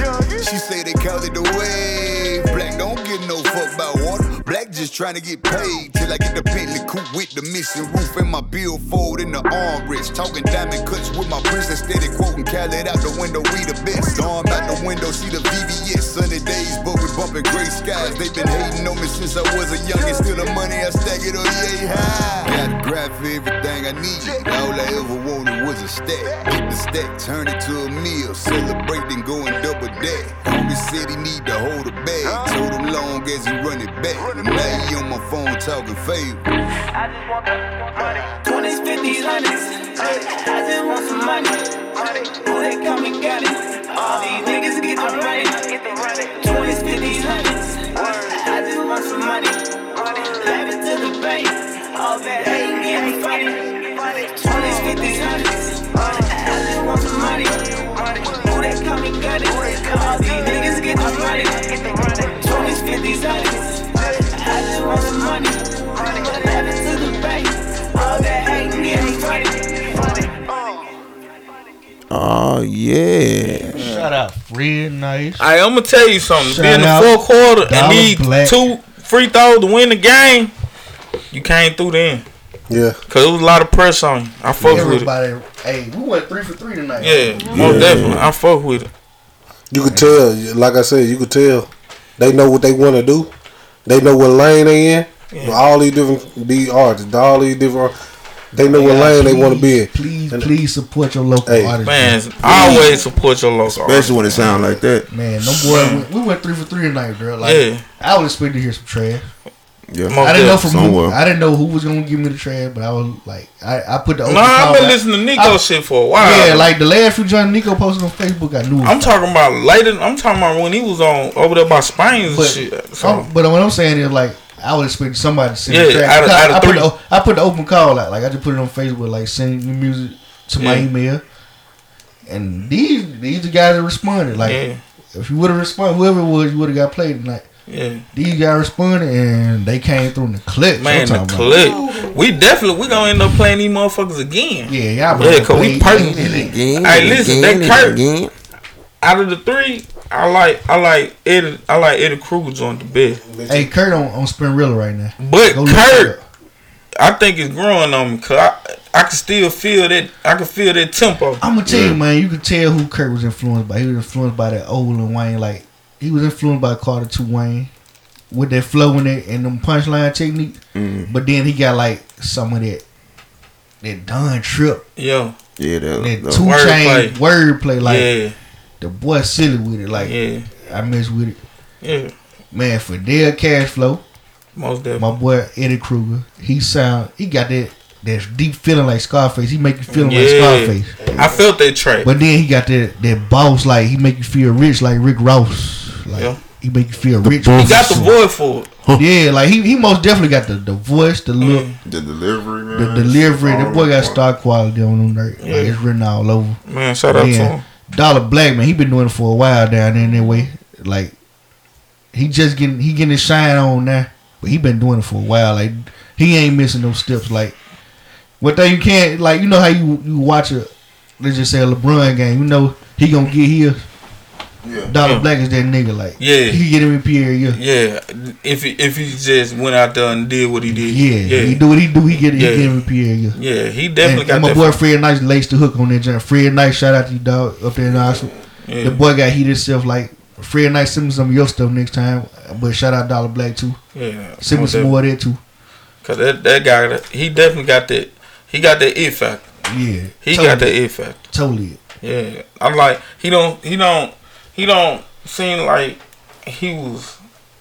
She say they call it the wave. Black don't give no fuck about water. Black just trying to get paid till I get the Bentley coupe with the missing roof and my billfold in the armrest. Talking diamond cuts with my prince instead of quoting Khaled out the window. We the best. Arm out the window, see the VVS. Sunny days, but we bumping gray skies. They been hating on me since I was a youngin'. Still the money I stack it up, yay high. Got a grab for everything I need. All I ever wanted was a stack. Get the stack, turn it to a meal. Celebrate and go and double that. Homie said he need to hold a bag. Told him long as he run it back. Now he on my phone talking favor. I just want the money. 20s, 50s, 100s. I just want some money. Who they come and got it? All these niggas get the money. 20s, 50s, 100s. I just want some money. Laugh it to the bank. All that ain't getting funny. 20s, 50s, 100s. I just want some money. Who they come and got it? All these niggas get the money. 20s, 50s, 100s. I just want some money. Laugh it to the bank. All that ain't getting funny. Oh yeah. Shout out Fred Nice. I I'm gonna tell you something. Shout Be in the out fourth quarter Dollar and need Black. two free throws to win the game. You came through then. Yeah. Cause it was a lot of pressure on you. I fuck with it. Everybody, hey, we went three for three tonight. Yeah, most Yeah. definitely. I fuck with it. You could tell, like I said, you could tell. They know what they want to do. They know what lane they in. All these different D artists, all these different. They know what lane they want to be in. Please, please support your local artists. Man, always support your local. Especially when it sound like that. Man, no boy, went, we went three for three tonight, bro. Like, Yeah. I was expecting to hear some trash. Yeah. I didn't know from who, somewhere. I didn't know who was gonna give me the trash, but I was like, I, I put the Nah, open I've call been out. listening to Nico shit for a while. Yeah, like the last few joints Nico posted on Facebook, I knew. it. I'm talking about later. I'm talking about when he was on over there by Spain and shit. So Um, but what I'm saying is like I would expect somebody to send Yeah, a track. out of- I, out of I put three. the, o- I put the open call out. Like I just put it on Facebook. Like send your music to my Yeah. email. And these these are guys that responded. Like Yeah. if you would have responded, whoever it was, you would have got played tonight. Yeah. These guys responded and they came through in the clutch. Man, the I'm talking about. clip. We definitely we gonna end up playing these motherfuckers again. Yeah, y'all Yeah, cause we playing perking. again, Hey, listen, again, that Kurt. Out of the three, I like I like Eddie I like Eddie Kruger joint the best. Hey, Kurt on, on Spinrilla right now. But Go look it Kurt, I think it's growing on me. Cause I, I can still feel that. I can feel that tempo. I'm gonna tell you, man. You can tell who Kurt was influenced by. He was influenced by that old and Wayne. Like he was influenced by Carter Two Wayne with that flow in it and them punchline technique. Mm-hmm. But then he got like some of that that Don Trip, Yeah. Yeah, that, that that- Two Chain wordplay. Like Yeah. the boy silly with it. Like I mess with it. Yeah. Man, for their cash flow, Most my boy Eddie Kruger, he sound he got that that deep feeling like Scarface. He make you feel like Yeah. Scarface. I felt that track. But then he got that that boss like he make you feel rich like Rick Ross. Like Yeah. he make you feel rich. he got the voice for it. Yeah, like he, he most definitely got the, the voice, the look, The delivery, Mm. man. the delivery. All That boy got star quality on him. Like, like, Yeah. it's written all over. Man, shout out to Then him. Dollar Black man, he been doing it for a while down there in that way. Like he just getting he getting his shine on now, but he been doing it for a while. Like he ain't missing no steps. Like what thing you can't like you know how you you watch a let's just say a LeBron game. You know he gonna get here. Dollar Yeah. Black is that nigga. Like Yeah. he get him in period. Yeah. Yeah, if he, if he just went out there and did what he did, Yeah, yeah, he do what he do. He get Yeah. he get him in period. Yeah. Yeah, he definitely and, got and my that. boy Fred Nice laced the hook on that joint. Fred Nice, shout out to you, dog, up there in Oxford. Yeah. The boy got heat himself like Fred Nice. Send me some of your stuff next time, but shout out Dollar Black too. Yeah, send me most some more of that too. Cause that that guy, he definitely got that. He got that it factor. Yeah, He Totally. got that it factor. Totally, Yeah, I'm like he don't he don't he don't seem like he was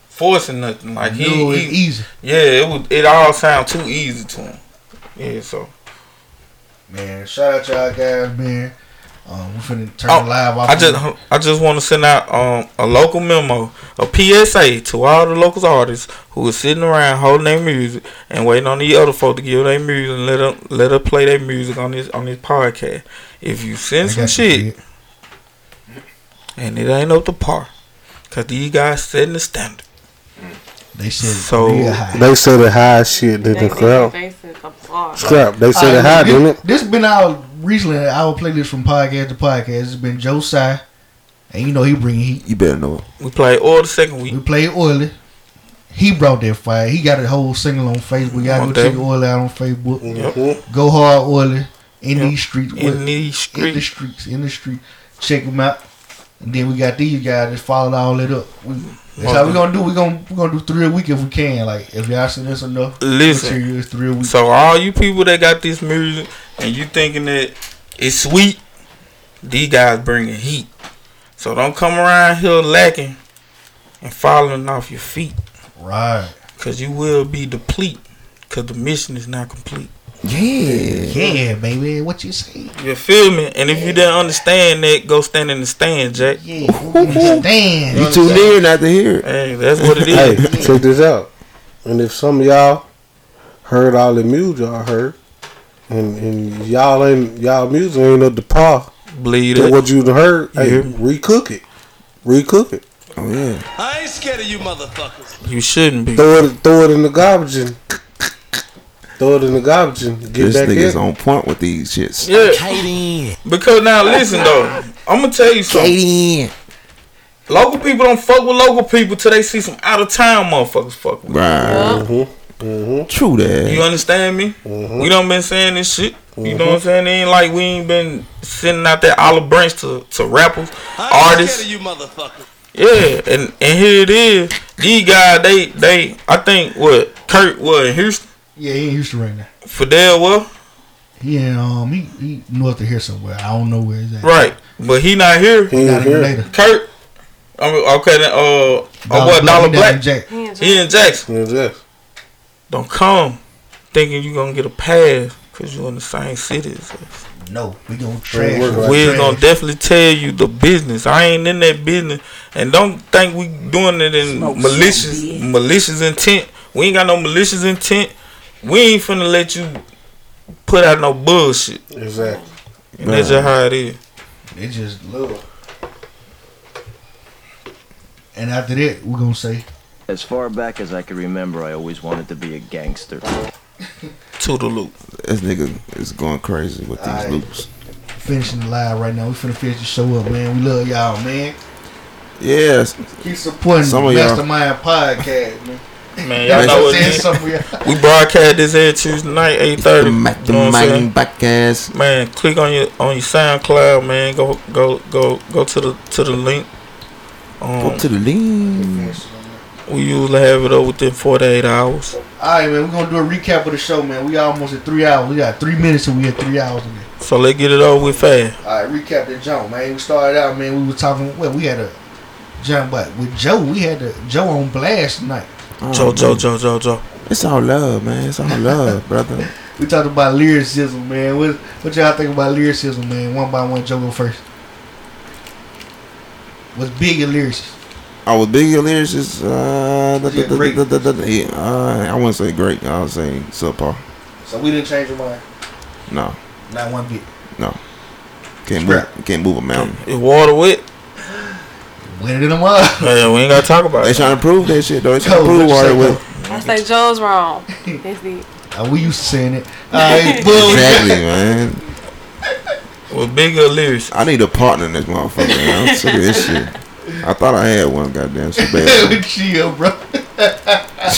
forcing nothing. Like he, No, it's he easy. Yeah, it was. It all sound too easy to him. Yeah, so man. Shout out y'all guys, man. Um, we finna turn Oh, the live off. I just I just want to send out um, a local memo, a PSA to all the local artists who are sitting around holding their music and waiting on the other folk to give their music and let them let her play their music on this on this podcast. If you send some shit and it ain't up to par, cause these guys setting the standard. They said so. They said the high shit did the crowd. Scrap. They said the Alright, high, this, didn't it? This been our recently our playlist from podcast to podcast. It's been Joe Sy, and you know he bringing heat. You better know. We played Oil the second week. We played Oily. He brought that fire. He got a whole single on Facebook. Y'all go Want check that. Oily out on Facebook. Yep. Go hard, Oily. In these streets. In these streets. In the streets. In the street. Check them out. And then we got these guys that followed all that up. We, that's how we gonna do. We gonna we gonna do three a week if we can. Like if y'all send us enough material, Listen, it's three a week. so all you people that got this music and you thinking that it's sweet, these guys bringing heat. So don't come around here lacking and falling off your feet. Right. Cause you will be deplete. Cause the mission is not complete. yeah, baby. What you say? You feel me? And if you didn't understand that, go stand in the stand, Jack. Yeah, stand. You too near not to hear it. Hey, that's what it Hey, is. check this out. And if some of y'all heard all the music y'all heard, and, and y'all ain't y'all music ain't up to par, bleed to it. what you done heard. Yeah. Hey, recook it, recook it. Oh yeah. I ain't scared of you motherfuckers. You shouldn't be. Throw it, throw it in the garbage and throw it in the garbage and get This back nigga's in. on point with these shits. Yeah. Because now listen though, I'm gonna tell you something. Local people don't fuck with local people till they see some out of town motherfuckers fuck with. Right. Uh-huh. True that. You understand me? Mm-hmm. We done been saying this shit. You know what I'm saying? It ain't like we ain't been sending out that olive branch to, to rappers, artists. You motherfuckers. Yeah, and, and here it is. These guys, they they I think what Kurt was in Houston, Yeah, he in Houston right now. Fidel was He in um he, he north of here somewhere. I don't know where he's at. right, but he not here. He not here. Later. Kurt, I mean, okay, then, uh, oh Dollar Black, what Dollar he down Black? in Jack- He in Jackson. Don't come thinking you gonna get a pass because you in the same city as us. No, we gonna trash. him. We're Trash. gonna definitely tell you the business. I ain't in that business, and don't think we doing it in Smoke malicious some bitch. malicious intent. We ain't got no malicious intent. We ain't finna let you put out no bullshit. Exactly. And that's just how it is. It just look. And after that, we're gonna say As far back as I can remember, I always wanted to be a gangster. To the loop. This nigga is going crazy with these Aight. loops. Finishing the live right now. We finna finish the show up, man. We love y'all, man. Yes. Keep supporting Some the of y'all- Mastermind Podcast, man. Man, y'all know what it is. We broadcast this every Tuesday night, eight thirty. The main podcast. Man, click on your on your SoundCloud, man. Go go go go to the to the link. Um, Go to the link. We usually have it up within forty eight hours. All right, man. We're gonna do a recap of the show, man. We almost at three hours. We got three minutes and we at three hours. Man. So let's get it over with fast. All right, recap the jump, man. We started out, man. We were talking. Well, we had a jump, but with Joe, we had the Joe on blast tonight. Joe, Joe, Joe, Joe, Joe. Oh, It's all love, man. It's all love, brother. We talked about lyricism, man. What what y'all think about lyricism, man? One by one, Joe go first. What's big in lyricism? I was big in lyricist. Uh, da- da- da- great. da- da- da- da- yeah, uh, I wouldn't say great. I would say subpar. So we didn't change your mind. No, Not one bit. no. Can't move. Can't move a mountain. It water wet. Winning in the mud. Yeah, we ain't gotta talk about They it. trying to prove that shit though. They trying Yo, to prove what you water say, with. I say Joe's wrong. That's it. Uh, we used to saying it. All right, boom. Exactly, man. With bigger lyrics. I need a partner in this motherfucker. Man. I'm sick of this shit. I thought I had one. Goddamn, she bailed. Chill, bro.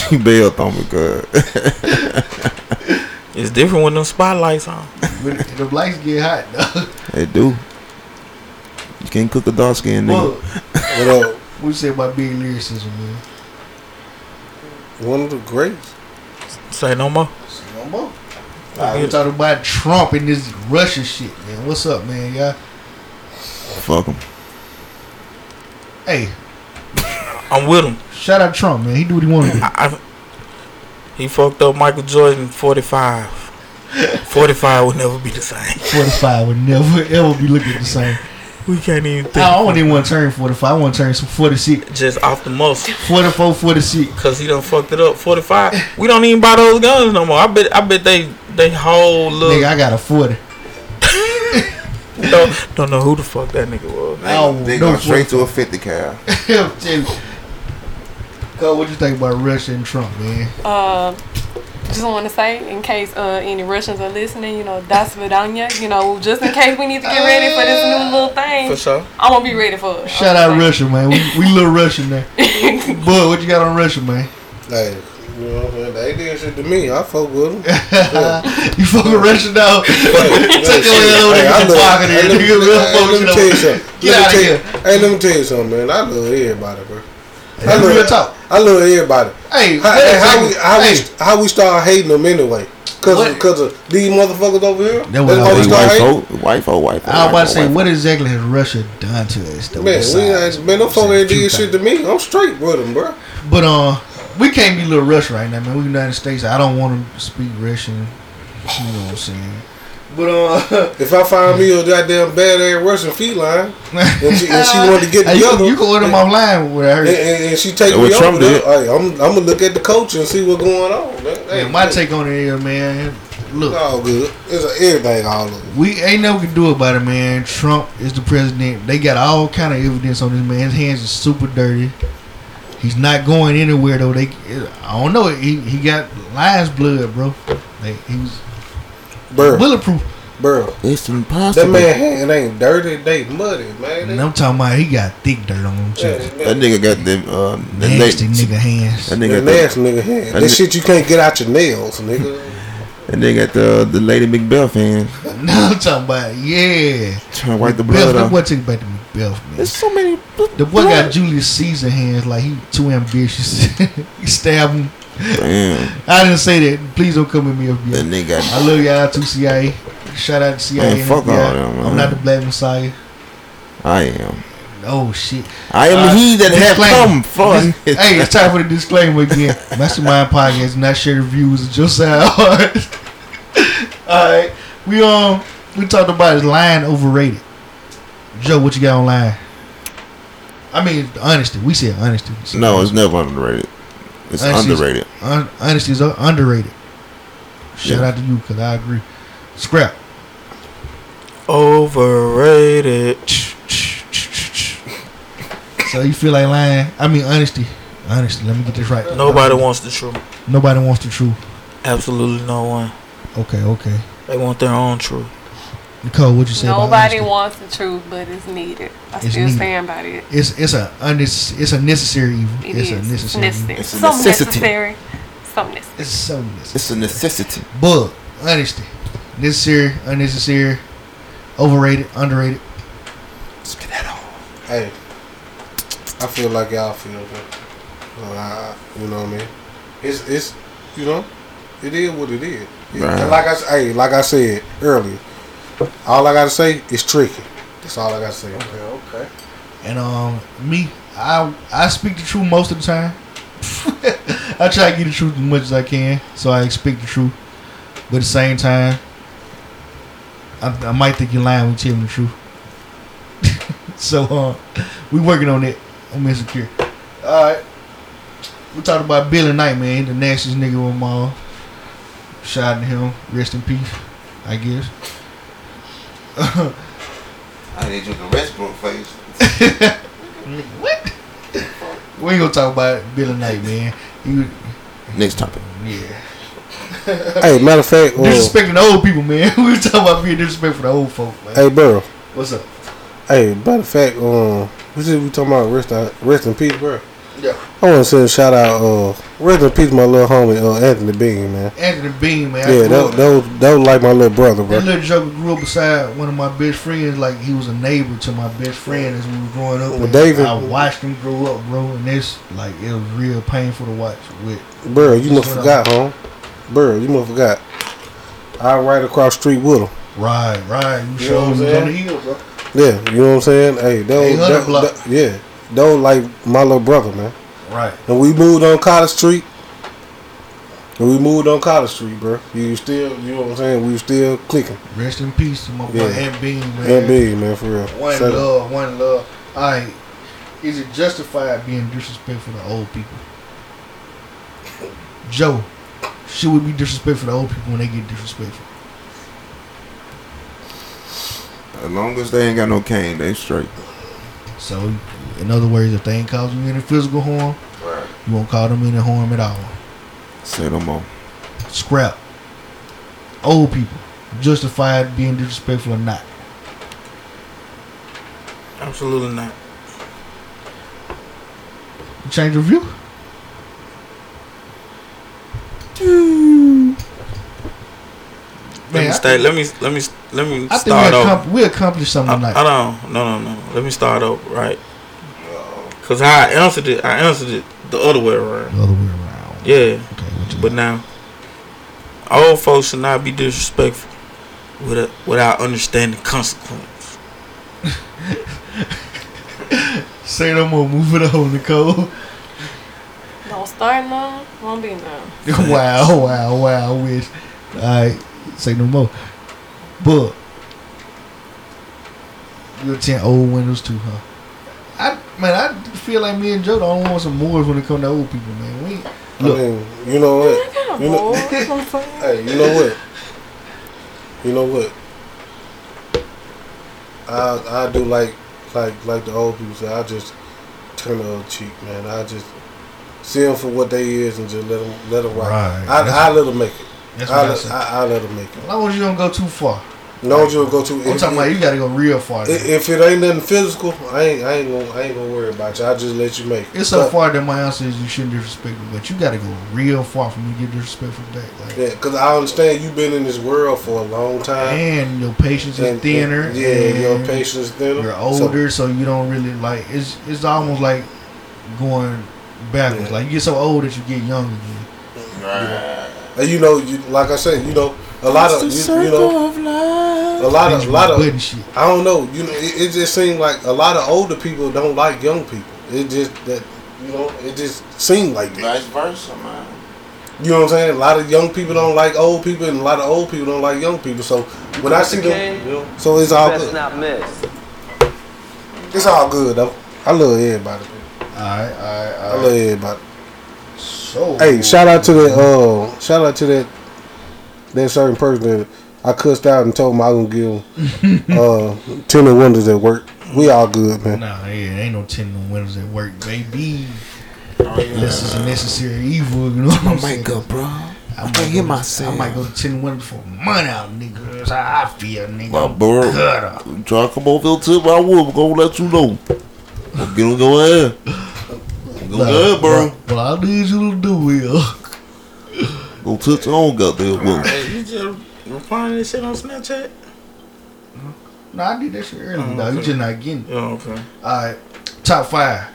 she bailed on me, good. It's different when them spotlights on. When the lights get hot, though. they do. You can't cook a dark skin Well, nigga. what up? What you say about big lyricism, man? One of the greats. Say no more. Say no more. Alright, we talking about Trump and this Russian shit, man. What's up, man? Y'all, Fuck him. hey, I'm with him. shout out Trump, man. He do what he want to do. I, he fucked up Michael Jordan 45. 45 will never be the same. Forty-five would never ever be looking the same. We can't even. Think I don't even want to turn forty-five. I want to turn some forty-six, Just off the muscle. forty-four, forty-six. Cause he done fucked it up. 45. We don't even buy those guns no more. I bet I bet they they whole Nigga, little I got a forty. don't, don't know who the fuck that nigga was. I don't They know going straight what- to a fifty cal. I'm telling you. Cole, what you think about Russia and Trump, man? Uh, just want to say, in case uh, any Russians are listening, you know, das vidanya. You know, just in case we need to get ready for this new little thing. For sure. I'm gonna be ready for it. Shout out Russia, man. We, we little Russian there. Bud, what you got on Russia, man? Like, you know what I'm saying? They did shit to me. I fuck with them. You fucking Russian dog. Take your ass over there. I Get the love- fuck out of hey, here. let me- Nigga, real hey, Let fuck you me know. tell you something. Let Get me tell out of you- here. Hey, let me tell you something, man. I love everybody, bro. I That's love- real talk. I love everybody. Hey, how, wait a hey, how we second. how Hey. we how we start hating them anyway? Cause of, cause of these motherfuckers over here. That was That's all Oh, why we they start White hating. folk, white folk, white folk. I was about to white folk, say, white what exactly has Russia done to us? Though, Man, we besides- ain't, man, them folks ain't did shit to me. I'm straight with them, bro. But uh, we can't be little Russia right now, man. We United States. I don't want to speak Russian. You know what I'm saying? But uh, if I find me a goddamn bad ass Russian feline, and she, and she wanted to get Hey, you, together, can- you can order them offline. What I heard. and, and, and she take That's what me Trump over there, did. hey, I'm, I'm gonna look at the coach and see what's going on. That- Yeah, hey, my look, take on it is, man. Look, it's all good. It's a, everything all over. We ain't nothing we can do about it, man. Trump is the president. They got all kind of evidence on this man. His hands is super dirty. He's not going anywhere though. They, I don't know. He, he got lion's blood, bro. They, he was Bro, bulletproof. bro, folk. It's that impossible. man hand ain't dirty. They muddy, man. And I'm talking about he got thick dirt on him. Yeah, too. That nigga got them. Uh, that Nasty na- nigga hands. That That nigga, got nasty the, nigga hand. that That nigga- shit you can't get out your nails, nigga. that nigga got the the Lady Macbeth hand No, I'm talking about yeah. trying to wipe the Biff, blood the off. boy took back to McBeth, man. There's so many. The boy got Julius Caesar hands like he too ambitious. he stabbed him. Damn, I didn't say that. Please don't come at me up that here. nigga got I love y'all too, CIA. Shout out to CIA. Man, and fuck all FBI. them, I'm man. not the Black Messiah. I am. Oh shit. I am Uh, he that have disclaimer. come for. Dis- hey, it's time for the disclaimer again. Mastermind Podcast, not share the views of Josiah Hart. Alright. We um we talked about is lying overrated. Joe, what you got on lying? I mean honesty. We said honesty. No, it's never underrated. It's Honesty is- underrated. Un- honesty is uh, underrated. Shout Yeah. out to you, cause I agree. Scrap. Overrated. So you feel like lying? I mean honesty. Honestly, let me get this right. Nobody wants the truth. Nobody wants the truth. Absolutely no one. Okay, okay. They want their own truth. Nicole, what you say? about Nobody wants the truth, but it's needed. I It's still needed. stand by it. It's it's a unnecessary, it's a necessary evil. It it's is. a It's necessary. evil. necessary. Some necessary. Some necessary. It's so necessary. It's a necessity. But honesty, necessary, unnecessary, overrated, underrated. Spit that off. Hey, I feel like y'all feel, but uh, I- you know what I mean. It's it's you know, it is what it is. It- Right. Like I s- hey, like I said earlier, all I gotta say is tricky. That's all I gotta say. Okay, okay. And um, me, I I speak the truth most of the time. I try to get the truth as much as I can, so I expect the truth. But at the same time, I, I might think you're lying when you're telling the truth. so uh, we working on it. I'm insecure. All right, we talking about Billy Knight, man, the nastiest nigga on all. Shout out to him. Rest in peace, I guess. I need you to Westbrook face. what? We ain't gonna talk about Billy Knight, man. You, Next topic. yeah. Hey, matter of fact, uh, disrespecting the old people, man. we was talking about being disrespectful to old folk, man. Hey, bro. What's up? Hey, matter of fact, um, we just we talking about rest in- rest in peace, bro. Yeah. I want to send a shout out, uh, rest in peace, my little homie, uh, Anthony Bean, man. Anthony Bean, man. I Yeah, grew that, up- that, was, that was like my little brother, bro. that little joker grew up beside one of my best friends. Like he was a neighbor to my best friend as we were growing up. Well, and David- I watched him grow up, bro, and it's like it was real painful to watch. With Bro, you must That's what forgot, home. Bro, you must forgot. I right across the street with him. Right, right. You know what showed I'm me saying? on the heel, bro. Yeah, you know what I'm saying? Hey, that was, 800 that, block. that- yeah, that was like my little brother, man. Right. And we moved on College Street. And we moved on College Street, bro. You still, you know what I'm saying? We still clicking. Rest in peace to my boy Yeah. Ant Bean, man. Ant Bean, man, for real. One Shout out. love, one love. All right. Is it justified being disrespectful to old people? Joe, should we be disrespectful to old people when they get disrespectful? As long as they ain't got no cane, they straight. So, in other words, if they ain't causing you any physical harm, you won't call them any harm at all. Say no more. Scrap. Old people, justified being disrespectful or not. Absolutely not. You Change your view? Let Man, me I stay. Let me let me let me I think start we, off. accom- we accomplished something tonight. I don't. No, no, no. Let me start up right. Cause how I answered it, I answered it the other way around. The other way around. Yeah. but now, old folks should not be disrespectful without, without understanding consequence. Say no more. Move it on, Nicole. Don't start none. Won't be none. wow, wow, wow. Wish. All right. Say no more. But you attend old windows too, huh? I man, I feel like me and Joe the only ones some mores when it comes to old people, man. We I mean, you know what? kinda You know, bored, hey, you know what? You know what? I I do like like like the old people say. I just turn the other cheek, man. I just see them for what they is and just let them let them rock. Right. That's- I, I let them make it. that's what I, I let, said. I, I let them make it. as long as you don't go too far. No, you don't go too. I'm talking about you gotta go real far. If, if it ain't nothing physical, I ain't I ain't gonna I ain't gonna worry about you. I just let you make it. It's so But- far that my answer is you shouldn't disrespect me, but you gotta go real far for me to get disrespectful back. Like, Yeah, because I understand you've been in this world for a long time. and your patience is And- thinner. and- yeah, and your patience is thinner. You're So- older, so, you don't really like. It's it's almost like going backwards. Like you get so old that you get young again. Yeah. And you know, you like I said, you know, a lot of you, you know, a lot of a lot of Benjamin Button I don't know, you know, it, it just seems like a lot of older people don't like young people. It just that you know, it just seemed like that. Vice versa, man. You know what I'm saying? A lot of young people don't like old people, and a lot of old people don't like young people. So when I see them, so it's all good. not miss. It's all good though. I love everybody. All right, all right, I love everybody. So Hey, shout out to that. Uh, shout out to that. That certain person that I cussed out and told him I was gonna give him uh, ten and wonders at work. We all good, man. Nah, yeah, ain't no ten on Wednesday at work, baby. This is a necessary evil, you know what I'm Oh my saying? God, bro. I can't hear go- myself. I might go to 10 1 for money out, nigga. That's how I feel, nigga. My bro, Cut up. try to come over here to my wood. I'm gonna let you know. I'm gonna go ahead. Go Nah, ahead, bro. Well, I need you to do it. uh. Go touch your own goddamn wood. Hey, you just replying to this shit on Snapchat? No, I did that shit earlier. Oh, No, you okay. just not getting it. Oh, okay. Alright, top five.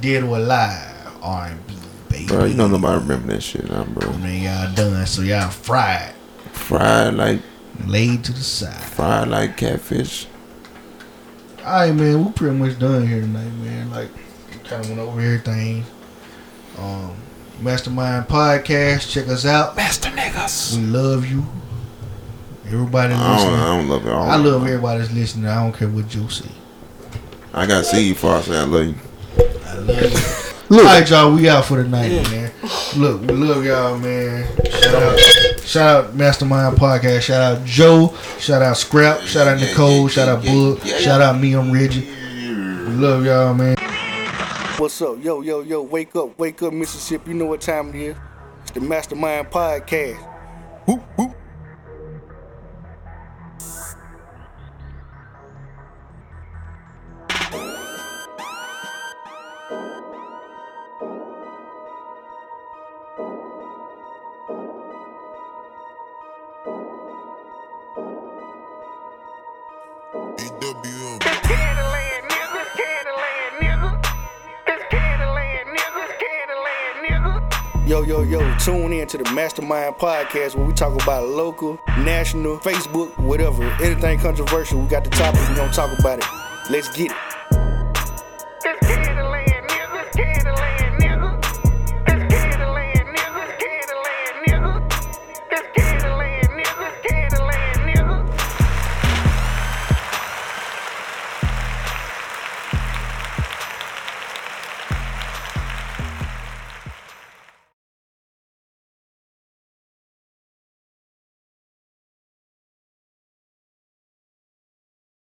Dead or alive, R&B, baby. Bro, you know nobody remember that shit, now, bro. Man, y'all done, so y'all fried. Fried like laid to the side. Fried like catfish. Alright, man, we pretty much done here tonight, man. Like, kind of went over everything. Um, Mastermind Podcast, check us out. Master niggas. We love you. Everybody I don't- listening. I don't love y'all. I love everybody that's listening. I don't care what you say. I gotta see you before I say I love you. I love you. All right, y'all, we out for the night, man. Look, we love y'all, man. Shout out, shout out Mastermind Podcast. Shout out Joe. Shout out Scrap. Shout out Nicole. Shout out Bug. Shout out me. I'm Reggie. We love y'all, man. What's up? Yo, yo, yo, wake up, wake up, Mississippi. You know what time it is. It's the Mastermind Podcast. Yo, yo, yo, tune in to the Mastermind Podcast where we talk about local, national, Facebook, whatever. Anything controversial, we got the topic, we gonna talk about it. Let's get it.